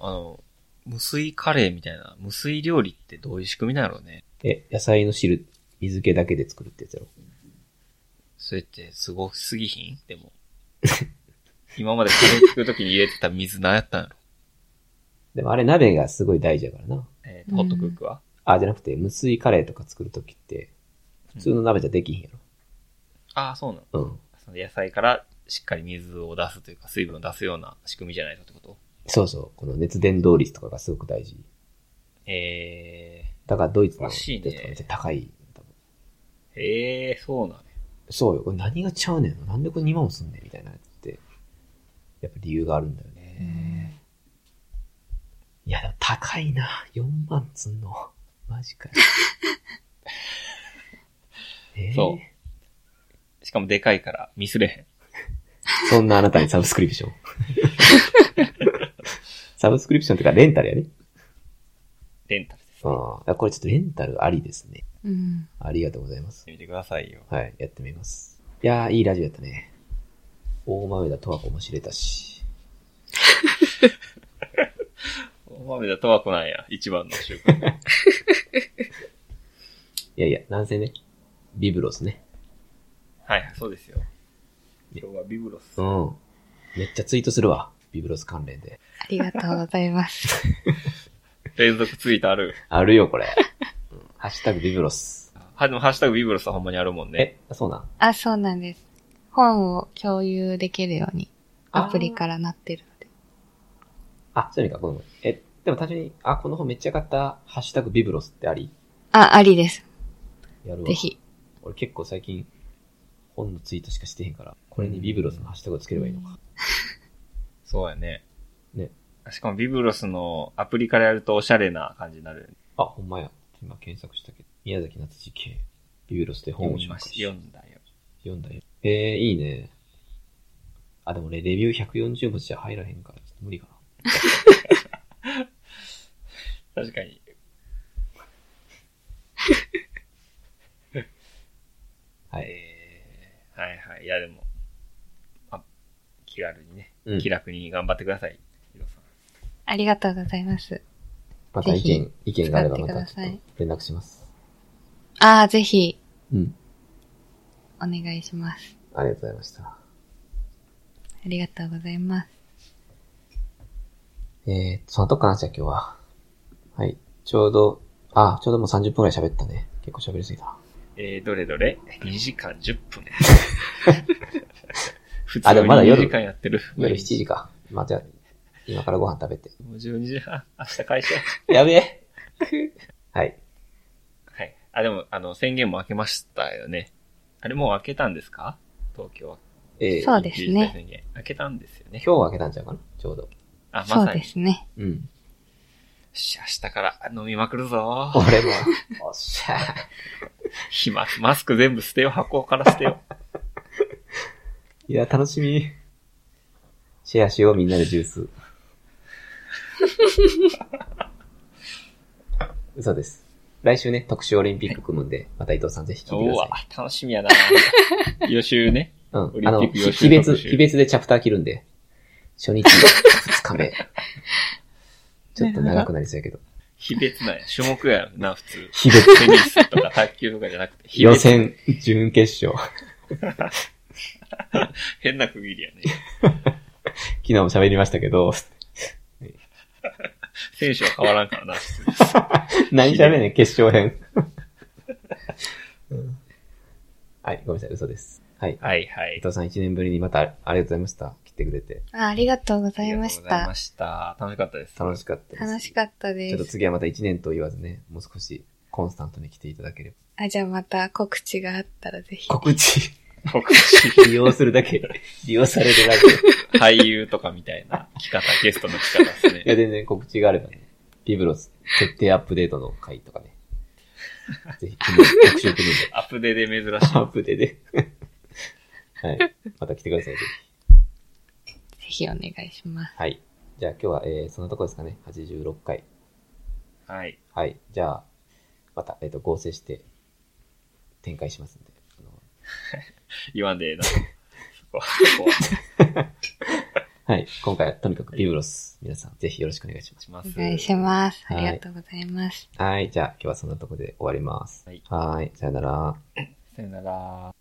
あの、無水カレーみたいな、無水料理ってどういう仕組みなのね。え、野菜の汁、水気だけで作るってやつやろ。それってすごすぎひんでも。 今までカレー作るときに入れてた水何やったんやろでもあれ鍋がすごい大事やからな。えーとホットクックは、あ、じゃなくて、無水カレーとか作るときって、普通の鍋じゃできひんやああ、そうなの。ろ。うん。その野菜からしっかり水を出すというか、水分を出すような仕組みじゃないとってことそうそう。この熱伝導率とかがすごく大事。えだからドイツのらしいやねつとかめっちゃ高い。多分ー、えー、そうなの、ね、そうよ。これ何がちゃうねんのなんでこれ2万もすんねんみたいなやつって。やっぱ理由があるんだよね。いや、でも高いな。4万つんの。マジか よ。えーそうしかもでかいからミスれへん。そんなあなたにサブスクリプ ション。サブスクリプションっていうかレンタルやね。レンタルであーいやこれちょっとレンタルありですね。うん。ありがとうございますす。。見てくださいよ。はい、やってみます。いやー、いいラジオやったね。大豆田とは子も知れたし。お豆だとはこなんや、一番の習慣。いやいや、なんせね、ビブロスね。はい、そうですよ。今日はビブロスう。ん。めっちゃツイートするわ。ビブロス関連で。ありがとうございます。連続ツイートある。あるよ、 これ。うんハッシュタグビブロス。は、でもハッシュタグビブロスはほんまにあるもんね。え、あそうなん。あ、そうなんです。本を共有できるように、アプリからなってるので。あ、そういう意味か、ごめんごめん。え、でも単純に、あ、この本めっちゃ良かった。ハッシュタグビブロスってありあ、ありです。やるわ。ぜ。ひ。俺結構最近、本のツイートしかしてへんから、これにビブロスのハッシュタグをつければいいのか。そうやね。ね。しかもビブロスのアプリからやるとおしゃれな感じになるよね。あ、ほんまや。今検索したけど、宮崎夏樹系、ビブロスで本を紹介し読んだよ。読んだよ。えー、いいね。あ、でも俺レビュー140文字じゃ入らへんから、ちょっと無理かな。確かに。はい。えー、はいはい。いやでも、あ、気軽にね、うん気楽に頑張ってください。ヒロさんありがとうございます。また意ぜ見、意見があればま使たってくださいちょっと連絡します。あー、ぜひ、うん。お願いします。ありがとうございました。ありがとうございます。えー、そのとこかな、じゃあ今日は。はい。ちょうど、あ、ちょうどもう30分くらい喋ったね。結構喋りすぎた。えー、どれどれ ?2 時間10分。 普あ通でにもまだ2夜時間やってる。夜7時か。まあ、じゃあ、今からご飯食べて。もう12時半。明日会社。 やべえ。 はい。はい。あ、でも、あの、宣言も明けましたよね。あれもう明けたんですか東京は。えー、そう今ですね緊急事態宣言。明けたんですよね日。は開けたんちゃうかなちょうど。あ、まそうさに。よですね。うん。し、明日から飲みまくるぞ。俺も、おっしゃ暇、マスク全部捨てよう。箱から捨てよ う。いや、楽しみ。シェアしよう、みんなでジュース。 嘘です。来週ね、特集オリンピック組むんで、また伊藤さんぜひ聞いてうくだわさ、楽し みやな。予習ね。い。うん。オあリの、ンピックひ予日習特集別、日別でチャプター切るんで、初日、二日 目。ちょっと長くなりそうやけど。非別なんや。種目やな、普 通。日別。テニスとか卓球とかじゃなくて。非予別。選、準決勝。 変な区切りやね。昨日も喋りましたけ ど、選手は変わらんからな、普通何喋んねん、決勝編。うんはい、ごめんなさい、嘘です。はい。はいはい。伊藤さん一年ぶりにまたありがとうございました。来てくれて。あありがとうござありいがまとうしございまた。した。楽しかったです。楽しかったです。楽しかったちょでっとす。次はまた一年と言わずね、もう少しコンスタントに来ていただければ。あ、じゃあまた告知があったらぜひ。告知、告知。 利用するだけ、利用されるだけ。い俳優とかみたいな着方、ゲストの着方ですね。や、全然告知があればね、ビブロス、設定アップデートの回とか ね。ぜひ、特集組んで。アップデで珍しい。アップデで。はい。また来てください、ぜひ。ぜひお願いします。はい。じゃあ今日は、えー、そんなとこですかね。86回。はい。はい。じゃあ、また、えっ、と、合成して、展開しますんで。あの言わんでええな。ここははい。今回はとにかくビブロス、皆さんぜひよろしくお願いします。しまおす。願いします。あはいりがとうございます。はい。じゃあ今日はそんなところで終わります。はいはい。さよなら。さよなら。